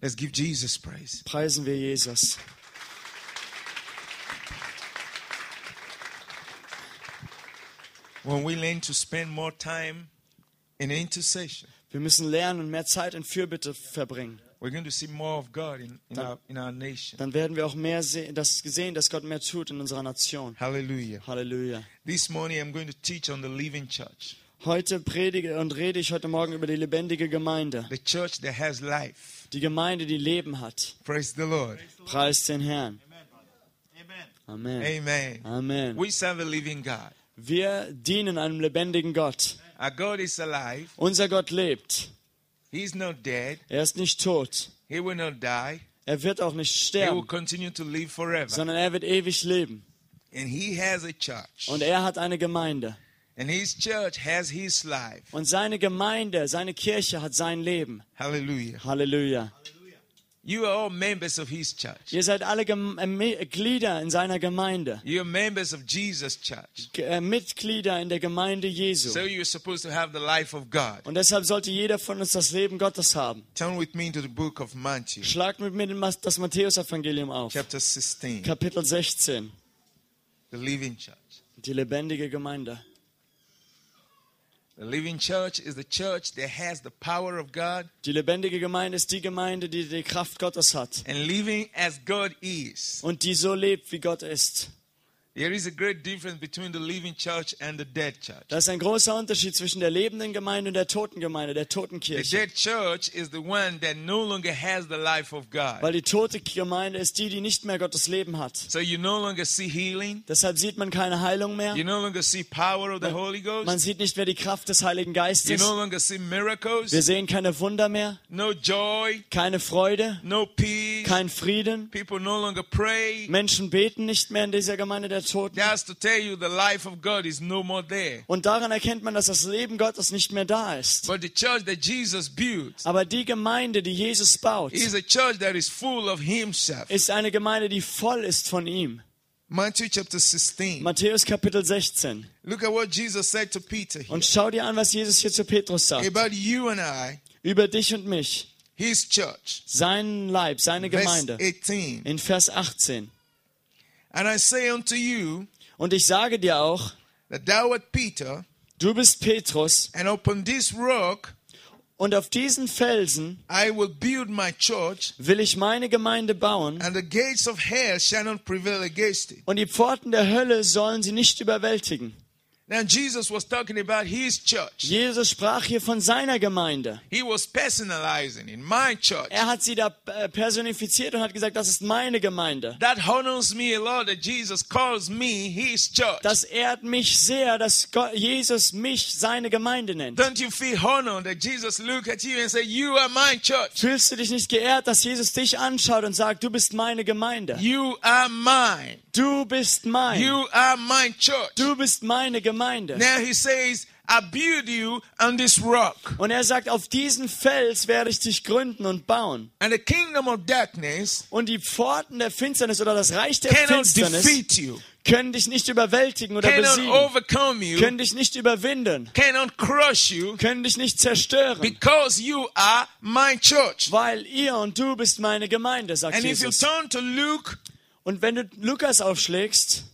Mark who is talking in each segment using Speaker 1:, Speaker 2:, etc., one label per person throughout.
Speaker 1: Let's give Jesus praise.
Speaker 2: preisen wir Jesus.
Speaker 1: When we learn to spend more time in intercession,
Speaker 2: Wir müssen lernen und mehr Zeit in Fürbitte verbringen.
Speaker 1: we're going to see more of God in, in, our, in our nation.
Speaker 2: Dann werden wir auch mehr se das sehen, dass Gott mehr tut in unserer Nation.
Speaker 1: Hallelujah.
Speaker 2: Halleluja.
Speaker 1: This morning I'm going to teach on the living church,
Speaker 2: Heute predige und rede ich heute Morgen über die lebendige Gemeinde.
Speaker 1: the church that has life.
Speaker 2: Die Gemeinde, die Leben hat.
Speaker 1: Praise the Lord.
Speaker 2: Preist den Herrn. Amen.
Speaker 1: Amen.
Speaker 2: Amen.
Speaker 1: We serve a living God.
Speaker 2: Wir dienen einem lebendigen Gott.
Speaker 1: Our God is alive.
Speaker 2: Unser Gott lebt.
Speaker 1: He's not dead.
Speaker 2: Er ist nicht tot.
Speaker 1: He will not die.
Speaker 2: Er wird auch nicht
Speaker 1: He will
Speaker 2: sterben,
Speaker 1: continue to live forever.
Speaker 2: sondern er wird ewig leben.
Speaker 1: And He has a church.
Speaker 2: Und er hat eine Gemeinde.
Speaker 1: And His church has His life.
Speaker 2: Und seine Gemeinde, seine Kirche hat sein Leben.
Speaker 1: Hallelujah.
Speaker 2: Halleluja.
Speaker 1: You are all members of His church.
Speaker 2: Ihr seid alle Gem äh, Mi- Glieder in seiner Gemeinde.
Speaker 1: You're members of Jesus' church.
Speaker 2: G äh, Mitglieder in der Gemeinde Jesu.
Speaker 1: So you're supposed to have the life of God.
Speaker 2: Und deshalb sollte jeder von uns das Leben Gottes haben.
Speaker 1: Turn with me to the book of Matthew,
Speaker 2: Schlagt mit mir den Mas- das Matthäusevangelium auf.
Speaker 1: chapter 16,
Speaker 2: Kapitel 16.
Speaker 1: the living church.
Speaker 2: Die lebendige Gemeinde.
Speaker 1: The living church is the church that has the power of God
Speaker 2: Die lebendige Gemeinde ist die Gemeinde, die die Kraft Gottes hat.
Speaker 1: and living as God is.
Speaker 2: Und die so lebt, wie Gott ist.
Speaker 1: There is a great difference between the living church and the dead church.
Speaker 2: Da ist ein großer Unterschied zwischen der lebenden Gemeinde und der toten Gemeinde, der toten
Speaker 1: The
Speaker 2: Kirche.
Speaker 1: dead church is the one that no longer has the life of God.
Speaker 2: Weil die tote Gemeinde ist die, die nicht mehr Gottes Leben hat.
Speaker 1: So you no longer see healing,
Speaker 2: Deshalb sieht man keine Heilung mehr.
Speaker 1: you no longer see power of the Holy
Speaker 2: Man
Speaker 1: Ghost,
Speaker 2: sieht nicht mehr die Kraft des Heiligen
Speaker 1: you
Speaker 2: Geistes.
Speaker 1: no longer see miracles,
Speaker 2: Wir sehen keine Wunder mehr,
Speaker 1: no joy,
Speaker 2: keine Freude,
Speaker 1: no peace.
Speaker 2: kein Frieden.
Speaker 1: People no longer pray.
Speaker 2: Menschen beten nicht mehr in dieser Gemeinde der Toten.
Speaker 1: Just to tell you, the life of God is no more there.
Speaker 2: Und daran erkennt man, dass das Leben Gottes nicht mehr da ist.
Speaker 1: But the church that Jesus built
Speaker 2: Aber die Gemeinde, die Jesus baut,
Speaker 1: is a church that is full of Himself.
Speaker 2: ist eine Gemeinde, die voll ist von ihm.
Speaker 1: Matthew chapter 16.
Speaker 2: Matthäus Kapitel 16.
Speaker 1: Look at what Jesus said to Peter here.
Speaker 2: Und schau dir an, was Jesus hier zu Petrus sagt.
Speaker 1: about you and I,
Speaker 2: Über dich und mich,
Speaker 1: His church.
Speaker 2: seinen Leib, seine
Speaker 1: Verse
Speaker 2: Gemeinde.
Speaker 1: 18.
Speaker 2: In Vers 18.
Speaker 1: And I say unto you
Speaker 2: Und ich sage dir auch,
Speaker 1: that thou art Peter,
Speaker 2: du bist Petrus,
Speaker 1: and upon this rock
Speaker 2: und auf diesen Felsen
Speaker 1: I will build my church,
Speaker 2: will ich meine Gemeinde bauen,
Speaker 1: and the gates of hell shall not prevail against it.
Speaker 2: und die Pforten der Hölle sollen sie nicht überwältigen.
Speaker 1: Now, Jesus was talking about His church.
Speaker 2: Jesus sprach hier von seiner Gemeinde.
Speaker 1: He was personalizing in my church.
Speaker 2: Er hat sie da äh, personifiziert und hat gesagt, das ist meine Gemeinde.
Speaker 1: That honors me a lot that Jesus calls me his church.
Speaker 2: Das ehrt mich sehr, dass Gott, Jesus mich seine Gemeinde nennt.
Speaker 1: Don't you feel honored that Jesus look at you and say, You are my church.
Speaker 2: Fühlst du dich nicht geehrt, dass Jesus dich anschaut und sagt, du bist meine Gemeinde.
Speaker 1: You are mine.
Speaker 2: Du bist mein.
Speaker 1: You are my church.
Speaker 2: Du bist meine Gemeinde.
Speaker 1: Now he says, I build you on this rock.
Speaker 2: Und er sagt, auf diesen Fels werde ich dich gründen und bauen.
Speaker 1: And the kingdom of darkness
Speaker 2: Und die Pforten der Finsternis oder das Reich der
Speaker 1: cannot
Speaker 2: Finsternis
Speaker 1: defeat you,
Speaker 2: können dich nicht überwältigen oder
Speaker 1: cannot
Speaker 2: besiegen,
Speaker 1: overcome you,
Speaker 2: können dich nicht überwinden,
Speaker 1: cannot crush you,
Speaker 2: können dich nicht zerstören,
Speaker 1: because you are my church.
Speaker 2: weil ihr und du bist meine Gemeinde, sagt
Speaker 1: And if you
Speaker 2: Jesus.
Speaker 1: turn to Luke,
Speaker 2: Und wenn du Lukas aufschlägst,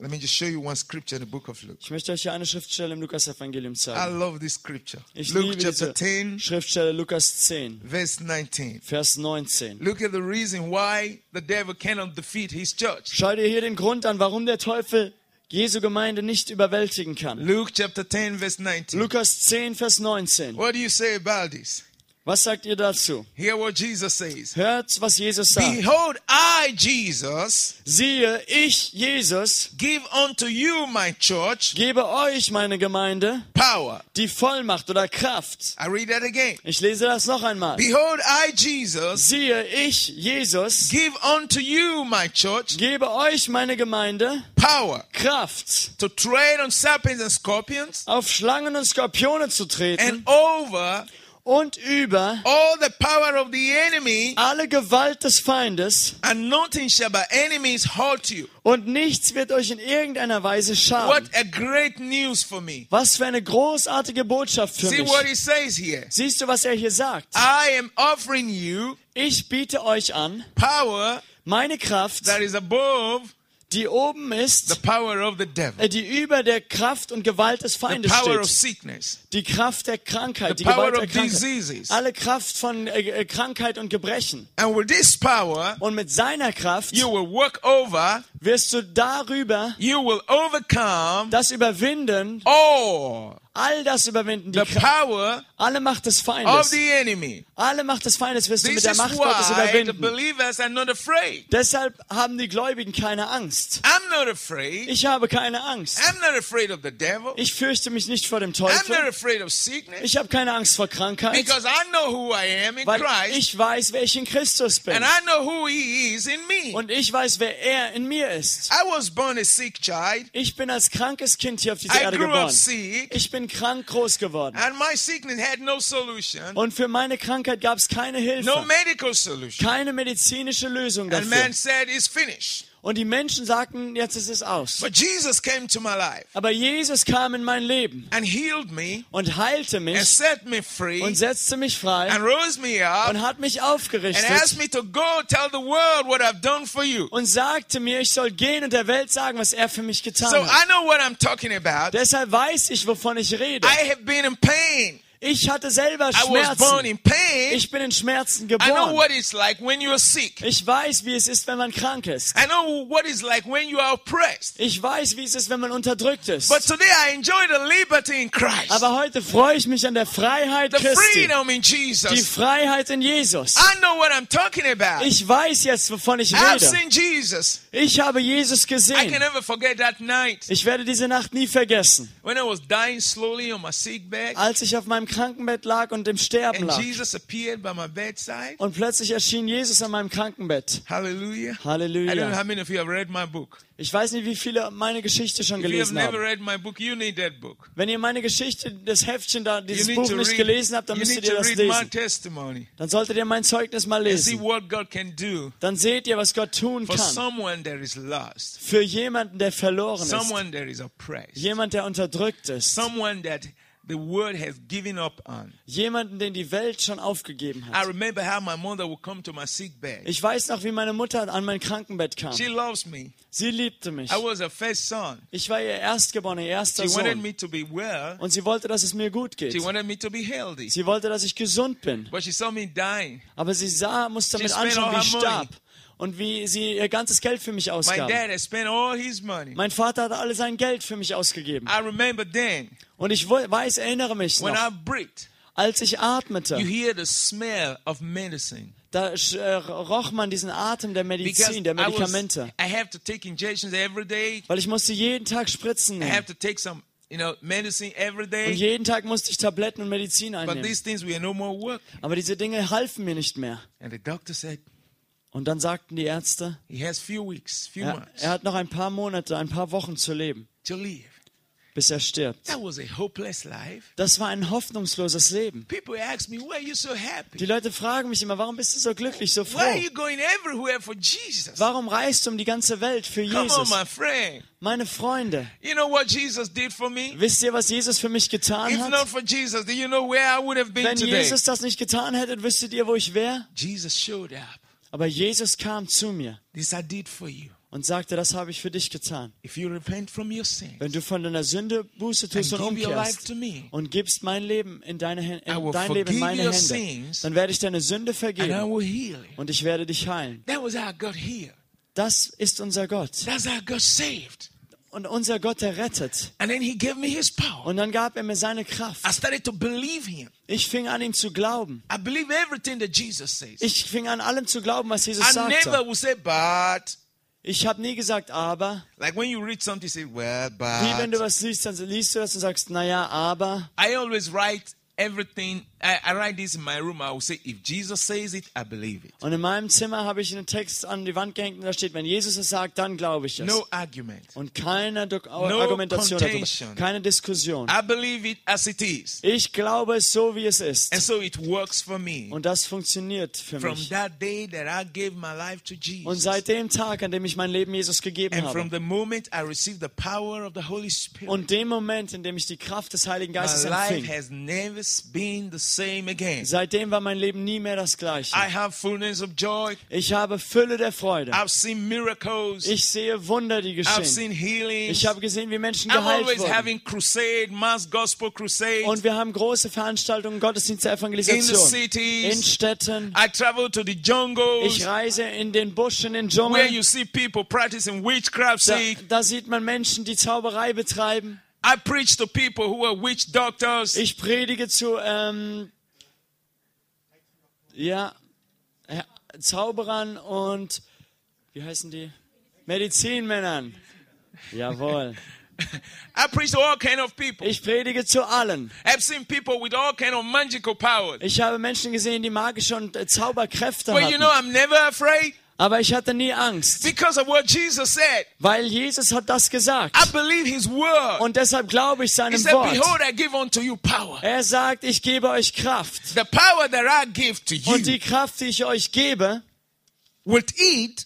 Speaker 1: let me just show you one scripture in the book of Luke.
Speaker 2: ich möchte euch hier eine Schriftstelle im Lukas-Evangelium
Speaker 1: I
Speaker 2: zeigen.
Speaker 1: love this scripture.
Speaker 2: Ich
Speaker 1: Luke
Speaker 2: liebe
Speaker 1: chapter
Speaker 2: diese
Speaker 1: 10,
Speaker 2: Schriftstelle Lukas 10,
Speaker 1: verse 19.
Speaker 2: Vers 19.
Speaker 1: Look at the reason why the devil cannot defeat his church.
Speaker 2: Schau dir hier den Grund an, warum der Teufel Jesu Gemeinde nicht überwältigen kann.
Speaker 1: Luke chapter 10, verse 19.
Speaker 2: Lukas 10, Vers 19.
Speaker 1: What do you say about this?
Speaker 2: Was sagt ihr dazu?
Speaker 1: Hear what Jesus says.
Speaker 2: Hört, was Jesus sagt.
Speaker 1: Behold, I, Jesus,
Speaker 2: Siehe, ich, Jesus,
Speaker 1: give unto you my church
Speaker 2: gebe euch meine Gemeinde
Speaker 1: power.
Speaker 2: die Vollmacht oder Kraft.
Speaker 1: I read that again.
Speaker 2: Ich lese das noch einmal.
Speaker 1: Behold, I, Jesus,
Speaker 2: Siehe, ich, Jesus,
Speaker 1: give unto you my church
Speaker 2: gebe euch meine Gemeinde
Speaker 1: power
Speaker 2: Kraft,
Speaker 1: to tread on serpents and scorpions
Speaker 2: auf Schlangen und Skorpione zu
Speaker 1: and
Speaker 2: treten
Speaker 1: over
Speaker 2: und über
Speaker 1: all the power of the enemy,
Speaker 2: alle Gewalt des Feindes
Speaker 1: and nothing shall by any means halt you.
Speaker 2: und nichts wird euch in irgendeiner Weise
Speaker 1: What
Speaker 2: schaden.
Speaker 1: a great news for me.
Speaker 2: Was für eine großartige Botschaft für
Speaker 1: See what
Speaker 2: mich.
Speaker 1: he says here.
Speaker 2: Siehst du, was er hier sagt?
Speaker 1: I am offering you
Speaker 2: Ich biete euch an,
Speaker 1: power
Speaker 2: meine Kraft,
Speaker 1: that is above
Speaker 2: die oben
Speaker 1: the
Speaker 2: ist,
Speaker 1: power of the devil,
Speaker 2: äh, die über der Kraft und Gewalt des
Speaker 1: the
Speaker 2: Feindes
Speaker 1: power of
Speaker 2: steht.
Speaker 1: sickness,
Speaker 2: Die Kraft der Krankheit, die
Speaker 1: power
Speaker 2: Gewalt
Speaker 1: of
Speaker 2: der Krankheit.
Speaker 1: diseases.
Speaker 2: Alle Kraft von äh, äh, Krankheit und Gebrechen.
Speaker 1: and with this power,
Speaker 2: Und mit seiner Kraft
Speaker 1: you will walk over,
Speaker 2: wirst du darüber
Speaker 1: you will overcome
Speaker 2: das überwinden,
Speaker 1: all
Speaker 2: all das überwinden, die
Speaker 1: the
Speaker 2: Kraft,
Speaker 1: power
Speaker 2: alle Macht des
Speaker 1: of
Speaker 2: Feindes.
Speaker 1: the enemy.
Speaker 2: Alle Macht des Feindes wirst du mit
Speaker 1: This
Speaker 2: der
Speaker 1: is
Speaker 2: Macht Gottes
Speaker 1: why the
Speaker 2: überwinden.
Speaker 1: believers are not afraid.
Speaker 2: Deshalb haben die Gläubigen keine Angst.
Speaker 1: I'm not afraid.
Speaker 2: Ich habe keine Angst.
Speaker 1: I'm not afraid of the devil.
Speaker 2: Ich fürchte mich nicht vor dem
Speaker 1: I'm not
Speaker 2: Teufel.
Speaker 1: afraid of sickness
Speaker 2: Ich habe keine Angst vor Krankheit,
Speaker 1: because I know who I am in
Speaker 2: weil
Speaker 1: Christ
Speaker 2: ich weiß, wer ich in Christus bin.
Speaker 1: and I know who he is in me.
Speaker 2: Und ich weiß, wer er in mir ist.
Speaker 1: I was born a sick child.
Speaker 2: Ich bin als krankes Kind hier auf dieser
Speaker 1: I
Speaker 2: Erde
Speaker 1: grew up
Speaker 2: geboren.
Speaker 1: sick
Speaker 2: Ich bin krank groß geworden.
Speaker 1: and my sickness had no solution,
Speaker 2: Und für meine Krankheit gab es keine
Speaker 1: no
Speaker 2: Hilfe,
Speaker 1: medical solution.
Speaker 2: keine medizinische Lösung
Speaker 1: And
Speaker 2: dafür.
Speaker 1: man said, it's finished.
Speaker 2: Und die Menschen sagten, jetzt ist es aus.
Speaker 1: But Jesus came to my life
Speaker 2: Aber Jesus kam in mein Leben
Speaker 1: and healed me
Speaker 2: und heilte
Speaker 1: and
Speaker 2: mich
Speaker 1: set me
Speaker 2: und
Speaker 1: free
Speaker 2: setzte mich frei
Speaker 1: and rose me up
Speaker 2: und hat mich
Speaker 1: and
Speaker 2: aufgerichtet
Speaker 1: asked me to go tell the world what I've done for you.
Speaker 2: und sagte mir, ich soll gehen und der Welt sagen, was er für mich getan
Speaker 1: So
Speaker 2: hat.
Speaker 1: I know what I'm talking about.
Speaker 2: Deshalb weiß ich, wovon ich rede.
Speaker 1: I have been in pain.
Speaker 2: Ich hatte selber
Speaker 1: I was born
Speaker 2: Schmerzen.
Speaker 1: in pain.
Speaker 2: Ich bin in Schmerzen
Speaker 1: I know
Speaker 2: geboren.
Speaker 1: what it's like when you're sick.
Speaker 2: Ich weiß, wie es ist, wenn man krank ist.
Speaker 1: I know what it's like when you are oppressed.
Speaker 2: Ich weiß, wie es ist, wenn man unterdrückt ist.
Speaker 1: But today I enjoy the liberty in Christ,
Speaker 2: Aber heute freue ich mich an der Freiheit
Speaker 1: the
Speaker 2: Christi.
Speaker 1: freedom in
Speaker 2: Die
Speaker 1: Jesus. Ah.
Speaker 2: Freiheit in Jesus.
Speaker 1: I know what I'm talking about.
Speaker 2: Ich weiß jetzt, wovon ich
Speaker 1: I've
Speaker 2: rede.
Speaker 1: seen Jesus.
Speaker 2: Ich habe Jesus
Speaker 1: I can
Speaker 2: gesehen.
Speaker 1: never forget that night
Speaker 2: Ich werde diese Nacht nie vergessen,
Speaker 1: when I was dying slowly on my sick bed,
Speaker 2: als ich auf meinem Krankenbett lag und im Sterben
Speaker 1: and
Speaker 2: lag.
Speaker 1: Jesus appeared by my bedside.
Speaker 2: Und plötzlich erschien Jesus an meinem Krankenbett.
Speaker 1: Hallelujah. I don't know
Speaker 2: Halleluja.
Speaker 1: how many of you have read my book.
Speaker 2: Ich weiß nicht, wie viele meine Geschichte schon
Speaker 1: If you have
Speaker 2: gelesen
Speaker 1: never read
Speaker 2: haben.
Speaker 1: my book, you need that book.
Speaker 2: Wenn ihr meine Geschichte, das Heftchen da,
Speaker 1: You
Speaker 2: dieses
Speaker 1: need
Speaker 2: Buch
Speaker 1: to
Speaker 2: nicht
Speaker 1: read,
Speaker 2: gelesen habt, dann
Speaker 1: you need
Speaker 2: müsstet ihr
Speaker 1: to
Speaker 2: das
Speaker 1: read my
Speaker 2: lesen.
Speaker 1: testimony.
Speaker 2: Dann solltet ihr mein Zeugnis mal
Speaker 1: and see
Speaker 2: lesen.
Speaker 1: what God can do
Speaker 2: Dann seht ihr, was Gott tun
Speaker 1: for
Speaker 2: kann.
Speaker 1: someone that is lost,
Speaker 2: Für jemanden, der verloren ist.
Speaker 1: someone that is oppressed,
Speaker 2: Jemand, der unterdrückt ist.
Speaker 1: someone that the world has given up on.
Speaker 2: Jemanden, den die Welt schon aufgegeben
Speaker 1: I
Speaker 2: hat.
Speaker 1: remember how my mother would come to my sick bed.
Speaker 2: Ich weiß noch, wie meine Mutter an mein Krankenbett kam.
Speaker 1: She loves me.
Speaker 2: Sie liebte mich.
Speaker 1: I was her first son.
Speaker 2: Ich war ihr Erstgeborener, ihr erster
Speaker 1: She wanted
Speaker 2: Sohn.
Speaker 1: me to be well.
Speaker 2: Und sie wollte, dass es mir gut geht.
Speaker 1: She wanted me to be healthy.
Speaker 2: Sie wollte, dass ich gesund bin.
Speaker 1: But she saw me dying.
Speaker 2: Aber sie sah, musste
Speaker 1: She
Speaker 2: mit
Speaker 1: spent
Speaker 2: anschauen,
Speaker 1: all
Speaker 2: wie ich
Speaker 1: her money.
Speaker 2: starb. Und wie sie ihr ganzes Geld für mich
Speaker 1: My
Speaker 2: ausgab.
Speaker 1: dad had spent all his money.
Speaker 2: Mein Vater hat alles sein Geld für mich ausgegeben.
Speaker 1: I remember then
Speaker 2: Und ich wo- weiß, erinnere mich
Speaker 1: when I
Speaker 2: noch,
Speaker 1: breathed,
Speaker 2: als ich
Speaker 1: you
Speaker 2: atmete,
Speaker 1: hear the smell of medicine.
Speaker 2: da sch- äh, roch man diesen Atem der
Speaker 1: Because
Speaker 2: Medizin, der
Speaker 1: I, was-
Speaker 2: Medikamente.
Speaker 1: I have to take injections every day.
Speaker 2: Weil ich musste jeden Tag Spritzen
Speaker 1: I
Speaker 2: nehmen.
Speaker 1: have to take some, you know, medicine every
Speaker 2: Und
Speaker 1: day.
Speaker 2: jeden Tag musste ich Tabletten und Medizin
Speaker 1: But
Speaker 2: einnehmen.
Speaker 1: these things were no more work.
Speaker 2: Aber diese Dinge halfen mir nicht mehr.
Speaker 1: And the doctor said
Speaker 2: Und dann sagten die Ärzte,
Speaker 1: he has few weeks, few
Speaker 2: er,
Speaker 1: months
Speaker 2: er hat noch ein paar Monate, ein paar Wochen zu leben,
Speaker 1: to live.
Speaker 2: bis er stirbt.
Speaker 1: That was a hopeless life.
Speaker 2: Das war ein hoffnungsloses Leben.
Speaker 1: People ask me, "Why are you so happy?
Speaker 2: Die Leute fragen mich immer, warum bist du so glücklich, so
Speaker 1: Why are
Speaker 2: froh?
Speaker 1: you going everywhere for Jesus?"
Speaker 2: Warum reist du um die ganze Welt für
Speaker 1: Come on,
Speaker 2: Jesus?
Speaker 1: my friend.
Speaker 2: Meine Freunde,
Speaker 1: You know what Jesus did for me?
Speaker 2: wisst ihr, was Jesus für mich getan
Speaker 1: If
Speaker 2: hat?
Speaker 1: not for Jesus, do you know where I would have been
Speaker 2: Wenn
Speaker 1: today?
Speaker 2: Jesus das nicht getan hätte, wüsstet ihr, wo ich wäre?
Speaker 1: Jesus showed up.
Speaker 2: Aber Jesus kam zu mir
Speaker 1: This I did for you.
Speaker 2: und sagte, das habe ich für dich getan.
Speaker 1: If you repent from your sin
Speaker 2: Wenn du von deiner Sünde Buße
Speaker 1: and
Speaker 2: tust und
Speaker 1: give your life
Speaker 2: umkehrst
Speaker 1: to me,
Speaker 2: und gibst mein Leben in deine Hände,
Speaker 1: I will
Speaker 2: dein Leben in
Speaker 1: forgive
Speaker 2: meine
Speaker 1: your
Speaker 2: Hände,
Speaker 1: sins
Speaker 2: dann werde ich deine Sünde
Speaker 1: and I
Speaker 2: vergeben
Speaker 1: will heal you.
Speaker 2: und ich werde dich heilen.
Speaker 1: That was how I got healed.
Speaker 2: Das ist unser Gott.
Speaker 1: That's how I got saved.
Speaker 2: Und unser Gott, der rettet.
Speaker 1: And then he gave me his power.
Speaker 2: Und dann gab er mir seine
Speaker 1: I
Speaker 2: Kraft.
Speaker 1: started to believe him.
Speaker 2: Ich fing an, ihm zu glauben.
Speaker 1: I believe everything that Jesus says.
Speaker 2: Ich fing an, allem zu glauben, was Jesus
Speaker 1: I never
Speaker 2: sagte.
Speaker 1: will say, but.
Speaker 2: Ich habe nie gesagt, aber.
Speaker 1: Like when you read something, you say, well,
Speaker 2: Wie wenn du
Speaker 1: but.
Speaker 2: was liest, dann liest du das und sagst, naja, aber.
Speaker 1: I always write everything. I, I write this in my room. I will say, if Jesus says it, I believe it.
Speaker 2: Und in meinem Zimmer habe ich einen Text an die Wand gehängt und da steht, wenn Jesus es sagt, dann glaube ich es.
Speaker 1: No argument.
Speaker 2: Und keine Dok Argumentation
Speaker 1: contention.
Speaker 2: darüber, keine Diskussion.
Speaker 1: I believe it as it is.
Speaker 2: Ich glaube es so, wie es ist.
Speaker 1: And so it works for me.
Speaker 2: Und das funktioniert für
Speaker 1: From
Speaker 2: mich.
Speaker 1: that day that I gave my life to
Speaker 2: Und
Speaker 1: Jesus,
Speaker 2: seit dem Tag, an dem ich mein Leben Jesus gegeben
Speaker 1: and from
Speaker 2: habe,
Speaker 1: the moment I received the power of the Holy Spirit,
Speaker 2: und dem Moment, in dem ich die Kraft des Heiligen
Speaker 1: my
Speaker 2: Geistes
Speaker 1: life
Speaker 2: empfing,
Speaker 1: has never been the same again.
Speaker 2: seitdem war mein Leben nie mehr das gleiche.
Speaker 1: I have fullness of joy.
Speaker 2: Ich habe Fülle der Freude.
Speaker 1: I've seen miracles.
Speaker 2: Ich sehe Wunder, die
Speaker 1: I've
Speaker 2: geschehen.
Speaker 1: seen healings.
Speaker 2: Ich habe gesehen, wie Menschen
Speaker 1: I'm
Speaker 2: geheilt
Speaker 1: always
Speaker 2: wurden.
Speaker 1: having crusade, mass gospel crusade.
Speaker 2: Und wir haben große Veranstaltungen, Gottesdienst der
Speaker 1: in the
Speaker 2: Evangelisation. In
Speaker 1: cities.
Speaker 2: Städten.
Speaker 1: I travel to the jungles
Speaker 2: Ich reise in den Busch, in den
Speaker 1: where
Speaker 2: Dschungel.
Speaker 1: you see people practicing witchcraft.
Speaker 2: Da,
Speaker 1: See,
Speaker 2: da sieht man Menschen, die Zauberei betreiben.
Speaker 1: I preach to people who are witch doctors.
Speaker 2: Ich predige zu, ähm, ja, Herr- Zauberern und, wie heißen die? Medizinmännern. Jawohl.
Speaker 1: I preach to all kind of people.
Speaker 2: Ich predige zu allen.
Speaker 1: I've seen people with all kind of magical powers.
Speaker 2: Ich habe Menschen gesehen, die magische und äh, Zauberkräfte
Speaker 1: But you know,
Speaker 2: hatten.
Speaker 1: I'm never afraid
Speaker 2: Aber ich hatte nie Angst,
Speaker 1: because of what Jesus said.
Speaker 2: weil Jesus hat das gesagt.
Speaker 1: I believe His word.
Speaker 2: Und deshalb glaube ich
Speaker 1: He
Speaker 2: seinem
Speaker 1: said,
Speaker 2: Wort.
Speaker 1: "Behold, I give unto you power."
Speaker 2: Er sagt, ich gebe euch Kraft.
Speaker 1: The power that I give to
Speaker 2: Und die
Speaker 1: you,
Speaker 2: Kraft, die ich euch gebe,
Speaker 1: with it,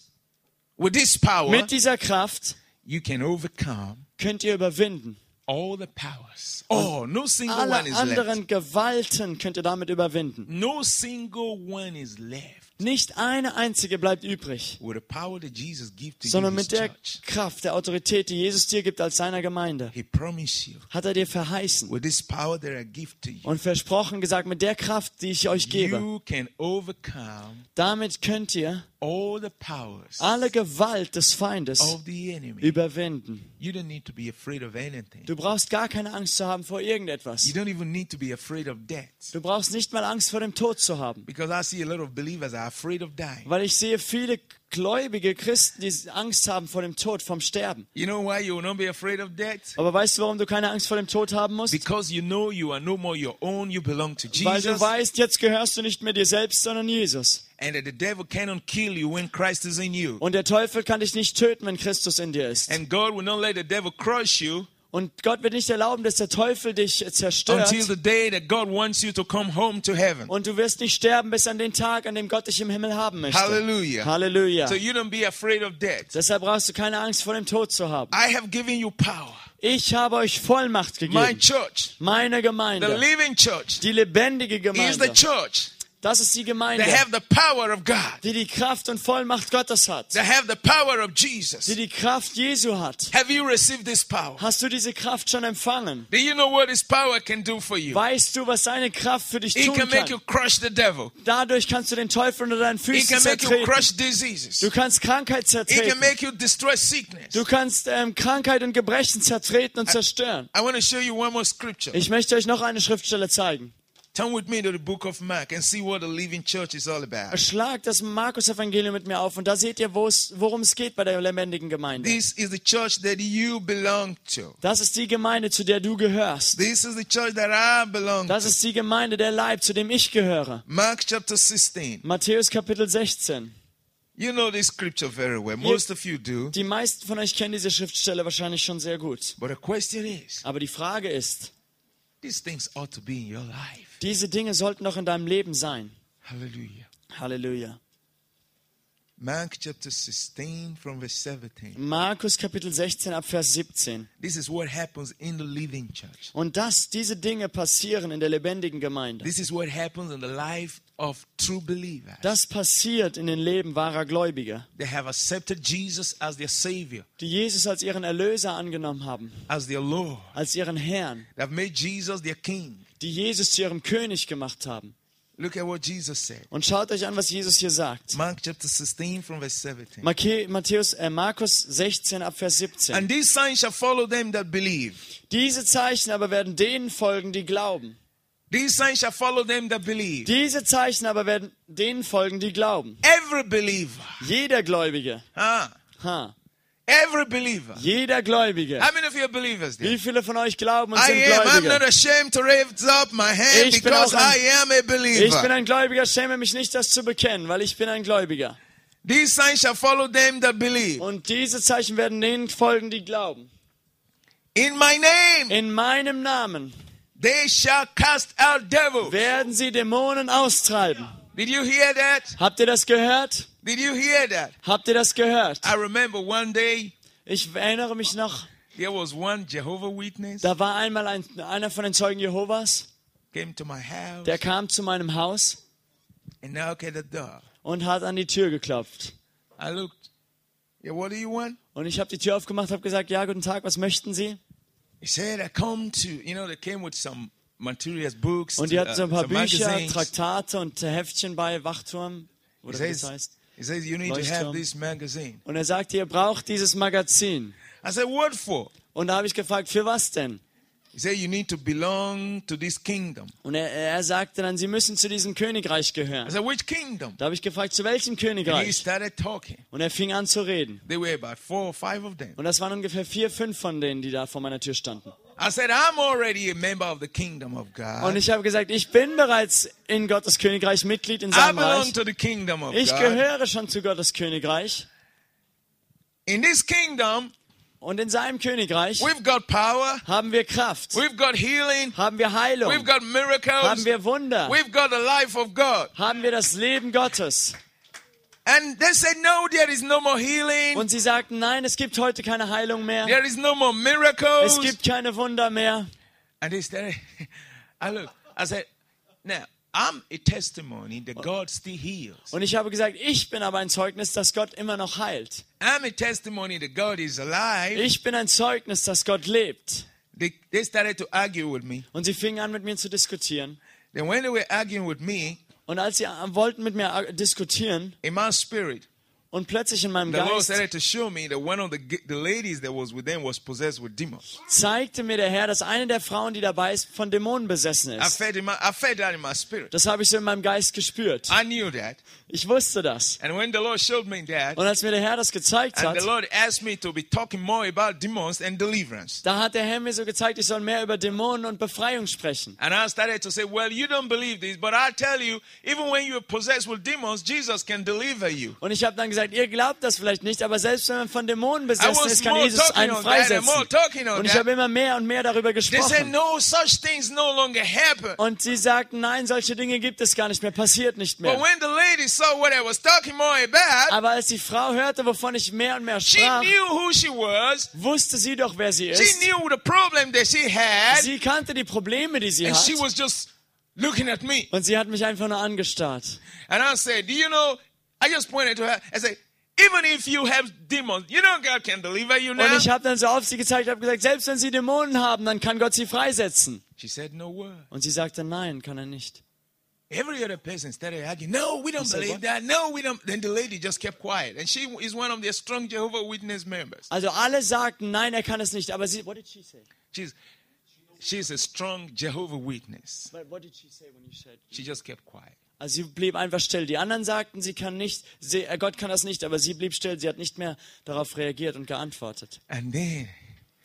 Speaker 1: with this power,
Speaker 2: mit dieser Kraft
Speaker 1: you can overcome
Speaker 2: könnt ihr überwinden.
Speaker 1: all the powers. Oh, no single one
Speaker 2: Alle
Speaker 1: is left.
Speaker 2: anderen Gewalten könnt ihr damit überwinden.
Speaker 1: No single one is left
Speaker 2: Nicht eine einzige bleibt übrig,
Speaker 1: with the power that Jesus gives to you,
Speaker 2: sondern
Speaker 1: his
Speaker 2: mit der
Speaker 1: church.
Speaker 2: Kraft, der Autorität, die Jesus dir gibt als seiner Gemeinde,
Speaker 1: He promised you,
Speaker 2: hat er dir verheißen
Speaker 1: with this power that I give to you,
Speaker 2: und versprochen gesagt, mit der Kraft, die ich euch gebe,
Speaker 1: you can overcome
Speaker 2: damit könnt ihr
Speaker 1: all the powers
Speaker 2: alle Gewalt des Feindes
Speaker 1: of the enemy.
Speaker 2: überwinden.
Speaker 1: You don't need to be afraid of anything.
Speaker 2: Du brauchst gar keine Angst zu haben vor
Speaker 1: You
Speaker 2: irgendetwas.
Speaker 1: don't even need to be afraid of death.
Speaker 2: Du brauchst nicht mal Angst vor dem Tod zu haben,
Speaker 1: Because I see a lot of believers are afraid of dying.
Speaker 2: weil ich sehe viele gläubige Christen, die Angst haben vor dem Tod, vom Sterben.
Speaker 1: You know why you will not be afraid of death?
Speaker 2: Aber weißt du, warum du keine Angst vor dem Tod haben musst?
Speaker 1: Because you know you are no more your own, you belong to
Speaker 2: Weil du
Speaker 1: Jesus,
Speaker 2: weißt, jetzt gehörst du nicht mehr dir selbst, sondern Jesus.
Speaker 1: and that the devil cannot kill you when Christ is in you.
Speaker 2: Und der Teufel kann dich nicht töten, wenn Christus in dir ist.
Speaker 1: And God will not let the devil crush you
Speaker 2: Und Gott wird nicht erlauben, dass der Teufel dich zerstört.
Speaker 1: until the day that God wants you to come home to heaven.
Speaker 2: Und du wirst nicht sterben bis an den Tag, an dem Gott dich im Himmel haben möchte.
Speaker 1: Hallelujah.
Speaker 2: Halleluja.
Speaker 1: So you don't be afraid of death.
Speaker 2: Deshalb brauchst du keine Angst vor dem Tod zu haben.
Speaker 1: I have given you power.
Speaker 2: Ich habe euch Vollmacht
Speaker 1: My
Speaker 2: gegeben.
Speaker 1: church,
Speaker 2: Meine
Speaker 1: the
Speaker 2: Gemeinde,
Speaker 1: living church,
Speaker 2: die lebendige
Speaker 1: is the
Speaker 2: Gemeinde,
Speaker 1: church.
Speaker 2: das ist die Gemeinde,
Speaker 1: They have the power of God.
Speaker 2: die die Kraft und Vollmacht Gottes hat,
Speaker 1: They have the power of
Speaker 2: die
Speaker 1: Jesus.
Speaker 2: die Kraft Jesu hat.
Speaker 1: Have you received this power?
Speaker 2: Hast du diese Kraft schon empfangen?
Speaker 1: Do you know what this power can do for you?
Speaker 2: Weißt du, was seine Kraft für dich
Speaker 1: It
Speaker 2: tun
Speaker 1: can make you
Speaker 2: kann?
Speaker 1: crush the devil.
Speaker 2: Dadurch kannst du den Teufel unter deinen
Speaker 1: It
Speaker 2: Füßen
Speaker 1: can make you
Speaker 2: zertreten.
Speaker 1: crush diseases.
Speaker 2: Du kannst Krankheit
Speaker 1: It can
Speaker 2: zertreten.
Speaker 1: make you destroy sickness.
Speaker 2: Du kannst ähm, Krankheit und Gebrechen zertreten und zerstören.
Speaker 1: I want to show you one more scripture.
Speaker 2: Ich möchte euch noch eine Schriftstelle zeigen.
Speaker 1: Turn with me to the book of Mark and see what the living church is all about.
Speaker 2: Schlag das Markus-Evangelium mit mir auf und da seht ihr, wo es- worum es geht bei der lebendigen Gemeinde.
Speaker 1: This is the church that you belong to.
Speaker 2: Das ist die Gemeinde, zu der du gehörst.
Speaker 1: This is the church that I belong
Speaker 2: Das
Speaker 1: to.
Speaker 2: ist die Gemeinde, der Leib, zu dem ich gehöre.
Speaker 1: Mark chapter 16.
Speaker 2: Matthäus Kapitel 16.
Speaker 1: You know this scripture very well. Most of you do.
Speaker 2: Die meisten von euch kennen diese Schriftstelle wahrscheinlich schon sehr gut.
Speaker 1: But the question is,
Speaker 2: Aber die Frage ist,
Speaker 1: these things ought to be in your life.
Speaker 2: diese Dinge sollten doch in deinem Leben sein.
Speaker 1: Hallelujah.
Speaker 2: Halleluja.
Speaker 1: Mark chapter 16 from verse 17.
Speaker 2: Markus Kapitel 16 ab Vers 17.
Speaker 1: This is what happens in the living church.
Speaker 2: Und dass diese Dinge passieren in der lebendigen Gemeinde.
Speaker 1: This is what happens in the life of true believers.
Speaker 2: Das passiert in den Leben wahrer Gläubiger,
Speaker 1: They have accepted Jesus as their Savior,
Speaker 2: die Jesus als ihren Erlöser angenommen haben,
Speaker 1: as their Lord.
Speaker 2: als ihren Herrn,
Speaker 1: They've made Jesus their King.
Speaker 2: die Jesus zu ihrem König gemacht haben.
Speaker 1: Look at what Jesus said.
Speaker 2: Und schaut euch an, was Jesus hier sagt.
Speaker 1: Mark chapter 16 from verse 17.
Speaker 2: Marke- Matthäus, äh, Markus 16 ab Vers 17.
Speaker 1: And these signs shall follow them that believe.
Speaker 2: Diese Zeichen aber werden denen folgen, die glauben.
Speaker 1: These signs shall follow them that believe.
Speaker 2: Diese Zeichen aber werden denen folgen, die glauben.
Speaker 1: Every believer.
Speaker 2: Jeder Gläubige.
Speaker 1: Ah,
Speaker 2: Ha.
Speaker 1: Every believer.
Speaker 2: Jeder Gläubige.
Speaker 1: How many of you are believers? There?
Speaker 2: Wie viele von euch glauben und
Speaker 1: I
Speaker 2: sind
Speaker 1: am. I'm not
Speaker 2: Gläubige?
Speaker 1: ashamed to raise up my hand
Speaker 2: Ich bin
Speaker 1: because
Speaker 2: auch ein-
Speaker 1: I am a
Speaker 2: Ich bin
Speaker 1: believer.
Speaker 2: ein Gläubiger, schäme mich nicht, das zu bekennen, weil ich bin ein Gläubiger.
Speaker 1: These signs shall follow them that believe.
Speaker 2: Und diese Zeichen werden denen folgen, die glauben.
Speaker 1: In my name,
Speaker 2: In meinem Namen
Speaker 1: they shall cast out devils.
Speaker 2: werden sie Dämonen austreiben.
Speaker 1: Did you hear that?
Speaker 2: Habt ihr das gehört?
Speaker 1: Did you hear that?
Speaker 2: Habt ihr das gehört?
Speaker 1: I remember one day
Speaker 2: Ich erinnere mich noch,
Speaker 1: there was one Jehovah Witness
Speaker 2: da war einmal ein, einer von den Zeugen Jehovas,
Speaker 1: came to my house
Speaker 2: der kam zu meinem Haus
Speaker 1: and knocked at the door.
Speaker 2: und hat an die Tür geklopft.
Speaker 1: I looked. Yeah, what do you want?
Speaker 2: Und ich habe die Tür aufgemacht, habe gesagt, ja, guten Tag, was möchten Sie?
Speaker 1: He said, I come to, you know, they came with some materials, books, uh,
Speaker 2: Und die hatten so ein paar
Speaker 1: some
Speaker 2: Bücher,
Speaker 1: magazines.
Speaker 2: Traktate und Heftchen bei, Wachturm,
Speaker 1: He
Speaker 2: oder wie das
Speaker 1: says,
Speaker 2: heißt.
Speaker 1: he says, you need to
Speaker 2: Leuchtturm.
Speaker 1: have this magazine.
Speaker 2: Und er sagte, ihr braucht dieses Magazin.
Speaker 1: I said, what for?
Speaker 2: Und da habe ich gefragt, für was denn?
Speaker 1: He said, you need to belong to this kingdom.
Speaker 2: Und er, er sagte dann, sie müssen zu diesem Königreich
Speaker 1: I
Speaker 2: gehören.
Speaker 1: said, which kingdom?
Speaker 2: Da habe ich gefragt, zu welchem
Speaker 1: And he
Speaker 2: Königreich?
Speaker 1: started talking.
Speaker 2: Und er fing an zu reden.
Speaker 1: There were about four or five of them.
Speaker 2: Und das waren ungefähr vier, fünf von denen, die da vor meiner Tür standen.
Speaker 1: I said, I'm already a member of the kingdom of
Speaker 2: Und
Speaker 1: God.
Speaker 2: ich habe gesagt, ich bin bereits in Gottes Königreich Mitglied in
Speaker 1: I
Speaker 2: seinem
Speaker 1: belong
Speaker 2: Reich.
Speaker 1: to the kingdom of
Speaker 2: Ich
Speaker 1: God.
Speaker 2: gehöre schon zu Gottes Königreich.
Speaker 1: In this kingdom,
Speaker 2: Und in seinem Königreich
Speaker 1: we've got power,
Speaker 2: haben wir Kraft,
Speaker 1: we've got healing,
Speaker 2: haben wir
Speaker 1: we've
Speaker 2: Heilung,
Speaker 1: got
Speaker 2: haben
Speaker 1: miracles,
Speaker 2: wir Wunder,
Speaker 1: we've got the life of God.
Speaker 2: haben wir das Leben Gottes.
Speaker 1: And they said, No, there is no more healing,
Speaker 2: Und sie sagten, nein, es gibt heute keine Heilung mehr.
Speaker 1: there is no more
Speaker 2: Es
Speaker 1: miracles.
Speaker 2: gibt keine Wunder mehr.
Speaker 1: And they started, I look, I said, Now, I'm a testimony that God still heals.
Speaker 2: Und ich habe gesagt, ich bin aber ein Zeugnis, dass Gott immer noch heilt.
Speaker 1: I'm a testimony that God is alive.
Speaker 2: Ich bin ein Zeugnis, dass Gott lebt.
Speaker 1: They, they started to argue with me.
Speaker 2: Und sie fingen an, mit mir zu diskutieren.
Speaker 1: Then, when they were arguing with me,
Speaker 2: Und als sie äh, wollten mit mir äh, diskutieren
Speaker 1: in my spirit,
Speaker 2: und plötzlich in meinem
Speaker 1: the Lord
Speaker 2: Geist
Speaker 1: started to show me that one of the, g- the ladies that was with them was possessed with demons.
Speaker 2: zeigte mir der Herr, dass eine der Frauen, die dabei ist, von Dämonen besessen
Speaker 1: I
Speaker 2: ist.
Speaker 1: felt, in my, I felt that in my spirit.
Speaker 2: Das habe ich so in meinem Geist gespürt.
Speaker 1: I knew that.
Speaker 2: Ich wusste das.
Speaker 1: And when the Lord showed me that,
Speaker 2: Und als mir der Herr das gezeigt
Speaker 1: and
Speaker 2: hat,
Speaker 1: the Lord asked me to be talking more about demons and deliverance.
Speaker 2: da hat der Herr mir so gezeigt, ich soll mehr über Dämonen und Befreiung sprechen.
Speaker 1: And I started to say, Well, you don't believe this, but I tell you, even when you're possessed with demons, Jesus can deliver you.
Speaker 2: Und ich habe dann gesagt, ihr glaubt das vielleicht nicht, aber selbst wenn man von Dämonen
Speaker 1: I
Speaker 2: besessen
Speaker 1: was
Speaker 2: ist, kann
Speaker 1: more
Speaker 2: Jesus
Speaker 1: talking
Speaker 2: einen
Speaker 1: on that and
Speaker 2: freisetzen.
Speaker 1: more talking on
Speaker 2: Und ich habe
Speaker 1: that.
Speaker 2: immer mehr und mehr darüber
Speaker 1: They said,
Speaker 2: gesprochen.
Speaker 1: No, such things no longer happen.
Speaker 2: Und sie sagten, nein, solche Dinge gibt es gar nicht mehr, passiert nicht
Speaker 1: But
Speaker 2: mehr.
Speaker 1: when the lady saw what I was talking more about,
Speaker 2: Aber als die Frau hörte, wovon ich mehr und mehr
Speaker 1: she
Speaker 2: sprach,
Speaker 1: knew who she was,
Speaker 2: wusste sie doch, wer sie
Speaker 1: she
Speaker 2: ist.
Speaker 1: knew the problem that she had,
Speaker 2: Sie kannte die Probleme, die sie
Speaker 1: and
Speaker 2: hat.
Speaker 1: she was just looking at me.
Speaker 2: Und sie hat mich einfach nur angestarrt.
Speaker 1: And I said, Do you know? I just pointed to her. I said, Even if you have demons, you know God can deliver you
Speaker 2: Und
Speaker 1: now.
Speaker 2: ich habe dann so auf sie gezeigt, habe gesagt, selbst wenn sie Dämonen haben, dann kann Gott sie freisetzen.
Speaker 1: She said, No word.
Speaker 2: Und sie sagte, nein, kann er nicht.
Speaker 1: Every other person started arguing, no, we don't
Speaker 2: said
Speaker 1: believe
Speaker 2: what?
Speaker 1: that. No, we don't. Then the lady just kept quiet. And she is one of the strong Jehovah Witness members.
Speaker 2: Also alle sagten, nein, er kann es nicht. Aber sie, what did she say?
Speaker 1: She's, she's a strong Jehovah Witness.
Speaker 2: But what did she say when you said?
Speaker 1: She just kept quiet.
Speaker 2: Also sie blieb einfach still. Die anderen sagten, sie kann nicht, sie, äh, Gott kann das nicht, aber sie blieb still. Sie hat nicht mehr darauf reagiert und geantwortet.
Speaker 1: And then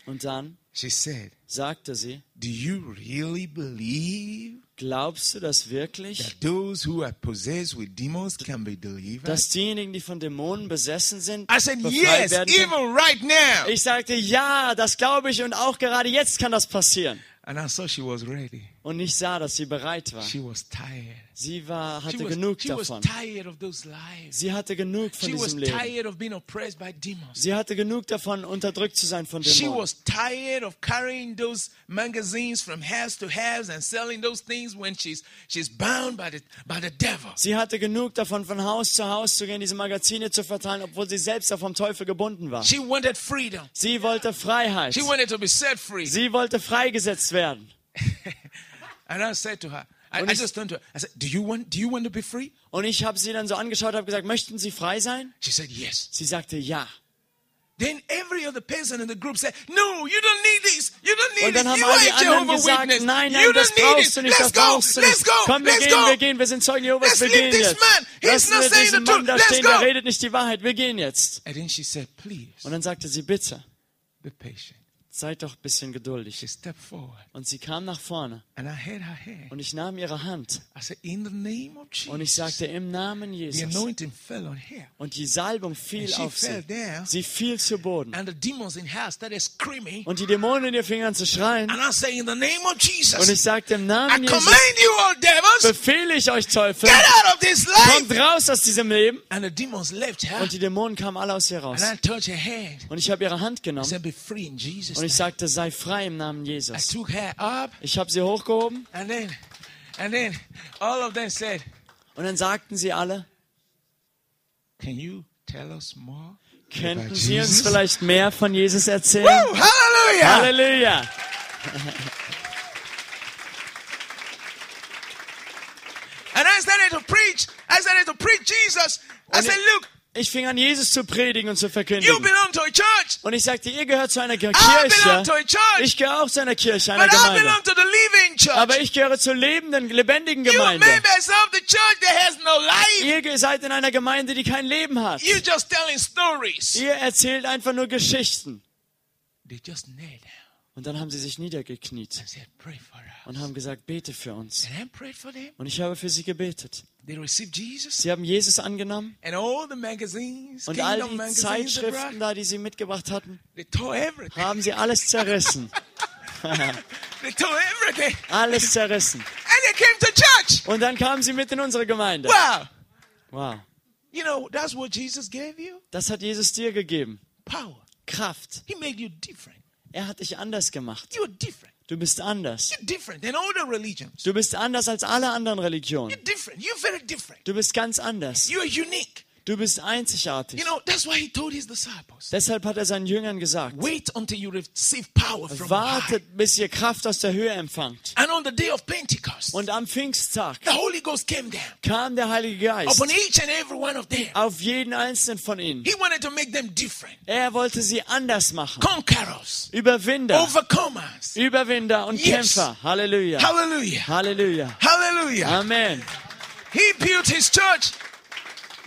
Speaker 2: Und dann
Speaker 1: she said,
Speaker 2: sagte sie,
Speaker 1: do you really believe
Speaker 2: glaubst du das wirklich,
Speaker 1: that those who are possessed with demons can be delivered?
Speaker 2: dass diejenigen, die von Dämonen besessen sind,
Speaker 1: I said,
Speaker 2: befreit
Speaker 1: yes,
Speaker 2: werden können?
Speaker 1: even right now.
Speaker 2: Ich sagte, ja, das glaube ich und auch gerade jetzt kann das passieren.
Speaker 1: And I saw she was ready.
Speaker 2: Und ich sah, dass sie bereit war.
Speaker 1: She was tired.
Speaker 2: Sie war,
Speaker 1: She
Speaker 2: hatte
Speaker 1: was,
Speaker 2: genug
Speaker 1: she was
Speaker 2: davon.
Speaker 1: tired of those lives.
Speaker 2: Sie hatte genug von
Speaker 1: She was
Speaker 2: diesem Leben.
Speaker 1: tired of being oppressed by demons.
Speaker 2: Sie hatte genug davon, unterdrückt zu sein von
Speaker 1: She
Speaker 2: Dämonen.
Speaker 1: was tired of carrying those magazines from house to house and selling those things when she's she's bound by the by the devil.
Speaker 2: Sie hatte genug davon, von Haus zu Haus zu gehen, diese Magazine zu verteilen, obwohl sie selbst da vom Teufel gebunden war.
Speaker 1: She wanted freedom.
Speaker 2: Sie wollte Freiheit.
Speaker 1: She wanted to be set free.
Speaker 2: Sie wollte freigesetzt werden.
Speaker 1: And I said to her, I,
Speaker 2: Und
Speaker 1: I
Speaker 2: ich-
Speaker 1: just turned to her. I said, "Do you want do you want to be free?"
Speaker 2: Und ich habe sie dann so angeschaut, habe gesagt, möchten Sie frei sein?
Speaker 1: She said, "Yes."
Speaker 2: Sie sagte, ja.
Speaker 1: Then every other person in the group said, No, you don't need this. You don't need
Speaker 2: Und dann
Speaker 1: this.
Speaker 2: haben
Speaker 1: You
Speaker 2: all die
Speaker 1: ain't
Speaker 2: anderen
Speaker 1: Jehovah's
Speaker 2: gesagt,
Speaker 1: Witness.
Speaker 2: nein,
Speaker 1: you
Speaker 2: nein, das
Speaker 1: don't need
Speaker 2: brauchst
Speaker 1: this.
Speaker 2: du nicht,
Speaker 1: Let's
Speaker 2: das
Speaker 1: go.
Speaker 2: brauchst du
Speaker 1: Let's
Speaker 2: nicht.
Speaker 1: go.
Speaker 2: Komm, wir
Speaker 1: Let's
Speaker 2: gehen,
Speaker 1: go.
Speaker 2: wir gehen, wir sind Zeugen Jehovas,
Speaker 1: Let's
Speaker 2: wir
Speaker 1: leave
Speaker 2: gehen
Speaker 1: this
Speaker 2: jetzt.
Speaker 1: man. He's
Speaker 2: Lassen
Speaker 1: not
Speaker 2: wir
Speaker 1: saying
Speaker 2: diesen
Speaker 1: the
Speaker 2: Mann
Speaker 1: truth.
Speaker 2: da
Speaker 1: Let's
Speaker 2: stehen,
Speaker 1: go.
Speaker 2: der redet nicht die Wahrheit, wir gehen jetzt.
Speaker 1: And then she said, Please
Speaker 2: Und dann sagte sie, bitte,
Speaker 1: be patient.
Speaker 2: seid doch ein bisschen geduldig.
Speaker 1: She stepped forward
Speaker 2: Und sie kam nach vorne
Speaker 1: and I held her hand.
Speaker 2: und ich nahm ihre Hand
Speaker 1: I said, In the name of
Speaker 2: und ich
Speaker 1: Jesus.
Speaker 2: sagte, im Namen
Speaker 1: The
Speaker 2: Jesus.
Speaker 1: anointing fell on her.
Speaker 2: Und die Salbung fiel
Speaker 1: And she
Speaker 2: auf
Speaker 1: fell
Speaker 2: sie.
Speaker 1: down.
Speaker 2: Sie fiel zu Boden.
Speaker 1: And the demons in her started screaming.
Speaker 2: Und die Dämonen in ihr fingen an zu schreien.
Speaker 1: And I say, In the name of
Speaker 2: Und ich
Speaker 1: Jesus,
Speaker 2: sagte, im
Speaker 1: I
Speaker 2: Namen Jesus
Speaker 1: command you all devils,
Speaker 2: befehle ich euch Teufel,
Speaker 1: get out of this
Speaker 2: kommt
Speaker 1: life.
Speaker 2: raus aus diesem Leben.
Speaker 1: And the demons left her.
Speaker 2: Und die Dämonen kamen alle aus ihr raus.
Speaker 1: And I touched her hand.
Speaker 2: Und ich habe ihre Hand
Speaker 1: I
Speaker 2: genommen
Speaker 1: said, Be free in Jesus.
Speaker 2: und ich
Speaker 1: name."
Speaker 2: sagte, sei frei im Namen
Speaker 1: I
Speaker 2: Jesus.
Speaker 1: took her up.
Speaker 2: Ich habe sie hochgehoben
Speaker 1: And then, and then all of them said,
Speaker 2: und dann sagten sie alle,
Speaker 1: Can you tell us more?
Speaker 2: könnten
Speaker 1: about
Speaker 2: Sie uns
Speaker 1: Jesus?"
Speaker 2: vielleicht mehr von Jesus erzählen?
Speaker 1: Woo, hallelujah!
Speaker 2: Halleluja!
Speaker 1: And I started to preach. I started to preach Jesus. I
Speaker 2: Und
Speaker 1: said, Look,
Speaker 2: Ich fing an, Jesus zu predigen und zu
Speaker 1: you
Speaker 2: verkündigen.
Speaker 1: belong to a church,
Speaker 2: Und ich sagte, ihr gehört zu einer Ge-
Speaker 1: I belong to
Speaker 2: Kirche.
Speaker 1: a church,
Speaker 2: Ich gehöre auch zu einer Kirche, einer
Speaker 1: but I
Speaker 2: Gemeinde.
Speaker 1: belong to the living
Speaker 2: Aber
Speaker 1: church.
Speaker 2: ich gehöre zur lebenden, lebendigen
Speaker 1: You
Speaker 2: Gemeinde.
Speaker 1: members of the church that has no life.
Speaker 2: Ihr ge- seid in einer Gemeinde, die kein Leben hat.
Speaker 1: You just telling stories.
Speaker 2: Ihr erzählt einfach nur Geschichten.
Speaker 1: They just knelt down
Speaker 2: Und dann haben sie sich niedergekniet
Speaker 1: and said, Pray for us.
Speaker 2: und haben gesagt, bete für uns.
Speaker 1: And I prayed for them.
Speaker 2: Und ich habe für sie gebetet.
Speaker 1: They received Jesus.
Speaker 2: Sie haben Jesus angenommen
Speaker 1: And all the magazines,
Speaker 2: und all
Speaker 1: kingdom
Speaker 2: die
Speaker 1: magazines, they,
Speaker 2: Zeitschriften
Speaker 1: brought,
Speaker 2: da, die sie mitgebracht hatten,
Speaker 1: they tore everything.
Speaker 2: haben sie alles zerrissen.
Speaker 1: They tore everything.
Speaker 2: Alles zerrissen.
Speaker 1: And they came to church.
Speaker 2: Und dann kamen sie mit in unsere Gemeinde.
Speaker 1: Wow.
Speaker 2: Wow.
Speaker 1: You know, that's what Jesus gave you
Speaker 2: Das hat Jesus dir gegeben.
Speaker 1: power.
Speaker 2: Kraft.
Speaker 1: He made you different.
Speaker 2: Er hat dich anders gemacht.
Speaker 1: You're different.
Speaker 2: Du bist anders.
Speaker 1: You're different than all the religions.
Speaker 2: Du bist anders als alle anderen Religionen.
Speaker 1: You're different. You're very different.
Speaker 2: Du bist ganz anders.
Speaker 1: You're unique.
Speaker 2: Du bist einzigartig.
Speaker 1: You know, that's why he told his disciples
Speaker 2: Deshalb hat er seinen Jüngern gesagt,
Speaker 1: wait until you receive power from on high.
Speaker 2: wartet, bis ihr Kraft aus der Höhe empfangt.
Speaker 1: And on the day of Pentecost,
Speaker 2: Und am Pfingsttag
Speaker 1: the Holy Ghost came down
Speaker 2: kam der Heilige Geist
Speaker 1: upon each and every one of them.
Speaker 2: auf jeden einzelnen von ihnen.
Speaker 1: He wanted to make them different,
Speaker 2: Er wollte sie anders machen.
Speaker 1: conquerors,
Speaker 2: Überwinder,
Speaker 1: overcomers.
Speaker 2: Überwinder und
Speaker 1: Oh, Yes.
Speaker 2: Kämpfer. Halleluja.
Speaker 1: Hallelujah.
Speaker 2: Halleluja.
Speaker 1: Hallelujah.
Speaker 2: Amen.
Speaker 1: He built his church,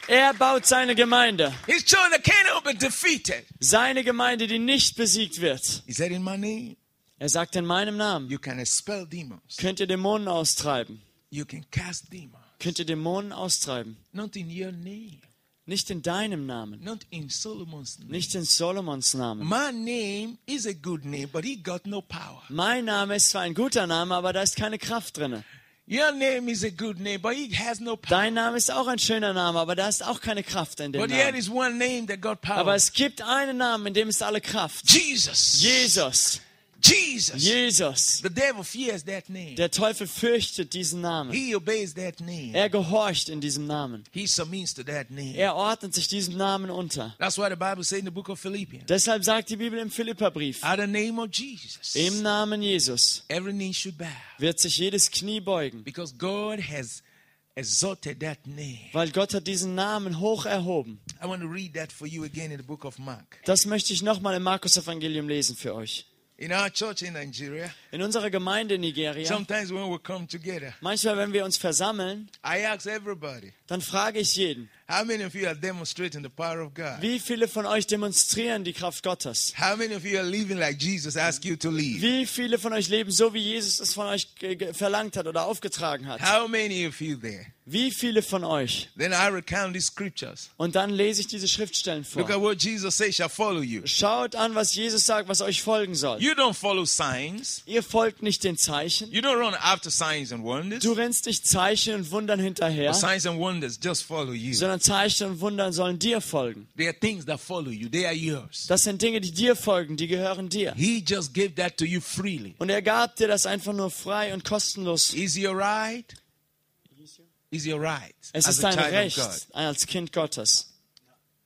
Speaker 2: Er baut seine Gemeinde.
Speaker 1: his church that cannot be defeated.
Speaker 2: Seine Gemeinde, die nicht besiegt wird.
Speaker 1: He said, In my name,
Speaker 2: Er sagt, in meinem Namen
Speaker 1: you can expel demons,
Speaker 2: könnt ihr Dämonen austreiben.
Speaker 1: you can cast demons.
Speaker 2: Könnt ihr Dämonen austreiben.
Speaker 1: Not in your name,
Speaker 2: Nicht in deinem Namen.
Speaker 1: not in Solomon's name.
Speaker 2: Nicht in Solomons Namen.
Speaker 1: My name is a good name, but he got no power.
Speaker 2: Mein Name ist zwar ein guter Name, aber da ist keine Kraft drin.
Speaker 1: Your name is a good name, but he has no power.
Speaker 2: Dein Name ist auch ein schöner Name, aber da ist auch keine Kraft in dem
Speaker 1: But there
Speaker 2: Namen.
Speaker 1: is one name that got
Speaker 2: Aber
Speaker 1: power.
Speaker 2: es gibt einen Namen, in dem ist alle Kraft.
Speaker 1: Jesus.
Speaker 2: Jesus.
Speaker 1: Jesus.
Speaker 2: Jesus.
Speaker 1: The devil fears that name.
Speaker 2: Der Teufel fürchtet diesen Namen.
Speaker 1: He obeys that name.
Speaker 2: Er gehorcht in diesem Namen.
Speaker 1: He submits to that name.
Speaker 2: Er ordnet sich diesem Namen unter.
Speaker 1: That's why the Bible says in the book of Philippians,
Speaker 2: Deshalb sagt die Bibel im Philipperbrief,
Speaker 1: at the name of Jesus,
Speaker 2: im Namen Jesus
Speaker 1: every knee should bow.
Speaker 2: wird sich jedes Knie beugen,
Speaker 1: Because God has exalted that name.
Speaker 2: weil Gott hat diesen Namen hoch erhoben.
Speaker 1: I want to read that for you again in the book of Mark.
Speaker 2: Das möchte ich nochmal im Markus-Evangelium lesen für euch.
Speaker 1: In our church in Nigeria,
Speaker 2: In unserer Gemeinde in Nigeria,
Speaker 1: sometimes when we come together,
Speaker 2: manchmal wenn wir uns versammeln,
Speaker 1: I ask everybody,
Speaker 2: dann frage ich jeden,
Speaker 1: how many of you are demonstrating the power of God?
Speaker 2: wie viele von euch demonstrieren die Kraft Gottes?
Speaker 1: How many of you are living like Jesus asked you to live?
Speaker 2: Wie viele von euch leben so, wie Jesus es von euch ge- ge- verlangt hat oder aufgetragen hat?
Speaker 1: How many of you there?
Speaker 2: Wie viele von euch?
Speaker 1: Then I recount these scriptures.
Speaker 2: Und dann lese ich diese Schriftstellen
Speaker 1: Look
Speaker 2: vor.
Speaker 1: at what Jesus says shall follow you.
Speaker 2: Schaut an, was Jesus sagt, was euch folgen soll.
Speaker 1: You don't follow signs.
Speaker 2: Ihr folgt nicht den Zeichen.
Speaker 1: You don't run after signs and wonders.
Speaker 2: Du rennst nicht Zeichen und Wundern hinterher,
Speaker 1: Signs and wonders just follow you.
Speaker 2: sondern Zeichen und Wundern sollen dir folgen.
Speaker 1: They are things that follow you. They are yours.
Speaker 2: Das sind Dinge, die dir folgen, die gehören dir.
Speaker 1: He just gave that to you freely.
Speaker 2: Und er gab dir das einfach nur frei und kostenlos.
Speaker 1: Is your right? Is your right
Speaker 2: Es
Speaker 1: as
Speaker 2: ist
Speaker 1: a
Speaker 2: dein
Speaker 1: child of God?
Speaker 2: Recht als Kind Gottes.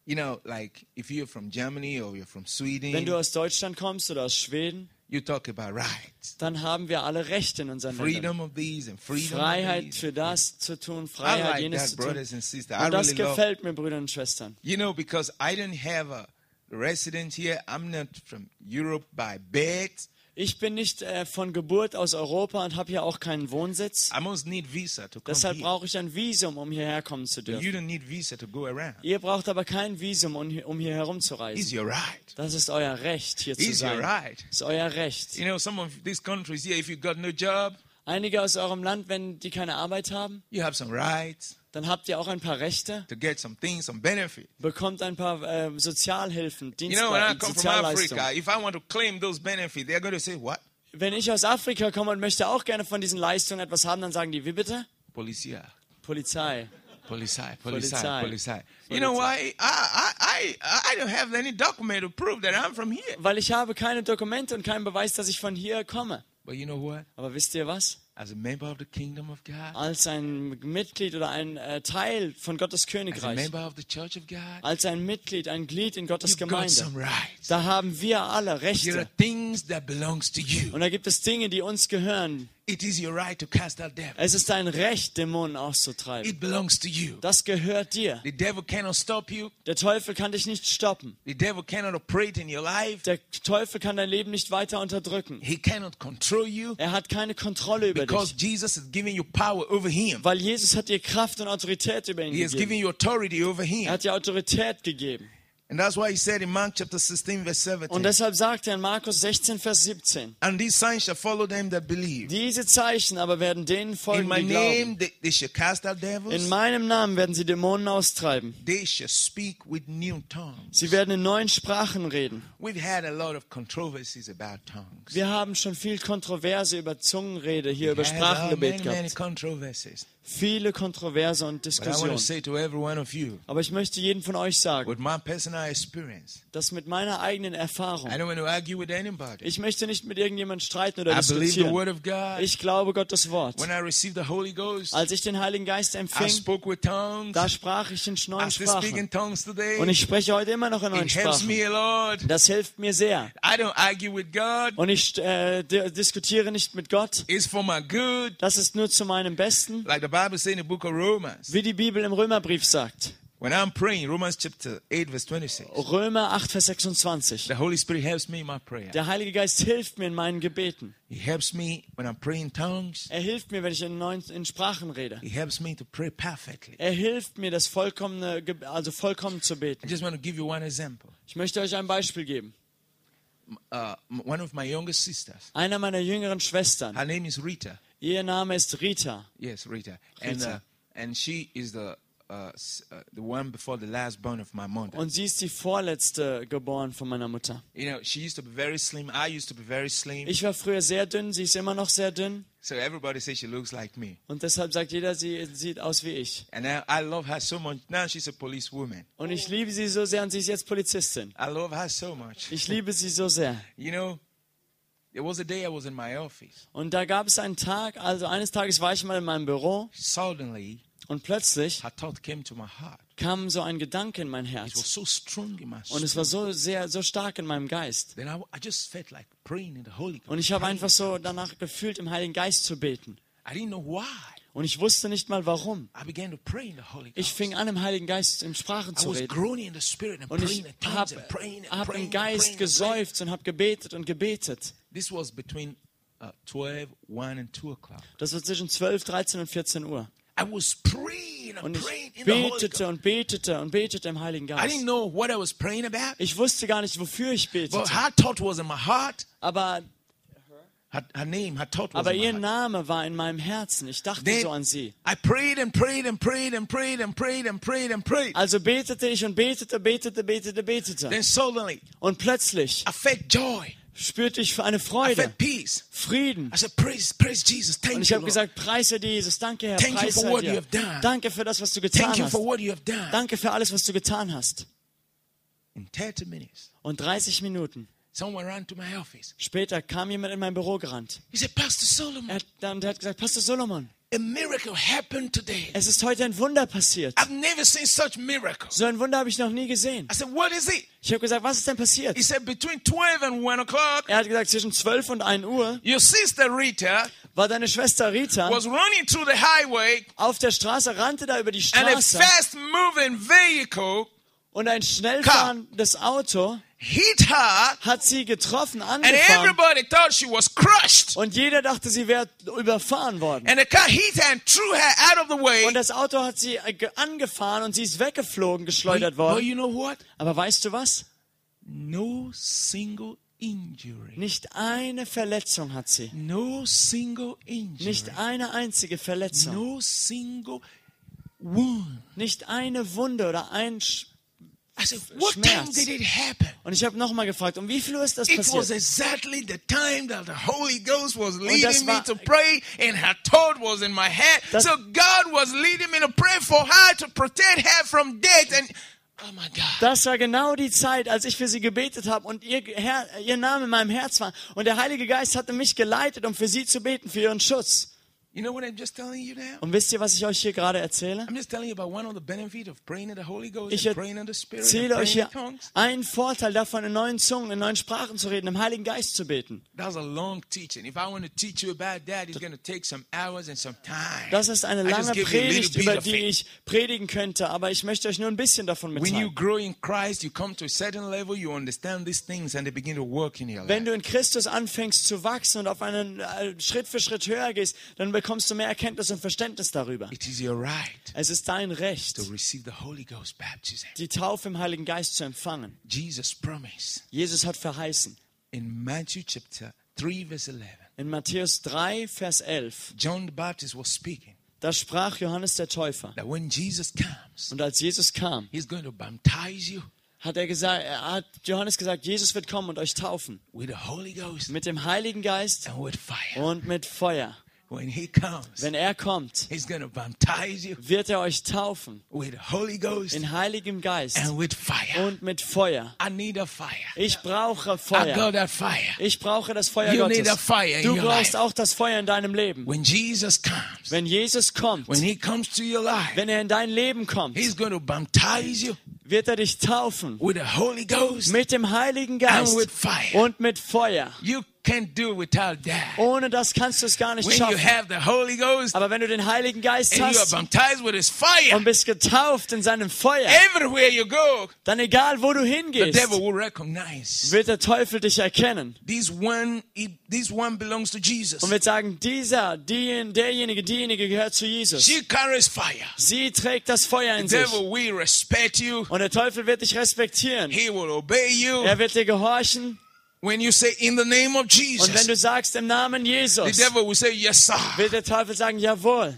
Speaker 1: You know, like if you're from Germany or you're from
Speaker 2: Wenn du
Speaker 1: Sweden,
Speaker 2: aus Deutschland kommst oder aus Schweden,
Speaker 1: you talk about rights,
Speaker 2: dann haben wir alle Rechte in unseren Ländern.
Speaker 1: freedom of these and freedom of
Speaker 2: Freiheit
Speaker 1: these.
Speaker 2: für das zu tun,
Speaker 1: I
Speaker 2: Freiheit
Speaker 1: like
Speaker 2: jenes
Speaker 1: that,
Speaker 2: zu tun.
Speaker 1: brothers and sisters. I
Speaker 2: Und das
Speaker 1: really love.
Speaker 2: gefällt mir, Brüder und Schwestern.
Speaker 1: You know, because I didn't have a resident here. I'm not from Europe by birth.
Speaker 2: Ich bin nicht äh, von Geburt aus Europa und habe hier auch keinen Wohnsitz.
Speaker 1: I must need visa to come
Speaker 2: Deshalb
Speaker 1: here.
Speaker 2: brauche ich ein Visum, um hierher kommen zu dürfen.
Speaker 1: You don't need visa to go around.
Speaker 2: Ihr braucht aber kein Visum, um hier- um hier
Speaker 1: It's
Speaker 2: herumzureisen.
Speaker 1: your right.
Speaker 2: Das ist euer Recht, hier zu
Speaker 1: It's your
Speaker 2: sein.
Speaker 1: right.
Speaker 2: Das ist euer Recht.
Speaker 1: You know, some of these countries here, if you got no job,
Speaker 2: Einige aus eurem Land, wenn die keine Arbeit haben,
Speaker 1: you have some rights
Speaker 2: dann habt ihr auch ein paar Rechte,
Speaker 1: to get some things, some benefit.
Speaker 2: bekommt ein paar äh, Sozialhilfen,
Speaker 1: You know, when I
Speaker 2: Dienstleistungen,
Speaker 1: come from Africa,
Speaker 2: Sozialleistungen.
Speaker 1: if I want to claim those benefits, they're going to say, what?
Speaker 2: Wenn ich aus Afrika komme und möchte auch gerne von diesen Leistungen etwas haben, dann sagen die, wie bitte?
Speaker 1: Policia.
Speaker 2: Polizei.
Speaker 1: Policai,
Speaker 2: Policai.
Speaker 1: policai, policai. You know why? I, I, I, I don't have any document to prove that I'm from here.
Speaker 2: Weil ich habe keine Dokumente und keinen Beweis, dass ich von hier komme.
Speaker 1: But you know what?
Speaker 2: Aber wisst ihr was?
Speaker 1: As a member of the kingdom of God,
Speaker 2: Als ein Mitglied oder ein äh, Teil von Gottes
Speaker 1: as a
Speaker 2: Königreich,
Speaker 1: member of the church of God,
Speaker 2: als ein Mitglied, ein Glied in Gottes
Speaker 1: you've got
Speaker 2: Gemeinde,
Speaker 1: some rights.
Speaker 2: da haben wir alle
Speaker 1: There are
Speaker 2: Rechte.
Speaker 1: things that belongs to you.
Speaker 2: Und da gibt es Dinge, die uns gehören.
Speaker 1: It is your right to cast out devil.
Speaker 2: Es ist dein Recht, Dämonen auszutreiben.
Speaker 1: It belongs to you.
Speaker 2: Das gehört dir.
Speaker 1: The devil cannot stop you.
Speaker 2: Der Teufel kann dich nicht stoppen.
Speaker 1: The devil cannot operate in your life.
Speaker 2: Der Teufel kann dein Leben nicht weiter unterdrücken.
Speaker 1: He cannot control you
Speaker 2: Er hat keine Kontrolle über
Speaker 1: because
Speaker 2: dich,
Speaker 1: Jesus has given you power over him.
Speaker 2: weil Jesus hat dir Kraft und Autorität über ihn
Speaker 1: He has
Speaker 2: gegeben.
Speaker 1: given you authority over
Speaker 2: Er
Speaker 1: him.
Speaker 2: hat dir Autorität gegeben.
Speaker 1: And that's why he said in Mark chapter 16, verse
Speaker 2: Und
Speaker 1: 17,
Speaker 2: deshalb sagt er in Markus 16, Vers 17,
Speaker 1: And these signs shall follow them that believe.
Speaker 2: diese Zeichen aber werden denen
Speaker 1: In
Speaker 2: folgen,
Speaker 1: my
Speaker 2: die glauben.
Speaker 1: name they, they shall cast out
Speaker 2: In
Speaker 1: devils.
Speaker 2: meinem Namen werden sie Dämonen austreiben.
Speaker 1: They shall speak with new tongues.
Speaker 2: Sie werden in neuen Sprachen reden.
Speaker 1: We've had a lot of controversies about tongues.
Speaker 2: Wir haben schon viel Kontroverse über Zungenrede, hier über
Speaker 1: Had, uh,
Speaker 2: Sprachengebet
Speaker 1: many, many
Speaker 2: gehabt.
Speaker 1: controversies.
Speaker 2: Viele Kontroverse und
Speaker 1: But I want to
Speaker 2: Diskussionen.
Speaker 1: say to every one of you,
Speaker 2: Aber ich möchte jedem von euch sagen,
Speaker 1: with my personal experience,
Speaker 2: dass mit meiner eigenen
Speaker 1: I
Speaker 2: Erfahrung,
Speaker 1: don't want to argue with anybody.
Speaker 2: ich möchte nicht mit irgendjemandem streiten oder
Speaker 1: I believe the
Speaker 2: diskutieren.
Speaker 1: word of God.
Speaker 2: Ich glaube Gottes Wort.
Speaker 1: When I received the Holy Ghost,
Speaker 2: Als ich den Heiligen Geist
Speaker 1: I
Speaker 2: empfing,
Speaker 1: spoke with tongues.
Speaker 2: da sprach ich in
Speaker 1: I
Speaker 2: neuen
Speaker 1: still speak in
Speaker 2: Sprachen.
Speaker 1: tongues today.
Speaker 2: Und ich spreche heute immer noch in neuen
Speaker 1: It helps
Speaker 2: Sprachen.
Speaker 1: me a lot.
Speaker 2: Das hilft mir sehr.
Speaker 1: I don't argue with God.
Speaker 2: Und ich äh, di- diskutiere nicht mit Gott.
Speaker 1: It's for my good.
Speaker 2: Das ist nur zu meinem Besten,
Speaker 1: Like the Bible says in the book of Romans.
Speaker 2: wie die Bibel im Römerbrief sagt.
Speaker 1: When I'm praying, Romans chapter 8, verse 26,
Speaker 2: Römer 8, Vers 26.
Speaker 1: the Holy Spirit helps me in my prayer.
Speaker 2: Der Heilige Geist hilft mir in meinen Gebeten.
Speaker 1: He helps me when I'm praying tongues.
Speaker 2: Er hilft mir, wenn ich in neuen in Sprachen rede.
Speaker 1: He helps me to pray perfectly.
Speaker 2: Er hilft mir, das vollkommene, Ge- also vollkommen zu
Speaker 1: I
Speaker 2: beten.
Speaker 1: just want to give you one example.
Speaker 2: Ich möchte euch ein Beispiel geben.
Speaker 1: Uh, m- one of my younger sisters,
Speaker 2: Einer meiner jüngeren Schwestern,
Speaker 1: her name is Rita.
Speaker 2: ihr Name ist Rita.
Speaker 1: Yes, Rita. And,
Speaker 2: Rita.
Speaker 1: uh, and she is the, uh, s- uh, the one before the last born of my mother.
Speaker 2: Und sie ist die vorletzte geboren von meiner Mutter.
Speaker 1: You know, she used to be very slim. I used to be very slim.
Speaker 2: Ich war früher sehr dünn, sie ist immer noch sehr dünn.
Speaker 1: So everybody says she looks like me.
Speaker 2: Und deshalb sagt jeder, sie sieht aus wie ich.
Speaker 1: And I, I love her so much. Now she's a policewoman.
Speaker 2: Und ich liebe sie so sehr und sie ist jetzt Polizistin.
Speaker 1: I love her so much.
Speaker 2: Ich liebe sie so sehr.
Speaker 1: You know, there was a day I was in my office.
Speaker 2: Und da gab es einen Tag, also eines Tages war ich mal in meinem Büro
Speaker 1: Suddenly,
Speaker 2: und plötzlich
Speaker 1: her thought came to my heart.
Speaker 2: kam so ein Gedanke in mein
Speaker 1: It was
Speaker 2: Herz.
Speaker 1: so strong in my
Speaker 2: Und
Speaker 1: soul.
Speaker 2: es war so sehr, so stark in meinem Geist.
Speaker 1: Then I, I just felt like praying in the Holy Ghost.
Speaker 2: Und ich habe
Speaker 1: praying.
Speaker 2: einfach so danach gefühlt, im Heiligen Geist zu beten.
Speaker 1: I didn't know why.
Speaker 2: Und ich wusste nicht mal warum.
Speaker 1: I began to pray in the Holy Ghost.
Speaker 2: Ich fing an, im Heiligen Geist in Sprachen
Speaker 1: I
Speaker 2: zu
Speaker 1: was
Speaker 2: reden.
Speaker 1: groaning in the Spirit and
Speaker 2: Und
Speaker 1: praying
Speaker 2: ich
Speaker 1: in tongues
Speaker 2: habe
Speaker 1: and praying and
Speaker 2: hab
Speaker 1: praying.
Speaker 2: im
Speaker 1: and
Speaker 2: Geist
Speaker 1: praying and praying.
Speaker 2: gesäuft und habe gebetet und gebetet.
Speaker 1: This was between uh, 12, 1 and 2 o'clock.
Speaker 2: Das war zwischen 12, 13 und 14 Uhr.
Speaker 1: I was praying and
Speaker 2: Und
Speaker 1: praying
Speaker 2: ich
Speaker 1: in the Holy Ghost.
Speaker 2: betete und betete und betete im Heiligen
Speaker 1: I
Speaker 2: Geist.
Speaker 1: didn't know what I was praying about,
Speaker 2: Ich wusste gar nicht, wofür ich
Speaker 1: but
Speaker 2: betete.
Speaker 1: her thought was in my heart.
Speaker 2: Aber,
Speaker 1: Her, her name, her thought was
Speaker 2: aber ihr
Speaker 1: in my heart.
Speaker 2: Name war in meinem Herzen. Ich dachte
Speaker 1: Then
Speaker 2: so an sie.
Speaker 1: I prayed and prayed and prayed and prayed and prayed and prayed and prayed.
Speaker 2: Also betete ich und betete, betete, betete, betete.
Speaker 1: Then suddenly,
Speaker 2: Und plötzlich
Speaker 1: I felt joy.
Speaker 2: spürte ich eine
Speaker 1: I
Speaker 2: Freude,
Speaker 1: felt peace.
Speaker 2: Frieden.
Speaker 1: I said, praise, praise Jesus.
Speaker 2: Und
Speaker 1: Thank
Speaker 2: ich
Speaker 1: you,
Speaker 2: habe
Speaker 1: Lord.
Speaker 2: gesagt, preise dir, Jesus. Danke, Herr,
Speaker 1: Thank you
Speaker 2: preise
Speaker 1: for
Speaker 2: sei
Speaker 1: what you
Speaker 2: dir.
Speaker 1: have done.
Speaker 2: Danke für das, was du getan
Speaker 1: Thank you
Speaker 2: hast.
Speaker 1: for what you have done.
Speaker 2: Danke für alles, was du getan hast.
Speaker 1: In 30 minutes,
Speaker 2: Und 30 Minuten
Speaker 1: someone ran to my office.
Speaker 2: später kam jemand in mein Büro gerannt.
Speaker 1: He said, Pastor Solomon,
Speaker 2: Er hat, dann, der hat gesagt, Pastor Solomon,
Speaker 1: a miracle happened today.
Speaker 2: es ist heute ein Wunder passiert.
Speaker 1: I've never seen such miracles.
Speaker 2: So ein Wunder habe ich noch nie gesehen.
Speaker 1: I said, what is it?
Speaker 2: Ich habe gesagt, was ist denn passiert?
Speaker 1: He said, between 12 and 1 o'clock,
Speaker 2: Er hat gesagt, zwischen 12 und 1 Uhr
Speaker 1: your sister Rita
Speaker 2: war deine Schwester Rita
Speaker 1: was running through the highway
Speaker 2: auf der Straße, rannte da über die
Speaker 1: and a
Speaker 2: Straße
Speaker 1: fast moving vehicle
Speaker 2: Und ein schnell fahrendes Auto
Speaker 1: hit her,
Speaker 2: hat sie getroffen,
Speaker 1: and
Speaker 2: angefahren.
Speaker 1: everybody thought she was crushed.
Speaker 2: Und jeder dachte, sie wäre überfahren worden.
Speaker 1: And the car hit her and threw her out of the way.
Speaker 2: Und das Auto hat sie äh, ge- angefahren und sie ist weggeflogen, geschleudert
Speaker 1: But
Speaker 2: worden.
Speaker 1: you know what?
Speaker 2: Aber weißt du was?
Speaker 1: No single injury.
Speaker 2: Nicht eine Verletzung hat sie.
Speaker 1: No single injury.
Speaker 2: Nicht eine einzige Verletzung.
Speaker 1: No single wound.
Speaker 2: Nicht eine Wunde oder ein... Sch
Speaker 1: I said, what time
Speaker 2: Schmerz.
Speaker 1: did it happen?
Speaker 2: und ich habe nochmal gefragt, um wie viel Uhr ist das
Speaker 1: It was
Speaker 2: passiert?
Speaker 1: exactly the time that the Holy Ghost was
Speaker 2: das
Speaker 1: leading me
Speaker 2: war-
Speaker 1: to pray, and her thought was in my head.
Speaker 2: Das-
Speaker 1: so God was leading me to pray for her to protect her from death. And oh my God,
Speaker 2: Das war genau die Zeit, als ich für sie gebetet habe und ihr, Herr, ihr Name in meinem Herz war. Und der Heilige Geist hatte mich geleitet, um für sie zu beten, für ihren Schutz.
Speaker 1: you know what I'm just telling you now?
Speaker 2: Und wisst ihr, was ich euch hier gerade erzähle?
Speaker 1: I'm just telling you about one of the benefits of praying in the Holy Ghost
Speaker 2: Ich
Speaker 1: and praying in the Spirit and
Speaker 2: erzähle
Speaker 1: praying
Speaker 2: euch
Speaker 1: in
Speaker 2: hier
Speaker 1: tongues.
Speaker 2: einen Vorteil davon, in neuen Zungen, in neuen Sprachen zu reden, im Heiligen Geist zu beten.
Speaker 1: That's a long teaching. If I want to teach you about that, it's going to take some hours and some time.
Speaker 2: Das ist eine
Speaker 1: I just
Speaker 2: lange
Speaker 1: give you a little
Speaker 2: Predigt,
Speaker 1: bit
Speaker 2: über
Speaker 1: of
Speaker 2: die
Speaker 1: it.
Speaker 2: ich predigen könnte, aber ich möchte euch nur ein bisschen davon
Speaker 1: When you
Speaker 2: mitteilen.
Speaker 1: grow in Christ, you come to a certain level, you understand these things, and they begin to work in your
Speaker 2: Wenn
Speaker 1: life.
Speaker 2: du in Christus anfängst zu wachsen und auf einen äh, Schritt für Schritt höher gehst, dann bekommst du mehr Erkenntnis und Verständnis darüber.
Speaker 1: It is your right
Speaker 2: Es ist dein Recht,
Speaker 1: to receive the Holy Ghost baptism.
Speaker 2: die Taufe im Heiligen Geist zu empfangen.
Speaker 1: Jesus promised
Speaker 2: Jesus hat verheißen.
Speaker 1: in Matthew chapter 3, verse 11.
Speaker 2: In Matthäus 3, Vers 11,
Speaker 1: John the Baptist was speaking
Speaker 2: da sprach Johannes der Täufer.
Speaker 1: that when Jesus comes,
Speaker 2: Und als Jesus kam,
Speaker 1: he's going to baptize you
Speaker 2: hat er gesagt, er hat Johannes gesagt, Jesus wird kommen und euch taufen.
Speaker 1: with the Holy Ghost
Speaker 2: Mit dem Heiligen Geist
Speaker 1: and with fire.
Speaker 2: und mit Feuer.
Speaker 1: When he comes,
Speaker 2: Wenn er kommt,
Speaker 1: he's going to baptize you
Speaker 2: wird er euch taufen.
Speaker 1: with the Holy Ghost
Speaker 2: In Heiligem Geist
Speaker 1: and with fire.
Speaker 2: und mit Feuer.
Speaker 1: I need a fire.
Speaker 2: Ich brauche
Speaker 1: I got
Speaker 2: Feuer.
Speaker 1: that fire.
Speaker 2: Ich brauche das Feuer
Speaker 1: You need a
Speaker 2: Gottes.
Speaker 1: fire in
Speaker 2: Du
Speaker 1: your
Speaker 2: brauchst
Speaker 1: life.
Speaker 2: auch das Feuer in deinem Leben.
Speaker 1: When Jesus comes,
Speaker 2: Wenn Jesus kommt,
Speaker 1: when he comes to your life,
Speaker 2: wenn er in dein Leben kommt,
Speaker 1: he's going to baptize you
Speaker 2: wird er dich taufen.
Speaker 1: with the Holy Ghost
Speaker 2: Mit dem Heiligen
Speaker 1: and
Speaker 2: Geist
Speaker 1: with fire.
Speaker 2: und mit Feuer.
Speaker 1: You can't do without that.
Speaker 2: Ohne das kannst du es gar nicht
Speaker 1: When you
Speaker 2: schaffen.
Speaker 1: have the Holy Ghost
Speaker 2: Aber wenn du den Heiligen Geist
Speaker 1: and you are
Speaker 2: hast
Speaker 1: baptized with His
Speaker 2: und
Speaker 1: fire,
Speaker 2: bist getauft in seinem Feuer,
Speaker 1: everywhere you go,
Speaker 2: dann egal wo du
Speaker 1: the
Speaker 2: hingehst,
Speaker 1: devil will recognize
Speaker 2: wird der Teufel dich erkennen
Speaker 1: this one. it- This one belongs to Jesus.
Speaker 2: und wird sagen, dieser, die, derjenige, diejenige gehört zu Jesus.
Speaker 1: She carries fire.
Speaker 2: Sie trägt das Feuer
Speaker 1: The
Speaker 2: in sich.
Speaker 1: devil will respect you.
Speaker 2: Und der Teufel wird dich respektieren.
Speaker 1: He will obey you.
Speaker 2: Er wird dir gehorchen.
Speaker 1: When you say in the name of
Speaker 2: Und wenn
Speaker 1: Jesus,
Speaker 2: du sagst, im Namen
Speaker 1: the
Speaker 2: Jesus,
Speaker 1: devil will say yes, sir.
Speaker 2: wird der Teufel sagen, jawohl.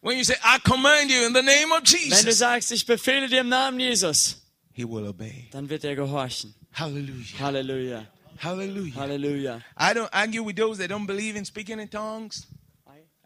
Speaker 1: When you say I command you in the name of
Speaker 2: Wenn du
Speaker 1: Jesus,
Speaker 2: sagst, ich befehle dir im Namen Jesus,
Speaker 1: he will obey.
Speaker 2: dann wird er gehorchen.
Speaker 1: Hallelujah.
Speaker 2: Halleluja.
Speaker 1: Hallelujah.
Speaker 2: Halleluja.
Speaker 1: I don't argue with those that don't believe in speaking in tongues.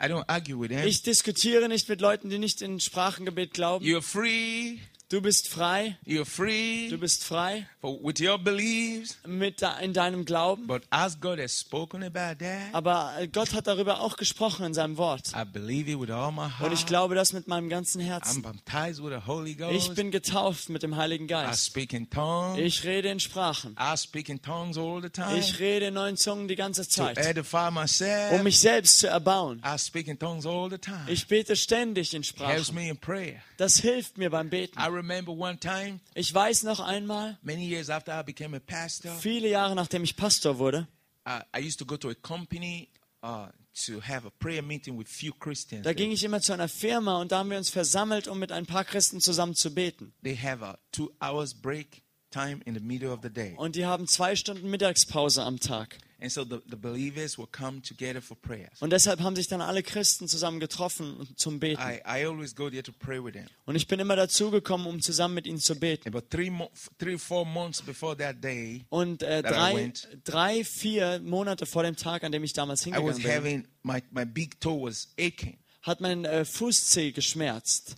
Speaker 1: I don't argue with them.
Speaker 2: Ich diskutiere nicht mit Leuten, die nicht in Sprachengebet glauben.
Speaker 1: You're free.
Speaker 2: Du bist frei.
Speaker 1: You're
Speaker 2: Du
Speaker 1: free
Speaker 2: bist frei
Speaker 1: for, with your beliefs.
Speaker 2: mit da- in deinem Glauben.
Speaker 1: But as God has spoken about that,
Speaker 2: Aber äh, Gott hat darüber auch gesprochen in seinem Wort.
Speaker 1: I believe it with all my
Speaker 2: Und ich
Speaker 1: heart.
Speaker 2: glaube das mit meinem ganzen
Speaker 1: I'm
Speaker 2: Herzen.
Speaker 1: baptized with the Holy
Speaker 2: Ich
Speaker 1: Ghost.
Speaker 2: bin getauft mit dem Heiligen
Speaker 1: I
Speaker 2: Geist.
Speaker 1: speak in tongues.
Speaker 2: Ich rede in Sprachen.
Speaker 1: I speak in tongues all the time
Speaker 2: Ich rede in neuen Zungen die ganze
Speaker 1: to
Speaker 2: Zeit,
Speaker 1: edify
Speaker 2: um
Speaker 1: myself.
Speaker 2: mich selbst zu erbauen.
Speaker 1: I speak in tongues all the time.
Speaker 2: Ich bete ständig in
Speaker 1: Helps
Speaker 2: Sprachen.
Speaker 1: me in prayer.
Speaker 2: Das hilft mir beim Beten.
Speaker 1: I remember one time,
Speaker 2: Ich weiß noch einmal,
Speaker 1: many years after I became a pastor,
Speaker 2: viele Jahre nachdem ich Pastor wurde,
Speaker 1: I, Uh, I used to go to a company uh, to have a prayer meeting with few Christians.
Speaker 2: da ging ich immer zu einer Firma und da haben wir uns versammelt, um mit ein paar Christen zusammen zu beten.
Speaker 1: They have a two hours break time in the middle of the day.
Speaker 2: Und die haben zwei Stunden Mittagspause am Tag.
Speaker 1: And so the, the believers will come together for prayers.
Speaker 2: Und deshalb haben sich dann alle Christen zusammen getroffen und- zum Beten.
Speaker 1: I, I always go there to pray with them.
Speaker 2: Und ich bin immer dazugekommen, um zusammen mit ihnen zu beten.
Speaker 1: About three, mo- three four months before that day,
Speaker 2: Und äh,
Speaker 1: That I
Speaker 2: drei,
Speaker 1: went.
Speaker 2: drei, vier Monate vor dem Tag, an dem ich damals
Speaker 1: I was
Speaker 2: hingegangen bin,
Speaker 1: having my, my big toe was aching.
Speaker 2: hat mein äh, Fußzeh geschmerzt.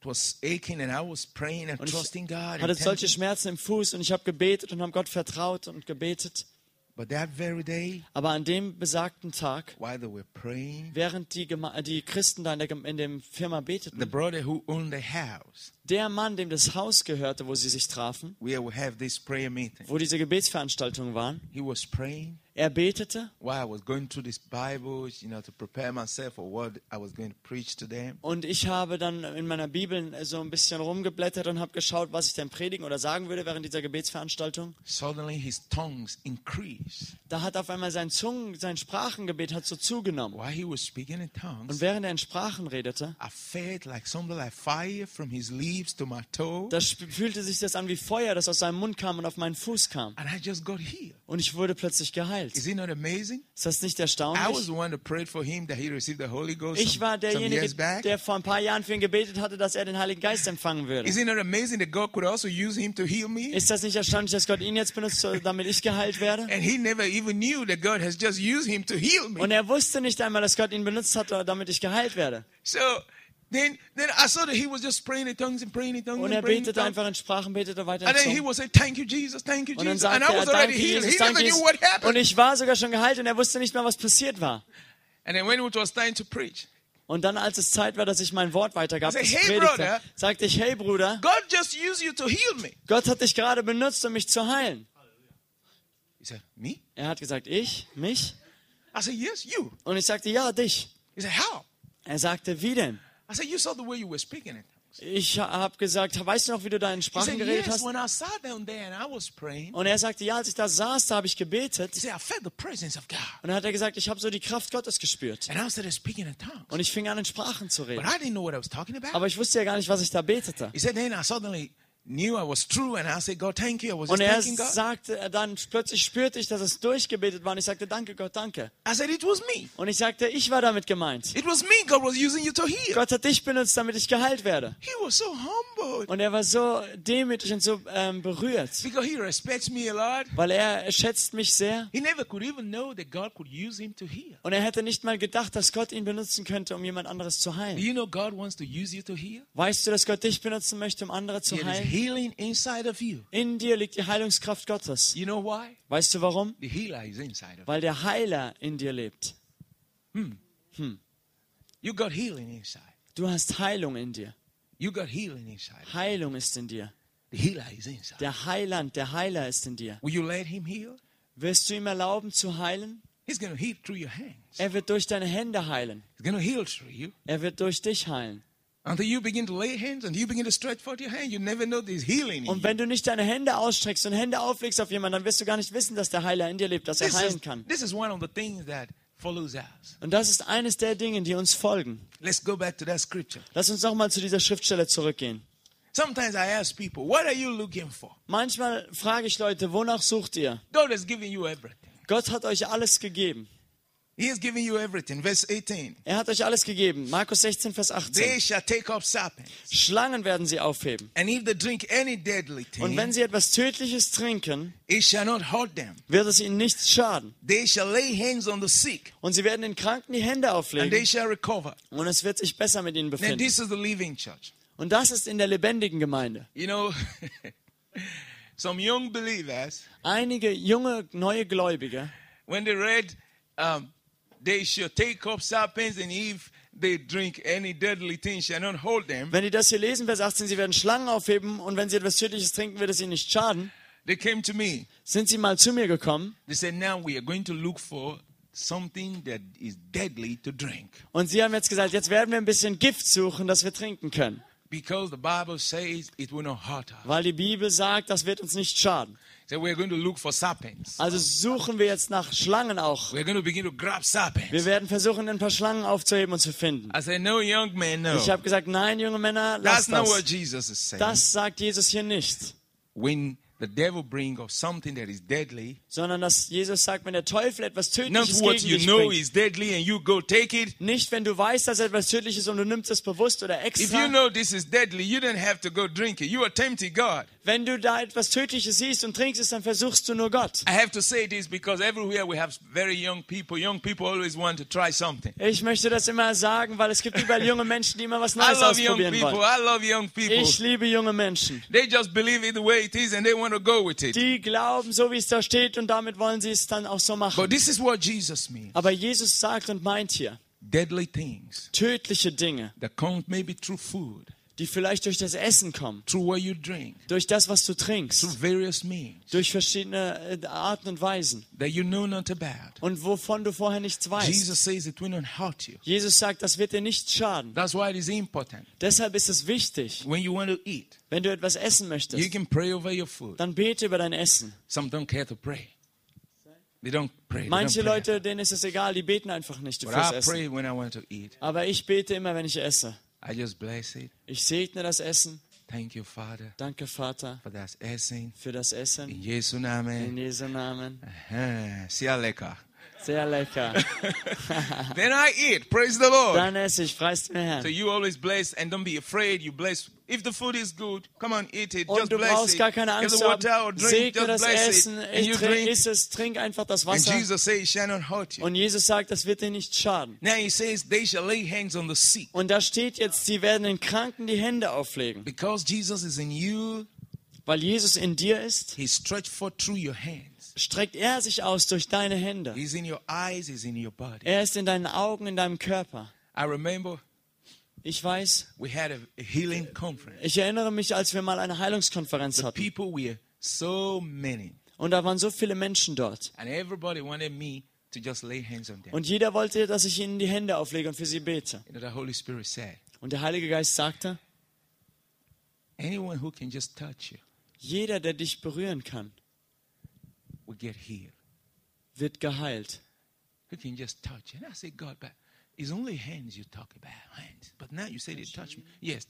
Speaker 1: It was aching, and I was praying and
Speaker 2: Und
Speaker 1: trusting
Speaker 2: ich
Speaker 1: God.
Speaker 2: hatte
Speaker 1: and
Speaker 2: solche
Speaker 1: thanking-
Speaker 2: Schmerzen im Fuß und ich habe gebetet und habe Gott vertraut und gebetet.
Speaker 1: But that very day,
Speaker 2: Aber an dem besagten Tag,
Speaker 1: while they were praying,
Speaker 2: während die, Gema- äh, die Christen da in der, Gem- in dem Firma
Speaker 1: the
Speaker 2: beteten,
Speaker 1: brother who owned the house,
Speaker 2: der Mann, dem das Haus gehörte, wo sie sich trafen,
Speaker 1: where we have this prayer meeting,
Speaker 2: wo diese Gebetsveranstaltungen waren,
Speaker 1: he was praying.
Speaker 2: Er betete
Speaker 1: While I was going through this Bible, you know, to prepare myself for what I was going to preach today,
Speaker 2: und ich habe dann in meiner Bibel so ein bisschen rumgeblättert und habe geschaut, was ich denn predigen oder sagen würde während dieser Gebetsveranstaltung.
Speaker 1: suddenly his tongues increased.
Speaker 2: Da hat auf einmal sein Zungen, sein Sprachengebet hat so zugenommen.
Speaker 1: While he was speaking in
Speaker 2: Und
Speaker 1: tongues,
Speaker 2: während er in Sprachen redete,
Speaker 1: I felt like something like fire from his lips to my toe,
Speaker 2: da sp- fühlte sich das an wie Feuer, das aus seinem Mund kam und auf meinen Fuß kam.
Speaker 1: and I just got healed.
Speaker 2: Und ich wurde plötzlich geheilt.
Speaker 1: Is it not amazing?
Speaker 2: Ist das nicht
Speaker 1: I was
Speaker 2: erstaunlich?
Speaker 1: the one that prayed for him that he received the Holy Ghost
Speaker 2: Ich war
Speaker 1: some, some
Speaker 2: derjenige,
Speaker 1: years back.
Speaker 2: der vor ein paar Jahren für ihn gebetet hatte, dass er den Heiligen Geist empfangen würde.
Speaker 1: Is it not amazing that God could also use him to heal me?
Speaker 2: Ist das nicht erstaunlich, dass Gott ihn jetzt benutzt, damit ich geheilt werde?
Speaker 1: And he never even knew that God has just used him to heal me.
Speaker 2: Und er wusste nicht einmal, dass Gott ihn benutzt hat, damit ich geheilt werde.
Speaker 1: So then, then I saw that he was just praying in tongues and praying in tongues
Speaker 2: Und er
Speaker 1: and praying in
Speaker 2: betete
Speaker 1: tongues.
Speaker 2: einfach in Sprachen, betete weiter in
Speaker 1: And then he
Speaker 2: Zungen.
Speaker 1: was saying, "Thank you, Jesus. Thank you,
Speaker 2: Und dann
Speaker 1: Jesus." And
Speaker 2: sagte
Speaker 1: I
Speaker 2: er,
Speaker 1: was already
Speaker 2: danke
Speaker 1: healed.
Speaker 2: Jesus,
Speaker 1: He never
Speaker 2: danke
Speaker 1: knew
Speaker 2: Jesus.
Speaker 1: what
Speaker 2: Und
Speaker 1: happened.
Speaker 2: ich war sogar schon geheilt und er wusste nicht mehr, was passiert war.
Speaker 1: And then when it was time to preach,
Speaker 2: Und dann, als es Zeit war, dass ich mein Wort weitergab,
Speaker 1: I said,
Speaker 2: das ich
Speaker 1: "Hey,
Speaker 2: predigte,
Speaker 1: brother."
Speaker 2: sagte ich, hey Bruder,
Speaker 1: God just used you to heal me.
Speaker 2: Gott hat dich gerade benutzt, um mich zu heilen.
Speaker 1: He said, "Me?"
Speaker 2: Er hat gesagt, ich, mich?
Speaker 1: I said, "Yes, you."
Speaker 2: Und ich sagte, ja, dich.
Speaker 1: He said, "How?"
Speaker 2: Er sagte, wie denn?
Speaker 1: I said, "You saw the way you were speaking it."
Speaker 2: Ich habe gesagt, weißt du noch, wie du da in
Speaker 1: He
Speaker 2: Sprachen
Speaker 1: said,
Speaker 2: geredet
Speaker 1: "Yes."
Speaker 2: hast?
Speaker 1: When I sat down there and I was praying,
Speaker 2: Und er sagte, ja, als ich da saß, da habe ich gebetet.
Speaker 1: he said, "I felt the presence of God."
Speaker 2: Und dann hat er gesagt, ich habe so die Kraft Gottes gespürt.
Speaker 1: And I started speaking in tongues.
Speaker 2: Und ich fing an, in Sprachen zu
Speaker 1: But
Speaker 2: reden.
Speaker 1: I didn't know what I was talking about.
Speaker 2: Aber ich wusste ja gar nicht, was ich da betete.
Speaker 1: He said, then I suddenly knew I was true, and I said, God, thank you. I was
Speaker 2: Und
Speaker 1: just
Speaker 2: er
Speaker 1: thanking God.
Speaker 2: sagte, er dann plötzlich spürte ich, dass es durchgebetet war. Und ich sagte, danke Gott, danke.
Speaker 1: I said, it was me.
Speaker 2: Und ich sagte, ich war damit gemeint.
Speaker 1: It was me God was using you to heal.
Speaker 2: Gott hat dich benutzt, damit ich geheilt werde.
Speaker 1: He was so humbled
Speaker 2: Und er war so demütig und so ähm, berührt,
Speaker 1: because he respects me a lot.
Speaker 2: weil er schätzt mich sehr.
Speaker 1: He never could even know that God could use him to heal.
Speaker 2: Und er hätte nicht mal gedacht, dass Gott ihn benutzen könnte, um jemand anderes zu
Speaker 1: Do
Speaker 2: heilen.
Speaker 1: you know God wants to use you to heal?
Speaker 2: Weißt du, dass Gott dich benutzen möchte, um andere zu
Speaker 1: There is
Speaker 2: heilen?
Speaker 1: healing inside of you.
Speaker 2: In dir liegt die Heilungskraft Gottes.
Speaker 1: You know why?
Speaker 2: Weißt du warum?
Speaker 1: The healer is inside of you.
Speaker 2: Weil der Heiler in dir lebt.
Speaker 1: You got healing inside.
Speaker 2: Du hast Heilung in dir.
Speaker 1: You got healing inside.
Speaker 2: Heilung ist in dir.
Speaker 1: The healer is inside.
Speaker 2: Der Heiland, der Heiler ist in dir.
Speaker 1: Will you let him heal?
Speaker 2: Wirst du ihm erlauben zu heilen?
Speaker 1: He's going to heal through your hands.
Speaker 2: Er wird durch deine Hände heilen.
Speaker 1: He's going to heal through you.
Speaker 2: Er wird durch dich heilen.
Speaker 1: Until you begin to lay hands, until you begin to stretch forth your hand, you never know there's healing. In
Speaker 2: Und
Speaker 1: you.
Speaker 2: wenn du nicht deine Hände ausstreckst und Hände auflegst auf jemanden, dann wirst du gar nicht wissen, dass der Heiler in dir lebt, dass er
Speaker 1: This is,
Speaker 2: heilen kann.
Speaker 1: this is one of the things that follows us.
Speaker 2: Und das ist eines der Dinge, die uns folgen.
Speaker 1: Let's go back to that scripture.
Speaker 2: Lass uns nochmal zu dieser Schriftstelle zurückgehen.
Speaker 1: Sometimes I ask people, what are you looking for?
Speaker 2: Manchmal frage ich Leute, wonach sucht ihr?
Speaker 1: God has given you everything.
Speaker 2: Gott hat euch alles gegeben.
Speaker 1: He has given you everything. Verse 18.
Speaker 2: Er hat euch alles gegeben. Markus 16, Vers
Speaker 1: They
Speaker 2: 18.
Speaker 1: shall take up serpents,
Speaker 2: Schlangen werden sie aufheben.
Speaker 1: and if they drink any deadly
Speaker 2: Und
Speaker 1: thing,
Speaker 2: wenn sie etwas Tödliches trinken,
Speaker 1: it shall not hurt them.
Speaker 2: wird es ihnen nichts schaden.
Speaker 1: They shall lay hands on the sick,
Speaker 2: Und sie werden den Kranken die Hände
Speaker 1: and they
Speaker 2: auflegen
Speaker 1: shall recover.
Speaker 2: und es wird sich besser mit ihnen
Speaker 1: Then
Speaker 2: befinden.
Speaker 1: this is the living church.
Speaker 2: Und das ist in der lebendigen Gemeinde.
Speaker 1: You know, some young believers
Speaker 2: Einige junge, neue Gläubige,
Speaker 1: when they read, um, they shall take up serpents, and if they drink any deadly thing, shall not hold them.
Speaker 2: wenn die das hier lesen, Vers 18, sie werden Schlangen aufheben und wenn sie etwas Tödliches trinken, wird es ihnen nicht schaden,
Speaker 1: They came to me.
Speaker 2: sind sie mal zu mir gekommen
Speaker 1: They said, Now we are going to look for something that is deadly to drink.
Speaker 2: und sie haben jetzt gesagt, jetzt werden wir ein bisschen Gift suchen, das wir trinken können.
Speaker 1: Because the Bible says it will not hurt us.
Speaker 2: Weil die Bibel sagt, das wird uns nicht schaden.
Speaker 1: So we are going to look for serpents.
Speaker 2: Also suchen wir jetzt nach Schlangen auch.
Speaker 1: We are going to begin to grab
Speaker 2: Wir
Speaker 1: serpents.
Speaker 2: werden versuchen, ein paar Schlangen aufzuheben und zu finden.
Speaker 1: I said, No, young man, no.
Speaker 2: Ich habe gesagt, nein, junge Männer,
Speaker 1: That's
Speaker 2: lasst
Speaker 1: not what
Speaker 2: das.
Speaker 1: Jesus is saying.
Speaker 2: Das sagt Jesus hier nicht,
Speaker 1: When the devil brings up something that is deadly,
Speaker 2: sondern dass Jesus sagt, wenn der Teufel etwas
Speaker 1: not
Speaker 2: Tödliches gegen
Speaker 1: what
Speaker 2: dich
Speaker 1: you know
Speaker 2: bringt,
Speaker 1: is deadly and you go take it,
Speaker 2: nicht wenn du weißt, dass etwas tödlich ist und du nimmst es bewusst oder
Speaker 1: If you
Speaker 2: extra.
Speaker 1: know this is deadly, you don't have to go drink it. You are tempting God.
Speaker 2: Wenn du da etwas Tödliches siehst und trinkst es, dann versuchst du nur Gott.
Speaker 1: I have to say this because everywhere we have very young people. Young people always want to try something.
Speaker 2: Ich möchte das immer sagen, weil es gibt überall junge Menschen, die immer was
Speaker 1: I
Speaker 2: Neues
Speaker 1: love young
Speaker 2: ausprobieren
Speaker 1: people.
Speaker 2: wollen.
Speaker 1: I love young people.
Speaker 2: Ich liebe junge Menschen.
Speaker 1: They just believe it the way it is and they want to go with it.
Speaker 2: Die glauben so, wie es da steht und damit wollen sie es dann auch so machen.
Speaker 1: But this is what Jesus means.
Speaker 2: Aber Jesus sagt und meint hier,
Speaker 1: Deadly things
Speaker 2: tödliche Dinge,
Speaker 1: that come maybe through food,
Speaker 2: die vielleicht durch das Essen kommen,
Speaker 1: through what you drink,
Speaker 2: durch das, was du
Speaker 1: through
Speaker 2: trinkst,
Speaker 1: various means
Speaker 2: durch verschiedene äh, Arten und Weisen
Speaker 1: that you know not about.
Speaker 2: und wovon du vorher nichts weißt.
Speaker 1: Jesus says it will not hurt you.
Speaker 2: Jesus sagt, das wird dir nicht schaden.
Speaker 1: That's why it is important.
Speaker 2: Deshalb ist es wichtig,
Speaker 1: When you want to eat,
Speaker 2: wenn du etwas essen
Speaker 1: you
Speaker 2: möchtest,
Speaker 1: can pray over your food.
Speaker 2: dann bete über dein Essen.
Speaker 1: Some don't care to pray. They don't pray. They
Speaker 2: Manche
Speaker 1: don't pray.
Speaker 2: Leute, denen ist es egal, die beten einfach nicht
Speaker 1: But
Speaker 2: fürs
Speaker 1: I
Speaker 2: Essen.
Speaker 1: pray when I want to eat.
Speaker 2: Aber ich bete immer, wenn ich esse.
Speaker 1: I just bless it.
Speaker 2: Ich segne das Essen.
Speaker 1: Thank you, Father,
Speaker 2: Danke, Vater,
Speaker 1: for that blessing.
Speaker 2: für das Essen.
Speaker 1: In Jesu
Speaker 2: In
Speaker 1: name.
Speaker 2: Jesu Namen.
Speaker 1: Uh-huh. Sehr lecker.
Speaker 2: Sehr lecker.
Speaker 1: Then I eat. Praise the Lord.
Speaker 2: Dann esse ich, preis dem
Speaker 1: So
Speaker 2: Herrn.
Speaker 1: you always bless and don't be afraid. You bless. If the food is good, come on, eat it. Just
Speaker 2: Und du
Speaker 1: bless
Speaker 2: brauchst
Speaker 1: it.
Speaker 2: gar keine
Speaker 1: If
Speaker 2: Angst
Speaker 1: the
Speaker 2: zu haben.
Speaker 1: water or drink,
Speaker 2: Segne
Speaker 1: just
Speaker 2: das
Speaker 1: bless it.
Speaker 2: Essen,
Speaker 1: And
Speaker 2: ich
Speaker 1: you
Speaker 2: trink,
Speaker 1: drink.
Speaker 2: iss es, trink einfach das
Speaker 1: And
Speaker 2: Wasser.
Speaker 1: Jesus says, it shall not hurt you.
Speaker 2: Und Jesus sagt, das wird dir nicht schaden.
Speaker 1: Now he says, they shall lay hands on the sick.
Speaker 2: Und da steht jetzt, sie werden den Kranken die Hände auflegen.
Speaker 1: Because Jesus is in you,
Speaker 2: Weil Jesus in dir ist,
Speaker 1: He stretched forth through your hands.
Speaker 2: streckt er sich aus durch deine Hände.
Speaker 1: He's in your eyes, He's in your body.
Speaker 2: Er ist in deinen Augen, in deinem Körper.
Speaker 1: I remember
Speaker 2: Ich weiß,
Speaker 1: we had a a healing conference.
Speaker 2: ich erinnere mich, als wir mal eine Heilungskonferenz
Speaker 1: The
Speaker 2: hatten.
Speaker 1: people were so many,
Speaker 2: Und da waren so viele Menschen dort.
Speaker 1: and everybody wanted me to just lay hands on them.
Speaker 2: Und jeder wollte, dass ich ihnen die Hände auflege und für sie bete.
Speaker 1: You know, the Holy Spirit said,
Speaker 2: Und der Heilige Geist sagte,
Speaker 1: anyone who can just touch you
Speaker 2: jeder, der dich berühren kann,
Speaker 1: will get healed.
Speaker 2: wird geheilt.
Speaker 1: Who can just touch you? And I said, God, but it's only hands you talk about, hands. But now you said you touch me. Yes,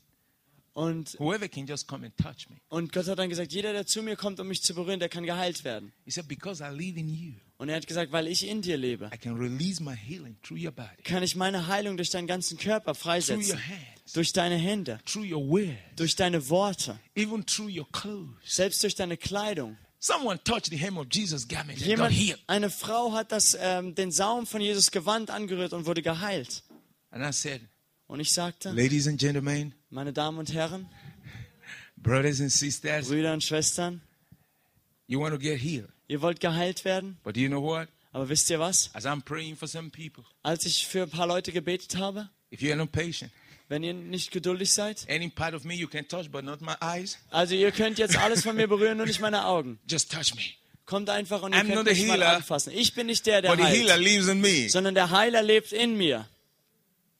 Speaker 2: Und,
Speaker 1: whoever can just come and touch me.
Speaker 2: und Gott hat dann gesagt, jeder, der zu mir kommt, um mich zu berühren, der kann geheilt werden.
Speaker 1: He said, because I live in you,
Speaker 2: Und er hat gesagt, weil ich in dir lebe,
Speaker 1: I can release my healing through your body,
Speaker 2: kann ich meine Heilung durch deinen ganzen Körper
Speaker 1: through your
Speaker 2: freisetzen.
Speaker 1: hands,
Speaker 2: Durch deine Hände,
Speaker 1: through your word.
Speaker 2: durch deine Worte,
Speaker 1: even through your clothes.
Speaker 2: selbst durch deine Kleidung.
Speaker 1: Someone touched the hem of Jesus' garment and got
Speaker 2: Jemand,
Speaker 1: healed.
Speaker 2: eine Frau hat das, ähm, den Saum von Jesus Gewand angerührt und wurde geheilt.
Speaker 1: And I said,
Speaker 2: Und ich sagte,
Speaker 1: Ladies and gentlemen,
Speaker 2: meine Damen und Herren,
Speaker 1: brothers and sisters,
Speaker 2: Brüder und Schwestern,
Speaker 1: you want to get healed.
Speaker 2: ihr wollt geheilt werden,
Speaker 1: But do you know what?
Speaker 2: aber wisst ihr was?
Speaker 1: As I'm praying for some people,
Speaker 2: Als ich für ein paar Leute gebetet habe,
Speaker 1: if you're not patient,
Speaker 2: wenn ihr nicht geduldig seid,
Speaker 1: any part of me you can touch, but not my eyes,
Speaker 2: also ihr könnt jetzt alles von mir berühren, nur nicht meine Augen.
Speaker 1: just touch me.
Speaker 2: Kommt einfach und ihr
Speaker 1: I'm
Speaker 2: könnt
Speaker 1: not a
Speaker 2: mich mal
Speaker 1: healer.
Speaker 2: anfassen. Ich bin nicht der, der
Speaker 1: But the healer
Speaker 2: heilt,
Speaker 1: lives in me.
Speaker 2: sondern der Heiler lebt in mir.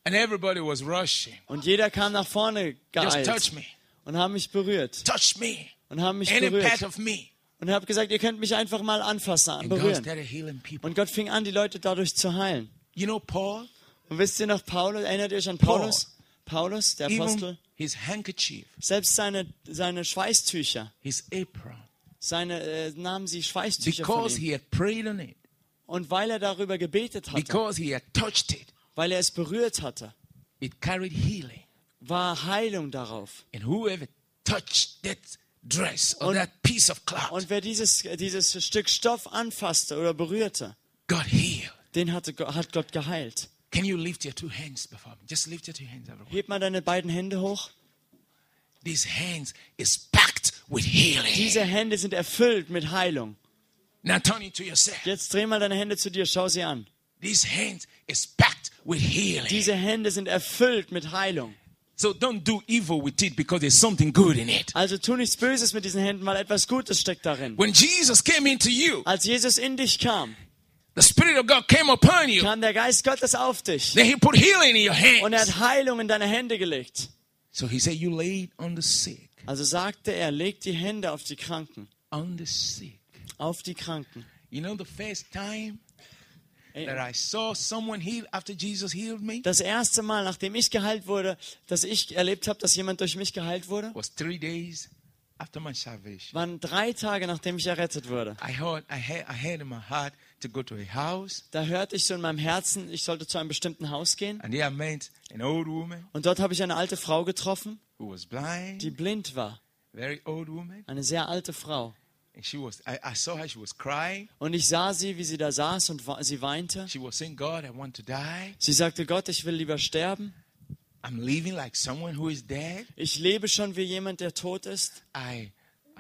Speaker 1: And everybody was rushing.
Speaker 2: Und jeder kam nach vorne
Speaker 1: Just touch
Speaker 2: geeilt
Speaker 1: me.
Speaker 2: und haben mich berührt
Speaker 1: Touch me.
Speaker 2: und haben mich
Speaker 1: Any part
Speaker 2: berührt
Speaker 1: of me.
Speaker 2: und haben gesagt, ihr könnt mich einfach mal anfassen,
Speaker 1: And God
Speaker 2: berühren.
Speaker 1: started healing people.
Speaker 2: Und Gott fing an, die Leute dadurch zu heilen.
Speaker 1: You know, Paul,
Speaker 2: Und wisst ihr noch Paulus? Erinnert ihr euch an
Speaker 1: Paul.
Speaker 2: Paulus? Paulus, der Apostel?
Speaker 1: even his handkerchief,
Speaker 2: Selbst seine, seine Schweißtücher,
Speaker 1: his apron,
Speaker 2: seine äh, nahmen sie Schweißtücher von
Speaker 1: because
Speaker 2: ihm.
Speaker 1: he had prayed on it,
Speaker 2: Und weil er darüber gebetet hatte,
Speaker 1: because he had touched it,
Speaker 2: weil er es berührt hatte,
Speaker 1: it carried healing.
Speaker 2: war Heilung darauf.
Speaker 1: And whoever touched that dress or
Speaker 2: Und-
Speaker 1: that piece of cloth
Speaker 2: Und wer dieses, äh, dieses Stück Stoff anfasste oder berührte,
Speaker 1: got healed.
Speaker 2: den hatte, Go- hat Gott geheilt.
Speaker 1: Can you lift your two hands before me? Just lift your two hands, everyone.
Speaker 2: Heb mal deine beiden Hände hoch.
Speaker 1: These hands is packed with healing.
Speaker 2: Diese Hände sind erfüllt mit Heilung.
Speaker 1: Now turn it to yourself.
Speaker 2: Jetzt dreh mal deine Hände zu dir, schau sie an.
Speaker 1: These hands is packed with healing.
Speaker 2: Diese Hände sind erfüllt mit Heilung.
Speaker 1: so don't do evil with it because there's something good in it.
Speaker 2: Also tu nichts Böses mit diesen Händen, weil etwas Gutes steckt darin.
Speaker 1: When Jesus came into you,
Speaker 2: Als Jesus in dich kam,
Speaker 1: the Spirit of God came upon you.
Speaker 2: kam der Geist Gottes auf dich
Speaker 1: Then He put healing in your
Speaker 2: und er
Speaker 1: hands.
Speaker 2: hat Heilung in deine Hände gelegt.
Speaker 1: So He said, You laid on the sick,
Speaker 2: Also sagte er, leg die Hände auf die Kranken,
Speaker 1: on the sick.
Speaker 2: auf die Kranken.
Speaker 1: You know, the first time
Speaker 2: Ey,
Speaker 1: that I saw someone healed after Jesus healed me
Speaker 2: Das erste Mal, nachdem ich geheilt wurde, dass ich erlebt habe, dass jemand durch mich geheilt wurde,
Speaker 1: was three days after my salvation.
Speaker 2: waren drei Tage, nachdem ich errettet wurde.
Speaker 1: I heard, I had, I had in my heart to go to a house,
Speaker 2: Da hörte ich so in meinem Herzen, ich sollte zu einem bestimmten Haus gehen.
Speaker 1: and there I met an old woman
Speaker 2: Und dort habe ich eine alte Frau getroffen,
Speaker 1: who was blind,
Speaker 2: die blind war.
Speaker 1: very old woman,
Speaker 2: Eine sehr alte Frau.
Speaker 1: and she was. I, I saw her; she was crying.
Speaker 2: Und ich sah sie, wie sie da saß und wa- sie weinte.
Speaker 1: She was saying, "God, I want to die.
Speaker 2: Sie sagte, Gott, ich will lieber sterben.
Speaker 1: I'm living like someone who is dead.
Speaker 2: Ich lebe schon wie jemand, der tot ist.
Speaker 1: I."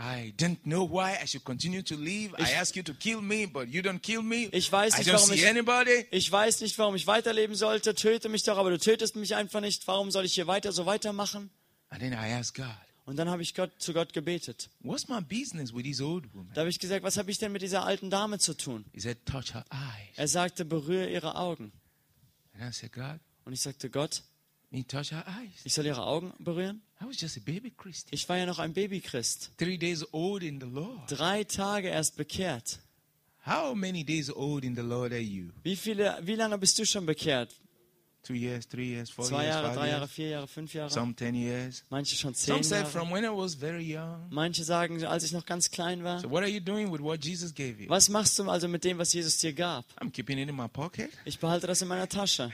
Speaker 1: I didn't know why I should continue to live. I
Speaker 2: Ich-
Speaker 1: asked you to kill me, but you don't kill me.
Speaker 2: Ich weiß
Speaker 1: I
Speaker 2: nicht,
Speaker 1: don't
Speaker 2: warum
Speaker 1: see
Speaker 2: ich-
Speaker 1: anybody.
Speaker 2: Ich weiß nicht, warum ich weiterleben sollte. Töte mich doch, aber du tötest mich einfach nicht. Warum soll ich hier weiter so weitermachen?
Speaker 1: And then I asked God,
Speaker 2: Und dann habe ich Gott, zu Gott gebetet.
Speaker 1: What's my business with this old woman?
Speaker 2: Da habe ich gesagt, was habe ich denn mit dieser alten Dame zu tun?
Speaker 1: He said, Touch her eyes.
Speaker 2: Er sagte, berühre ihre Augen.
Speaker 1: And I said, God,
Speaker 2: Und ich sagte, Gott,
Speaker 1: me touch her eyes.
Speaker 2: ich soll ihre Augen berühren?
Speaker 1: I was just a baby Christian,
Speaker 2: Ich war ja noch ein Babychrist.
Speaker 1: three days old in the Lord.
Speaker 2: Drei Tage erst bekehrt.
Speaker 1: How many days old in the Lord are you?
Speaker 2: Wie, viele, wie lange bist du schon bekehrt?
Speaker 1: Two years, three years, four
Speaker 2: Zwei
Speaker 1: years,
Speaker 2: Jahre,
Speaker 1: five
Speaker 2: drei
Speaker 1: years,
Speaker 2: Jahre, vier Jahre, fünf Jahre?
Speaker 1: some ten years.
Speaker 2: Manche schon zehn
Speaker 1: Some said
Speaker 2: Jahre.
Speaker 1: from when I was very young.
Speaker 2: Manche sagen, als ich noch ganz klein war.
Speaker 1: So what are you doing with what Jesus gave you?
Speaker 2: Was machst du also mit dem, was Jesus dir gab?
Speaker 1: I'm keeping it in my pocket.
Speaker 2: Ich behalte das in meiner Tasche.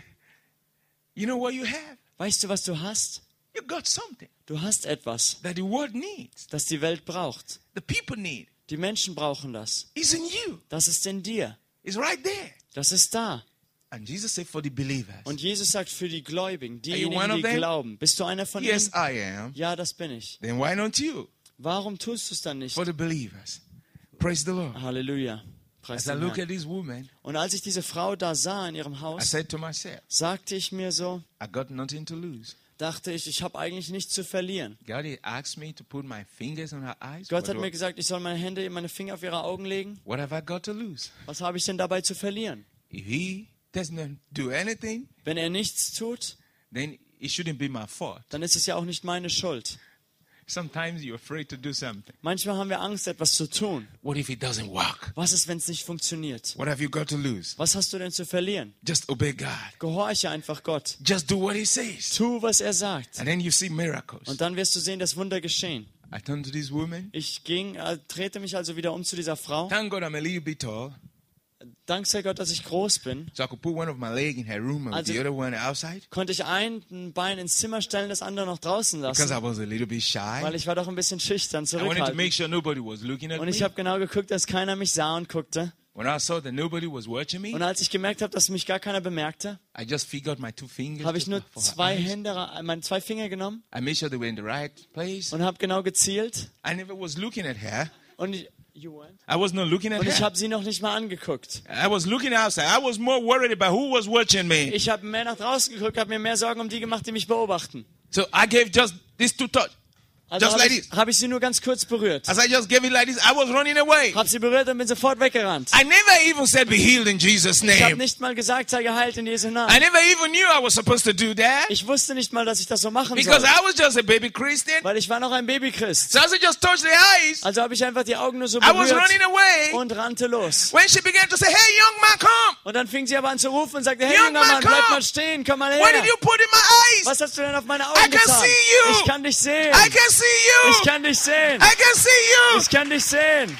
Speaker 1: You know what you have?
Speaker 2: Weißt du, was du hast?
Speaker 1: You got something
Speaker 2: Du hast etwas,
Speaker 1: that the world needs,
Speaker 2: das die Welt braucht.
Speaker 1: the people need.
Speaker 2: Die Menschen brauchen das.
Speaker 1: It's in you.
Speaker 2: Das ist in dir.
Speaker 1: It's right there.
Speaker 2: Das ist da.
Speaker 1: And Jesus said for the believers.
Speaker 2: Und Jesus sagt für die Gläubigen,
Speaker 1: one
Speaker 2: diejenigen,
Speaker 1: of
Speaker 2: die
Speaker 1: them?
Speaker 2: glauben, bist du einer von
Speaker 1: Yes,
Speaker 2: ihnen?
Speaker 1: I am.
Speaker 2: Ja, das bin ich.
Speaker 1: Then why don't you?
Speaker 2: Warum tust du es dann nicht?
Speaker 1: For the believers. Praise the
Speaker 2: Ah,
Speaker 1: Lord.
Speaker 2: Halleluja. Preis
Speaker 1: As I
Speaker 2: den
Speaker 1: look
Speaker 2: Herrn.
Speaker 1: at this woman,
Speaker 2: Und als ich diese Frau da sah in ihrem
Speaker 1: I
Speaker 2: Haus,
Speaker 1: said to myself,
Speaker 2: sagte ich mir so,
Speaker 1: I got nothing to lose.
Speaker 2: dachte ich, ich habe eigentlich nichts zu verlieren.
Speaker 1: God had asked me to put my fingers on her eyes.
Speaker 2: Gott
Speaker 1: what,
Speaker 2: hat
Speaker 1: do
Speaker 2: mir
Speaker 1: I-
Speaker 2: gesagt, ich soll meine Hände, meine Finger auf ihre Augen legen.
Speaker 1: what have I got to lose?
Speaker 2: Was habe ich denn dabei zu verlieren?
Speaker 1: If he doesn't do anything,
Speaker 2: Wenn er nichts tut,
Speaker 1: then it shouldn't be my fault.
Speaker 2: dann ist es ja auch nicht meine Schuld.
Speaker 1: Sometimes you're afraid to do something.
Speaker 2: Manchmal haben wir Angst, etwas zu tun.
Speaker 1: What if it doesn't work?
Speaker 2: Was ist, wenn es nicht funktioniert?
Speaker 1: What have you got to lose?
Speaker 2: Was hast du denn zu verlieren?
Speaker 1: Just obey God.
Speaker 2: Gehorche einfach Gott.
Speaker 1: Just do what he says.
Speaker 2: Tu, was er sagt.
Speaker 1: And then you see miracles.
Speaker 2: Und dann wirst du sehen, dass Wunder geschehen.
Speaker 1: I turned to this woman.
Speaker 2: Ich ging, äh, drehte mich also wieder um zu dieser Frau.
Speaker 1: Thank God I'm a little bit tall.
Speaker 2: Dank sei Gott, dass ich groß bin,
Speaker 1: So I could put one of my leg in her room and
Speaker 2: Also-
Speaker 1: the other one outside.
Speaker 2: konnte ich ein Bein ins Zimmer stellen, das andere noch draußen
Speaker 1: Because
Speaker 2: lassen,
Speaker 1: I was a little bit
Speaker 2: weil
Speaker 1: shy.
Speaker 2: ich war doch ein bisschen schüchtern,
Speaker 1: I wanted to make
Speaker 2: zurückhaltend.
Speaker 1: sure nobody was looking at
Speaker 2: Und ich
Speaker 1: me.
Speaker 2: habe genau geguckt, dass keiner mich sah und guckte.
Speaker 1: When I saw that nobody was watching me,
Speaker 2: Und als ich gemerkt habe, dass mich gar keiner bemerkte,
Speaker 1: I just figured my two fingers.
Speaker 2: habe ich
Speaker 1: to-
Speaker 2: nur
Speaker 1: for her
Speaker 2: zwei
Speaker 1: eyes.
Speaker 2: Hände, ra- meine zwei Finger genommen
Speaker 1: I made sure they were in the right place.
Speaker 2: und habe genau gezielt.
Speaker 1: I never was looking at her.
Speaker 2: Und ich,
Speaker 1: I was not looking at
Speaker 2: und ich
Speaker 1: her.
Speaker 2: habe sie noch nicht mal angeguckt.
Speaker 1: I was looking outside. I was more worried about who was watching me.
Speaker 2: Ich habe mehr nach draußen geguckt, habe mir mehr Sorgen um die gemacht, die mich beobachten.
Speaker 1: So I gave just these two touch.
Speaker 2: Also
Speaker 1: Just
Speaker 2: habe
Speaker 1: like
Speaker 2: ich,
Speaker 1: this.
Speaker 2: hab ich sie nur ganz kurz berührt.
Speaker 1: As I just gave it like this, I was running away.
Speaker 2: Habe sie berührt und bin sofort weggerannt.
Speaker 1: I never even said be healed in Jesus'
Speaker 2: Ich habe
Speaker 1: name.
Speaker 2: nicht mal gesagt, sei geheilt in Jesu Namen.
Speaker 1: I never even knew I was supposed to do that
Speaker 2: Ich wusste nicht mal, dass ich das so machen
Speaker 1: because
Speaker 2: soll,
Speaker 1: I was just a baby Christian.
Speaker 2: weil ich war noch ein Babychrist.
Speaker 1: So as I just touched the eyes,
Speaker 2: Also habe ich einfach die Augen nur so
Speaker 1: I was running
Speaker 2: berührt
Speaker 1: away.
Speaker 2: und rannte los.
Speaker 1: When she began to say, "Hey, young man, come!
Speaker 2: Und dann fing sie aber an zu rufen und sagte, hey
Speaker 1: Young
Speaker 2: junger
Speaker 1: man,
Speaker 2: Mann, bleib
Speaker 1: komm!
Speaker 2: mal stehen, komm mal
Speaker 1: What did
Speaker 2: her.
Speaker 1: you put in my eyes?
Speaker 2: Was hast du denn auf meine
Speaker 1: I
Speaker 2: Augen
Speaker 1: can
Speaker 2: getan?
Speaker 1: see you.
Speaker 2: Ich kann dich sehen.
Speaker 1: I can see
Speaker 2: Ich
Speaker 1: you.
Speaker 2: kann dich sehen.
Speaker 1: I can see you."
Speaker 2: Ich kann dich sehen.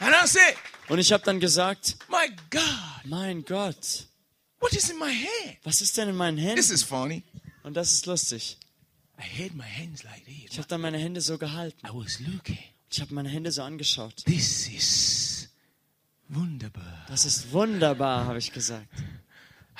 Speaker 1: And I said,
Speaker 2: Und ich habe dann gesagt,
Speaker 1: "My God,
Speaker 2: mein Gott,
Speaker 1: what is in my hand?
Speaker 2: was ist denn in meinen
Speaker 1: This
Speaker 2: Händen?
Speaker 1: is funny."
Speaker 2: Und das ist lustig.
Speaker 1: I held my hands like
Speaker 2: Ich
Speaker 1: this.
Speaker 2: habe dann meine Hände so gehalten.
Speaker 1: I was looking.
Speaker 2: Ich habe meine Hände so angeschaut.
Speaker 1: This is wunderbar.
Speaker 2: Das ist wunderbar, habe ich gesagt.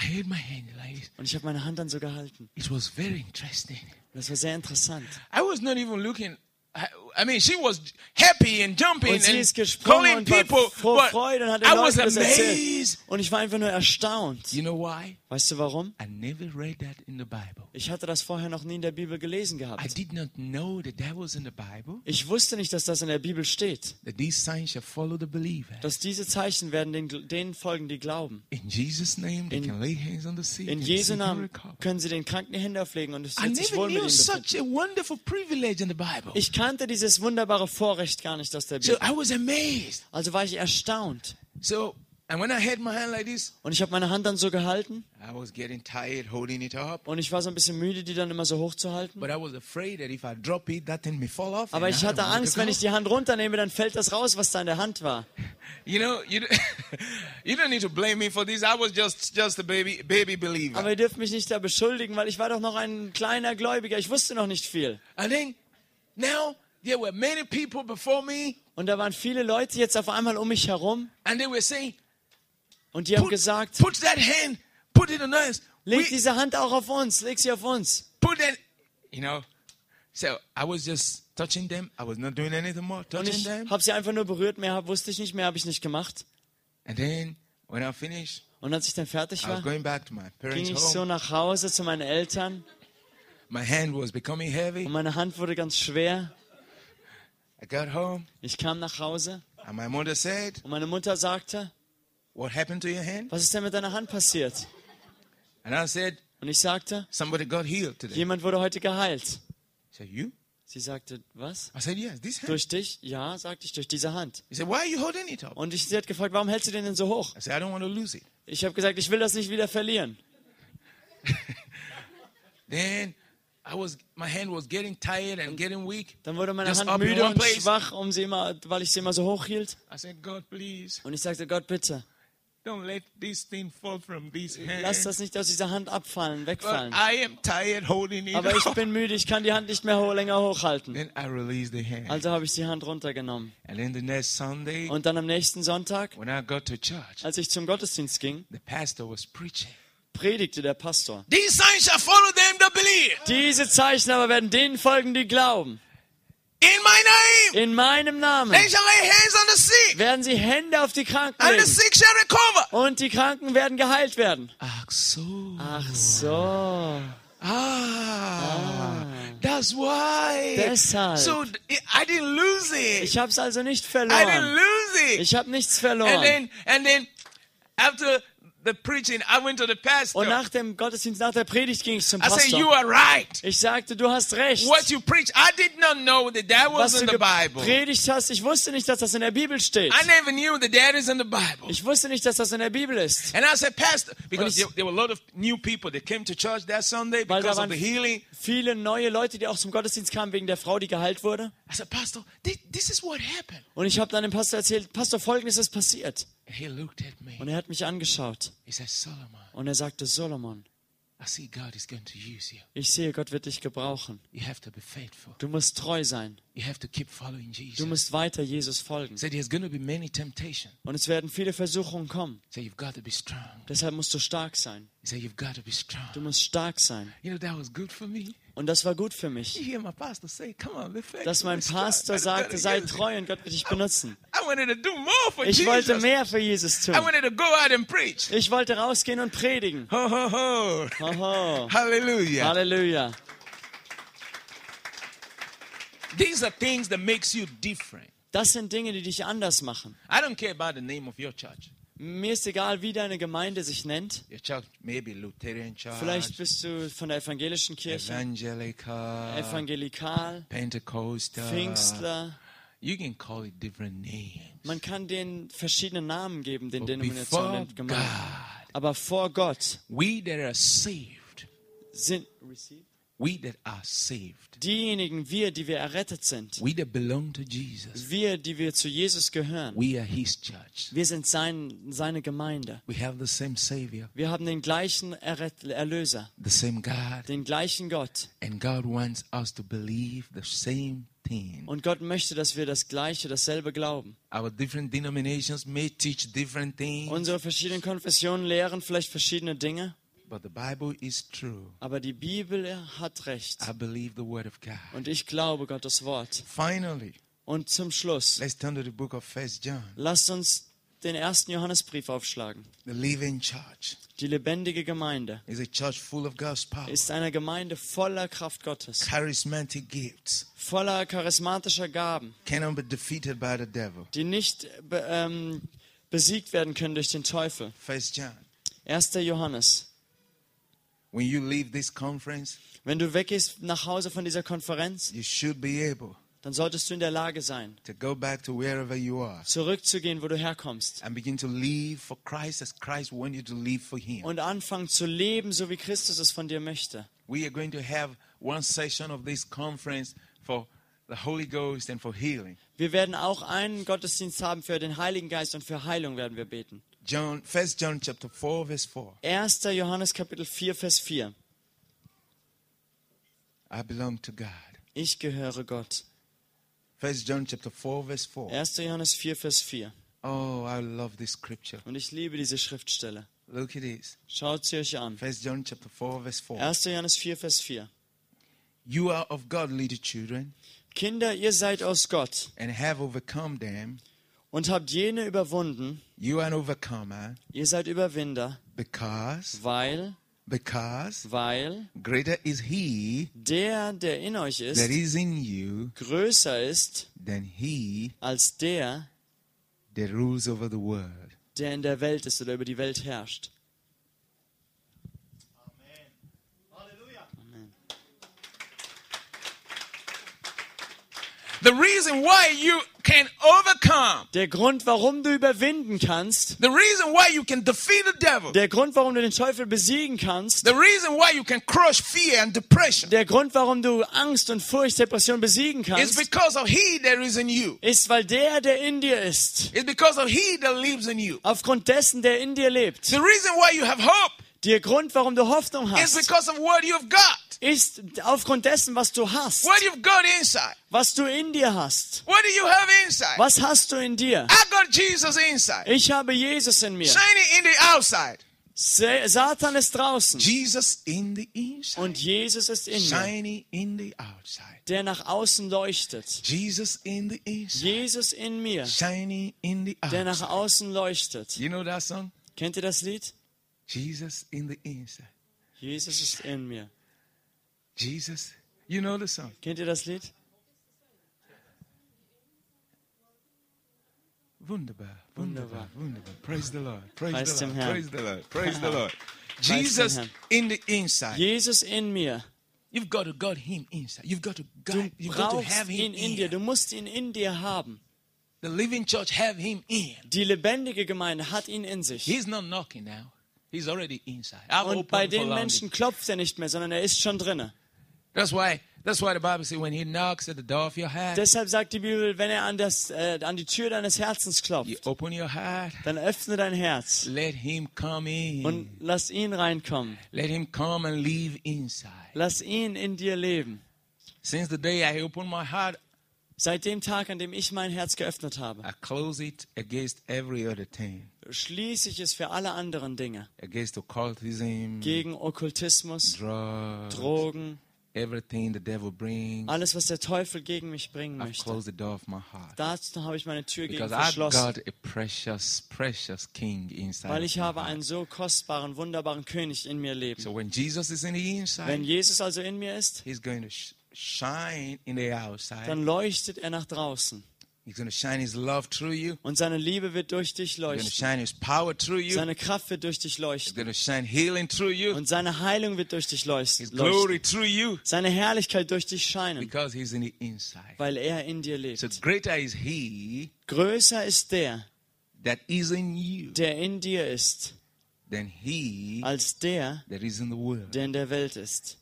Speaker 1: I held my hand like this.
Speaker 2: Und ich habe meine Hand dann so gehalten.
Speaker 1: It was very interesting.
Speaker 2: Das war sehr interessant.
Speaker 1: I was not even looking. I, I mean, she was happy and jumping
Speaker 2: Und sie
Speaker 1: and
Speaker 2: ist gesprungen
Speaker 1: calling
Speaker 2: und war
Speaker 1: people.
Speaker 2: froh
Speaker 1: But
Speaker 2: Freude und hat den
Speaker 1: I was
Speaker 2: Leuten das erzählt.
Speaker 1: amazed.
Speaker 2: Und ich war einfach nur erstaunt.
Speaker 1: You know why?
Speaker 2: Weißt du warum?
Speaker 1: I never read that in the Bible.
Speaker 2: Ich hatte das vorher noch nie in der Bibel gelesen
Speaker 1: I
Speaker 2: gehabt.
Speaker 1: did not know that that was in the Bible.
Speaker 2: Ich wusste nicht, dass das in der Bibel steht.
Speaker 1: That these signs shall follow the believer.
Speaker 2: Dass diese Zeichen werden den, denen folgen, die glauben.
Speaker 1: In Jesus' name, they
Speaker 2: In-
Speaker 1: can lay hands on the sick
Speaker 2: In
Speaker 1: and the
Speaker 2: Jesu
Speaker 1: sick will
Speaker 2: Namen
Speaker 1: recover.
Speaker 2: können sie den Kranken die Hände auflegen und es
Speaker 1: I
Speaker 2: wird sich
Speaker 1: never
Speaker 2: wohl mit
Speaker 1: knew
Speaker 2: ihnen befinden.
Speaker 1: such a wonderful privilege in the Bible.
Speaker 2: Ich kannte dieses wunderbare Vorrecht gar nicht aus der
Speaker 1: So
Speaker 2: Bibel.
Speaker 1: I was amazed.
Speaker 2: Also war ich erstaunt.
Speaker 1: So, and when I had my hand like this,
Speaker 2: Und ich habe meine Hand dann so gehalten
Speaker 1: I was getting tired holding it up.
Speaker 2: und ich war so ein bisschen müde, die dann immer so hochzuhalten.
Speaker 1: But I was afraid that if I drop it, that thing may fall off.
Speaker 2: Aber
Speaker 1: and I
Speaker 2: ich
Speaker 1: don't
Speaker 2: hatte
Speaker 1: want it to
Speaker 2: Angst, wenn
Speaker 1: go.
Speaker 2: ich die Hand runternehme, dann fällt das raus, was da in der Hand war.
Speaker 1: You know, you, d- you don't need to blame me for this. I was just just a baby baby believer.
Speaker 2: Aber ihr dürft mich nicht da beschuldigen, weil ich war doch noch ein kleiner Gläubiger. Ich wusste noch nicht viel.
Speaker 1: and then now there were many people before me,
Speaker 2: Und da waren viele Leute jetzt auf einmal um mich herum
Speaker 1: and they were saying,
Speaker 2: und die haben
Speaker 1: "Put-
Speaker 2: gesagt,
Speaker 1: "Put that hand, put it on us.
Speaker 2: leg
Speaker 1: We-
Speaker 2: diese Hand auch auf uns, leg sie auf uns.
Speaker 1: put that." You know, so I was just touching them. I was not doing anything more,
Speaker 2: Und
Speaker 1: touching
Speaker 2: ich
Speaker 1: them.
Speaker 2: habe sie einfach nur berührt, mehr hab, wusste ich nicht, mehr habe ich nicht gemacht.
Speaker 1: And then when I finished,
Speaker 2: Und als ich dann fertig
Speaker 1: I was
Speaker 2: war,
Speaker 1: going back to my
Speaker 2: ging
Speaker 1: parents'
Speaker 2: ich
Speaker 1: home.
Speaker 2: so nach Hause zu meinen Eltern
Speaker 1: My hand was becoming heavy.
Speaker 2: und meine Hand wurde ganz schwer.
Speaker 1: I got home,
Speaker 2: Ich kam nach Hause
Speaker 1: and my mother said,
Speaker 2: und meine Mutter sagte,
Speaker 1: What happened to your hand?
Speaker 2: was ist denn mit deiner Hand passiert?
Speaker 1: And I said,
Speaker 2: Und ich sagte,
Speaker 1: Somebody got healed today.
Speaker 2: jemand wurde heute geheilt.
Speaker 1: She said, You?
Speaker 2: Sie sagte, was?
Speaker 1: I said, Yes, this hand.
Speaker 2: Durch dich? Ja, sagte ich, durch diese Hand.
Speaker 1: He said, Why are you holding it up?
Speaker 2: Und ich, sie hat gefragt, warum hältst du den denn so hoch?
Speaker 1: I said, I don't want to lose it.
Speaker 2: Ich habe gesagt, ich will das nicht wieder verlieren.
Speaker 1: Then I was my hand was getting tired and getting weak.
Speaker 2: Dann wurde meine
Speaker 1: Just
Speaker 2: Hand
Speaker 1: up in
Speaker 2: müde
Speaker 1: one
Speaker 2: und
Speaker 1: place.
Speaker 2: schwach, um sie immer, weil ich sie immer so hoch hielt.
Speaker 1: I said, God, please
Speaker 2: Und ich sagte, Gott, bitte,
Speaker 1: don't let this thing fall from this
Speaker 2: lass
Speaker 1: hand.
Speaker 2: das nicht aus dieser Hand abfallen,
Speaker 1: But
Speaker 2: wegfallen.
Speaker 1: I am tired holding it.
Speaker 2: Aber ich
Speaker 1: up.
Speaker 2: bin müde, ich kann die Hand nicht mehr ho länger hochhalten.
Speaker 1: Then I released the hand.
Speaker 2: Also habe ich die Hand runtergenommen.
Speaker 1: And then the next Sunday,
Speaker 2: Und dann am nächsten Sonntag,
Speaker 1: when I got to church,
Speaker 2: als ich zum Gottesdienst ging,
Speaker 1: the pastor was preaching.
Speaker 2: predigte der Pastor.
Speaker 1: These signs shall follow them that believe.
Speaker 2: Diese Zeichen aber werden denen folgen, die glauben.
Speaker 1: In my name,
Speaker 2: In meinem Namen
Speaker 1: they shall lay hands on the sick,
Speaker 2: werden sie Hände auf die Kranken
Speaker 1: and the
Speaker 2: legen.
Speaker 1: sick shall recover.
Speaker 2: Und die Kranken werden geheilt werden.
Speaker 1: Ah, so.
Speaker 2: Ach so.
Speaker 1: Ah, that's why.
Speaker 2: Deshalb.
Speaker 1: So th- I didn't lose it.
Speaker 2: Ich hab's also nicht
Speaker 1: I didn't
Speaker 2: verloren.
Speaker 1: lose it.
Speaker 2: Ich hab nichts
Speaker 1: And
Speaker 2: verloren.
Speaker 1: then, and then, after the preaching, I went to the pastor.
Speaker 2: Und nach dem Gottesdienst, nach der Predigt ging ich zum
Speaker 1: I said, Also, "You
Speaker 2: Pastor.
Speaker 1: are right.
Speaker 2: Ich sagte, du hast recht.
Speaker 1: What you preach, I did not know that that
Speaker 2: Was
Speaker 1: was
Speaker 2: du
Speaker 1: in the Bible.
Speaker 2: gepredigt hast, ich wusste nicht, dass das in der Bibel steht.
Speaker 1: I never knew that that is in the Bible."
Speaker 2: Ich wusste nicht, dass das in der Bibel ist.
Speaker 1: And I said, Pastor, because
Speaker 2: ich-
Speaker 1: there, there were a lot of new people that came to church that Sunday
Speaker 2: Weil da
Speaker 1: because of
Speaker 2: waren-
Speaker 1: the healing.
Speaker 2: Viele neue Leute, die auch zum Gottesdienst kamen wegen der Frau, die geheilt wurde.
Speaker 1: I said, Pastor, thi- this is what happened.
Speaker 2: Und ich habe dann dem Pastor erzählt, Pastor, folgendes ist passiert.
Speaker 1: And he looked at me.
Speaker 2: Und er hat mich angeschaut
Speaker 1: He said, Solomon,
Speaker 2: und er sagte, Solomon,
Speaker 1: I see God is going to use you.
Speaker 2: ich sehe, Gott wird dich gebrauchen.
Speaker 1: You have to be faithful.
Speaker 2: Du musst treu sein.
Speaker 1: You have to keep following
Speaker 2: Du
Speaker 1: Jesus.
Speaker 2: musst weiter Jesus folgen.
Speaker 1: Said there's going to be many temptations.
Speaker 2: Und es werden viele Versuchungen kommen.
Speaker 1: Said you've got to be strong.
Speaker 2: Deshalb musst du stark sein.
Speaker 1: He said you've got to be
Speaker 2: Du
Speaker 1: strong.
Speaker 2: musst stark sein.
Speaker 1: You know that was good for me.
Speaker 2: Und das war gut für
Speaker 1: You
Speaker 2: mich,
Speaker 1: hear my pastor say, "Come on, be faithful."
Speaker 2: dass mein
Speaker 1: be strong.
Speaker 2: Pastor
Speaker 1: But you gotta
Speaker 2: sagte, sei
Speaker 1: get it.
Speaker 2: treu und Gott wird dich benutzen.
Speaker 1: I wanted to do more for
Speaker 2: Ich wollte
Speaker 1: Oh, Jesus.
Speaker 2: mehr für Jesus
Speaker 1: I
Speaker 2: tun.
Speaker 1: wanted to go out and preach.
Speaker 2: Ich wollte rausgehen und predigen.
Speaker 1: Ho ho ho!
Speaker 2: Hoho.
Speaker 1: Hallelujah.
Speaker 2: Halleluja.
Speaker 1: These are things that makes you different.
Speaker 2: Das sind Dinge, die dich anders machen.
Speaker 1: I don't care about the name of your church.
Speaker 2: Mir ist egal, wie deine Gemeinde sich nennt.
Speaker 1: Your church may be Lutheran church,
Speaker 2: Vielleicht bist du von der evangelischen Kirche,
Speaker 1: evangelical,
Speaker 2: evangelikal,
Speaker 1: Pentecostal,
Speaker 2: Pfingstler.
Speaker 1: You can call it different names.
Speaker 2: Man kann denen verschiedene Namen geben, den
Speaker 1: But
Speaker 2: Denominationen
Speaker 1: before
Speaker 2: und
Speaker 1: God,
Speaker 2: Gemeinden. Aber vor Gott
Speaker 1: we that are saved,
Speaker 2: sind
Speaker 1: we that are saved,
Speaker 2: diejenigen, wir, die wir errettet sind,
Speaker 1: we that belong to Jesus,
Speaker 2: wir, die wir zu Jesus gehören,
Speaker 1: we are His church.
Speaker 2: wir sind sein, seine Gemeinde.
Speaker 1: We have the same Savior,
Speaker 2: Wir haben den gleichen Errett Erlöser,
Speaker 1: the same God,
Speaker 2: den gleichen Gott.
Speaker 1: and God wants us to believe the same thing.
Speaker 2: Und Gott möchte, dass wir das Gleiche, dasselbe glauben.
Speaker 1: Our different denominations may teach different things,
Speaker 2: Unsere verschiedenen Konfessionen lehren vielleicht verschiedene Dinge,
Speaker 1: but the Bible is true.
Speaker 2: aber die Bibel hat recht.
Speaker 1: I believe the Word of God.
Speaker 2: Und ich glaube Gottes Wort.
Speaker 1: Finally,
Speaker 2: Und zum Schluss,
Speaker 1: let's turn to the book of First John,
Speaker 2: lasst uns den ersten Johannesbrief aufschlagen.
Speaker 1: the living church.
Speaker 2: Die lebendige Gemeinde
Speaker 1: is a church full of God's power,
Speaker 2: ist eine Gemeinde voller Kraft Gottes,
Speaker 1: charismatic gifts,
Speaker 2: voller charismatischer Gaben,
Speaker 1: cannot be defeated by the devil.
Speaker 2: die nicht be ähm, besiegt werden können durch den Teufel.
Speaker 1: First John.
Speaker 2: 1. Johannes.
Speaker 1: When you leave this conference,
Speaker 2: Wenn du weggehst nach Hause von dieser Konferenz,
Speaker 1: you should be able
Speaker 2: dann solltest du in der Lage sein,
Speaker 1: to go back to wherever you are
Speaker 2: zurückzugehen, wo du herkommst.
Speaker 1: and begin to live for Christ as Christ wanted you to live for Him.
Speaker 2: und anfangen zu leben, so wie Christus es von dir möchte.
Speaker 1: We are going to have one session of this conference for the Holy Ghost and for healing.
Speaker 2: Wir werden auch einen Gottesdienst haben für den Heiligen Geist und für Heilung werden wir beten.
Speaker 1: John, First John chapter four, verse four.
Speaker 2: 1. Johannes Kapitel 4 Vers 4.
Speaker 1: I belong to God.
Speaker 2: Ich gehöre Gott.
Speaker 1: First John chapter four, verse four.
Speaker 2: 1. Johannes 4 Vers 4.
Speaker 1: Oh, I love this scripture.
Speaker 2: Und ich liebe diese Schriftstelle.
Speaker 1: Look at this.
Speaker 2: Schaut sie euch an.
Speaker 1: First John chapter four, verse four.
Speaker 2: 1. Johannes 4 Vers 4.
Speaker 1: You are of God, little children,
Speaker 2: Kinder, ihr seid aus Gott
Speaker 1: and have overcome them.
Speaker 2: und habt jene überwunden.
Speaker 1: You are an overcomer,
Speaker 2: Ihr seid Überwinder,
Speaker 1: because
Speaker 2: weil
Speaker 1: Because
Speaker 2: weil
Speaker 1: greater is he
Speaker 2: der, der in euch
Speaker 1: that
Speaker 2: ist,
Speaker 1: is in you
Speaker 2: größer ist
Speaker 1: than he
Speaker 2: als der,
Speaker 1: that rules over the world.
Speaker 2: der in der Welt ist oder über die Welt herrscht.
Speaker 1: The reason why you can overcome,
Speaker 2: Der Grund, warum du überwinden kannst,
Speaker 1: the reason why you can defeat the devil,
Speaker 2: der Grund, warum du den Teufel besiegen kannst,
Speaker 1: the reason why you can crush fear and depression
Speaker 2: der Grund, warum du Angst und Furcht, Depression besiegen
Speaker 1: is
Speaker 2: kannst,
Speaker 1: because of he that is in you.
Speaker 2: ist, weil der, der in dir ist,
Speaker 1: It's because of he that lives in you.
Speaker 2: aufgrund dessen, der in dir lebt,
Speaker 1: The reason why you have hope
Speaker 2: der Grund, warum du Hoffnung
Speaker 1: is
Speaker 2: hast,
Speaker 1: because of what you've got.
Speaker 2: ist aufgrund dessen, was du hast,
Speaker 1: What you've got inside.
Speaker 2: was du in dir hast.
Speaker 1: What do you have inside?
Speaker 2: Was hast du in dir?
Speaker 1: I got Jesus inside.
Speaker 2: Ich habe Jesus in mir.
Speaker 1: Shiny in the outside.
Speaker 2: Sa- Satan ist draußen
Speaker 1: Jesus in the inside.
Speaker 2: und Jesus ist in mir,
Speaker 1: Shiny in the outside.
Speaker 2: der nach außen leuchtet.
Speaker 1: Jesus in the inside.
Speaker 2: Jesus in mir,
Speaker 1: Shiny in the
Speaker 2: der nach
Speaker 1: outside.
Speaker 2: außen leuchtet.
Speaker 1: You know that song?
Speaker 2: Kennt ihr das Lied?
Speaker 1: Jesus in the inside.
Speaker 2: Jesus ist in mir.
Speaker 1: Jesus. You know the song?
Speaker 2: Kennt ihr das Lied?
Speaker 1: Wunderbar. Wunderbar. Wunderbar. Praise the Lord.
Speaker 2: Preis
Speaker 1: Praise the
Speaker 2: dem
Speaker 1: Lord.
Speaker 2: Herrn.
Speaker 1: Praise the Lord. Praise the Lord. Jesus
Speaker 2: Herrn.
Speaker 1: in the inside.
Speaker 2: Jesus in mir.
Speaker 1: You've got to got him inside. You've got to
Speaker 2: Du
Speaker 1: God, you've got to have
Speaker 2: brauchst
Speaker 1: him
Speaker 2: ihn in
Speaker 1: in.
Speaker 2: dir. Du musst ihn in dir haben.
Speaker 1: The living church have him in.
Speaker 2: Die lebendige Gemeinde hat ihn in sich.
Speaker 1: He's not knocking now. He's already inside. I'm
Speaker 2: Und bei
Speaker 1: open for
Speaker 2: den
Speaker 1: London.
Speaker 2: Menschen klopft er nicht mehr, sondern er ist schon drinne.
Speaker 1: That's why that's why the Bible says when he knocks at the door of your heart,
Speaker 2: Deshalb sagt die Bibel, wenn er an, das, äh, an die Tür deines Herzens
Speaker 1: you
Speaker 2: klopft,
Speaker 1: open your heart.
Speaker 2: dann öffne dein Herz
Speaker 1: Let him come in.
Speaker 2: und lass ihn reinkommen.
Speaker 1: Let him come and live inside.
Speaker 2: Lass ihn in dir leben.
Speaker 1: Since the day I opened my heart,
Speaker 2: Seit dem Tag, an dem ich mein Herz geöffnet habe,
Speaker 1: I close it against every other thing,
Speaker 2: schließe ich es für alle anderen Dinge.
Speaker 1: against occultism,
Speaker 2: Gegen Okkultismus,
Speaker 1: drugs,
Speaker 2: Drogen,
Speaker 1: everything the devil brings.
Speaker 2: alles, was der Teufel gegen mich bringen
Speaker 1: I
Speaker 2: möchte.
Speaker 1: close the door of my heart.
Speaker 2: Dazu habe ich meine Tür gegen
Speaker 1: Because I've got
Speaker 2: verschlossen,
Speaker 1: a precious, precious king inside.
Speaker 2: weil
Speaker 1: of
Speaker 2: ich
Speaker 1: me.
Speaker 2: habe einen so kostbaren, wunderbaren König in mir leben.
Speaker 1: So when Jesus is in the inside,
Speaker 2: Wenn Jesus also in mir ist,
Speaker 1: he's going to sh- shine in the outside.
Speaker 2: dann leuchtet er nach draußen.
Speaker 1: he's going to shine his love through you.
Speaker 2: Und seine Liebe wird durch dich
Speaker 1: He's going to
Speaker 2: leuchten.
Speaker 1: shine his power through you.
Speaker 2: Seine Kraft wird durch dich
Speaker 1: he's
Speaker 2: leuchten.
Speaker 1: going to shine healing through you.
Speaker 2: Und seine Heilung wird durch dich
Speaker 1: His
Speaker 2: leuchten. leuchten.
Speaker 1: glory through you.
Speaker 2: Seine Herrlichkeit durch dich scheinen,
Speaker 1: Because he's in the inside.
Speaker 2: weil er in dir
Speaker 1: So
Speaker 2: lebt.
Speaker 1: greater is he
Speaker 2: Größer ist der,
Speaker 1: that is in you
Speaker 2: der in dir ist,
Speaker 1: than he
Speaker 2: als der,
Speaker 1: that is in the world.
Speaker 2: der in der Welt ist.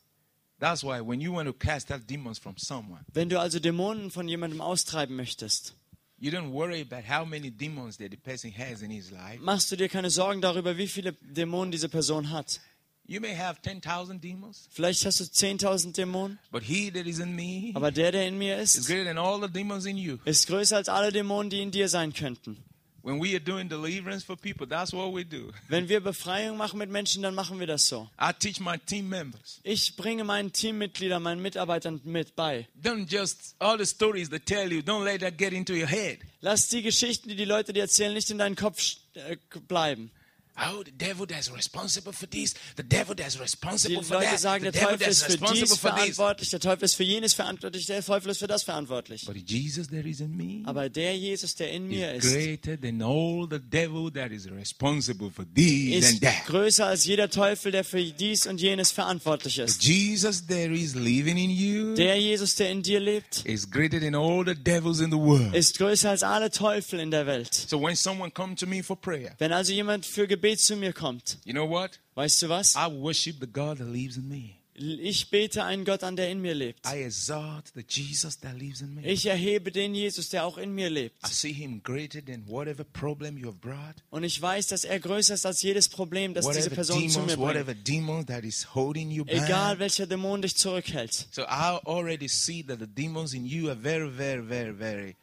Speaker 1: That's why when you want to cast out demons from someone,
Speaker 2: Wenn du also Dämonen von jemandem austreiben möchtest,
Speaker 1: you don't worry about how many demons that the person has in his life.
Speaker 2: machst du dir keine Sorgen darüber, wie viele Dämonen diese Person hat.
Speaker 1: You may have 10,000 demons,
Speaker 2: Vielleicht hast du 10.000 Dämonen,
Speaker 1: but he that is in me
Speaker 2: aber der, der in mir
Speaker 1: is
Speaker 2: ist,
Speaker 1: greater than all the demons in you.
Speaker 2: ist größer als alle Dämonen, die in dir sein könnten.
Speaker 1: When we are doing deliverance for people, that's what we do.
Speaker 2: Wenn wir Befreiung machen mit Menschen, dann machen wir das so.
Speaker 1: I teach my team members.
Speaker 2: Ich bringe meinen Teammitgliedern, meinen Mitarbeitern mit bei.
Speaker 1: Don't just, all the stories they tell you, don't let that get into your head.
Speaker 2: Lass die Geschichten, die die Leute dir erzählen, nicht in deinen Kopf sch- äh, bleiben.
Speaker 1: Oh, the devil that's responsible for this, the devil that's
Speaker 2: Die
Speaker 1: responsible for
Speaker 2: Leute
Speaker 1: that,
Speaker 2: sagen,
Speaker 1: the
Speaker 2: der
Speaker 1: devil
Speaker 2: Teufel ist
Speaker 1: that's
Speaker 2: für
Speaker 1: responsible
Speaker 2: dies
Speaker 1: for this.
Speaker 2: verantwortlich, der Teufel ist für jenes verantwortlich, der Teufel ist für das verantwortlich.
Speaker 1: But Jesus that is in me
Speaker 2: Aber der Jesus, der in mir
Speaker 1: is
Speaker 2: ist,
Speaker 1: greater than all the devil that is responsible for this and
Speaker 2: ist
Speaker 1: that.
Speaker 2: größer als jeder Teufel, der für dies und jenes verantwortlich ist.
Speaker 1: Jesus that is living in you
Speaker 2: Der Jesus, der in dir lebt,
Speaker 1: is greater than all the devils in the world.
Speaker 2: ist größer als alle Teufel in der Welt.
Speaker 1: So when someone come to me for prayer,
Speaker 2: Wenn also jemand für Gebet zu mir kommt,
Speaker 1: you know what?
Speaker 2: weißt du was?
Speaker 1: I worship the God that lives in me.
Speaker 2: Ich bete einen Gott an, der in mir lebt.
Speaker 1: I exalt the Jesus that lives in me.
Speaker 2: Ich erhebe den Jesus, der auch in mir lebt.
Speaker 1: I see him greater than whatever problem you have brought,
Speaker 2: Und ich weiß, dass er größer ist als jedes Problem, das diese
Speaker 1: whatever
Speaker 2: Person zu
Speaker 1: demons,
Speaker 2: mir bringt.
Speaker 1: whatever demon that is holding you
Speaker 2: Egal
Speaker 1: back.
Speaker 2: welcher Dämon dich zurückhält.
Speaker 1: So I already see that the demons in you are very, very, very, very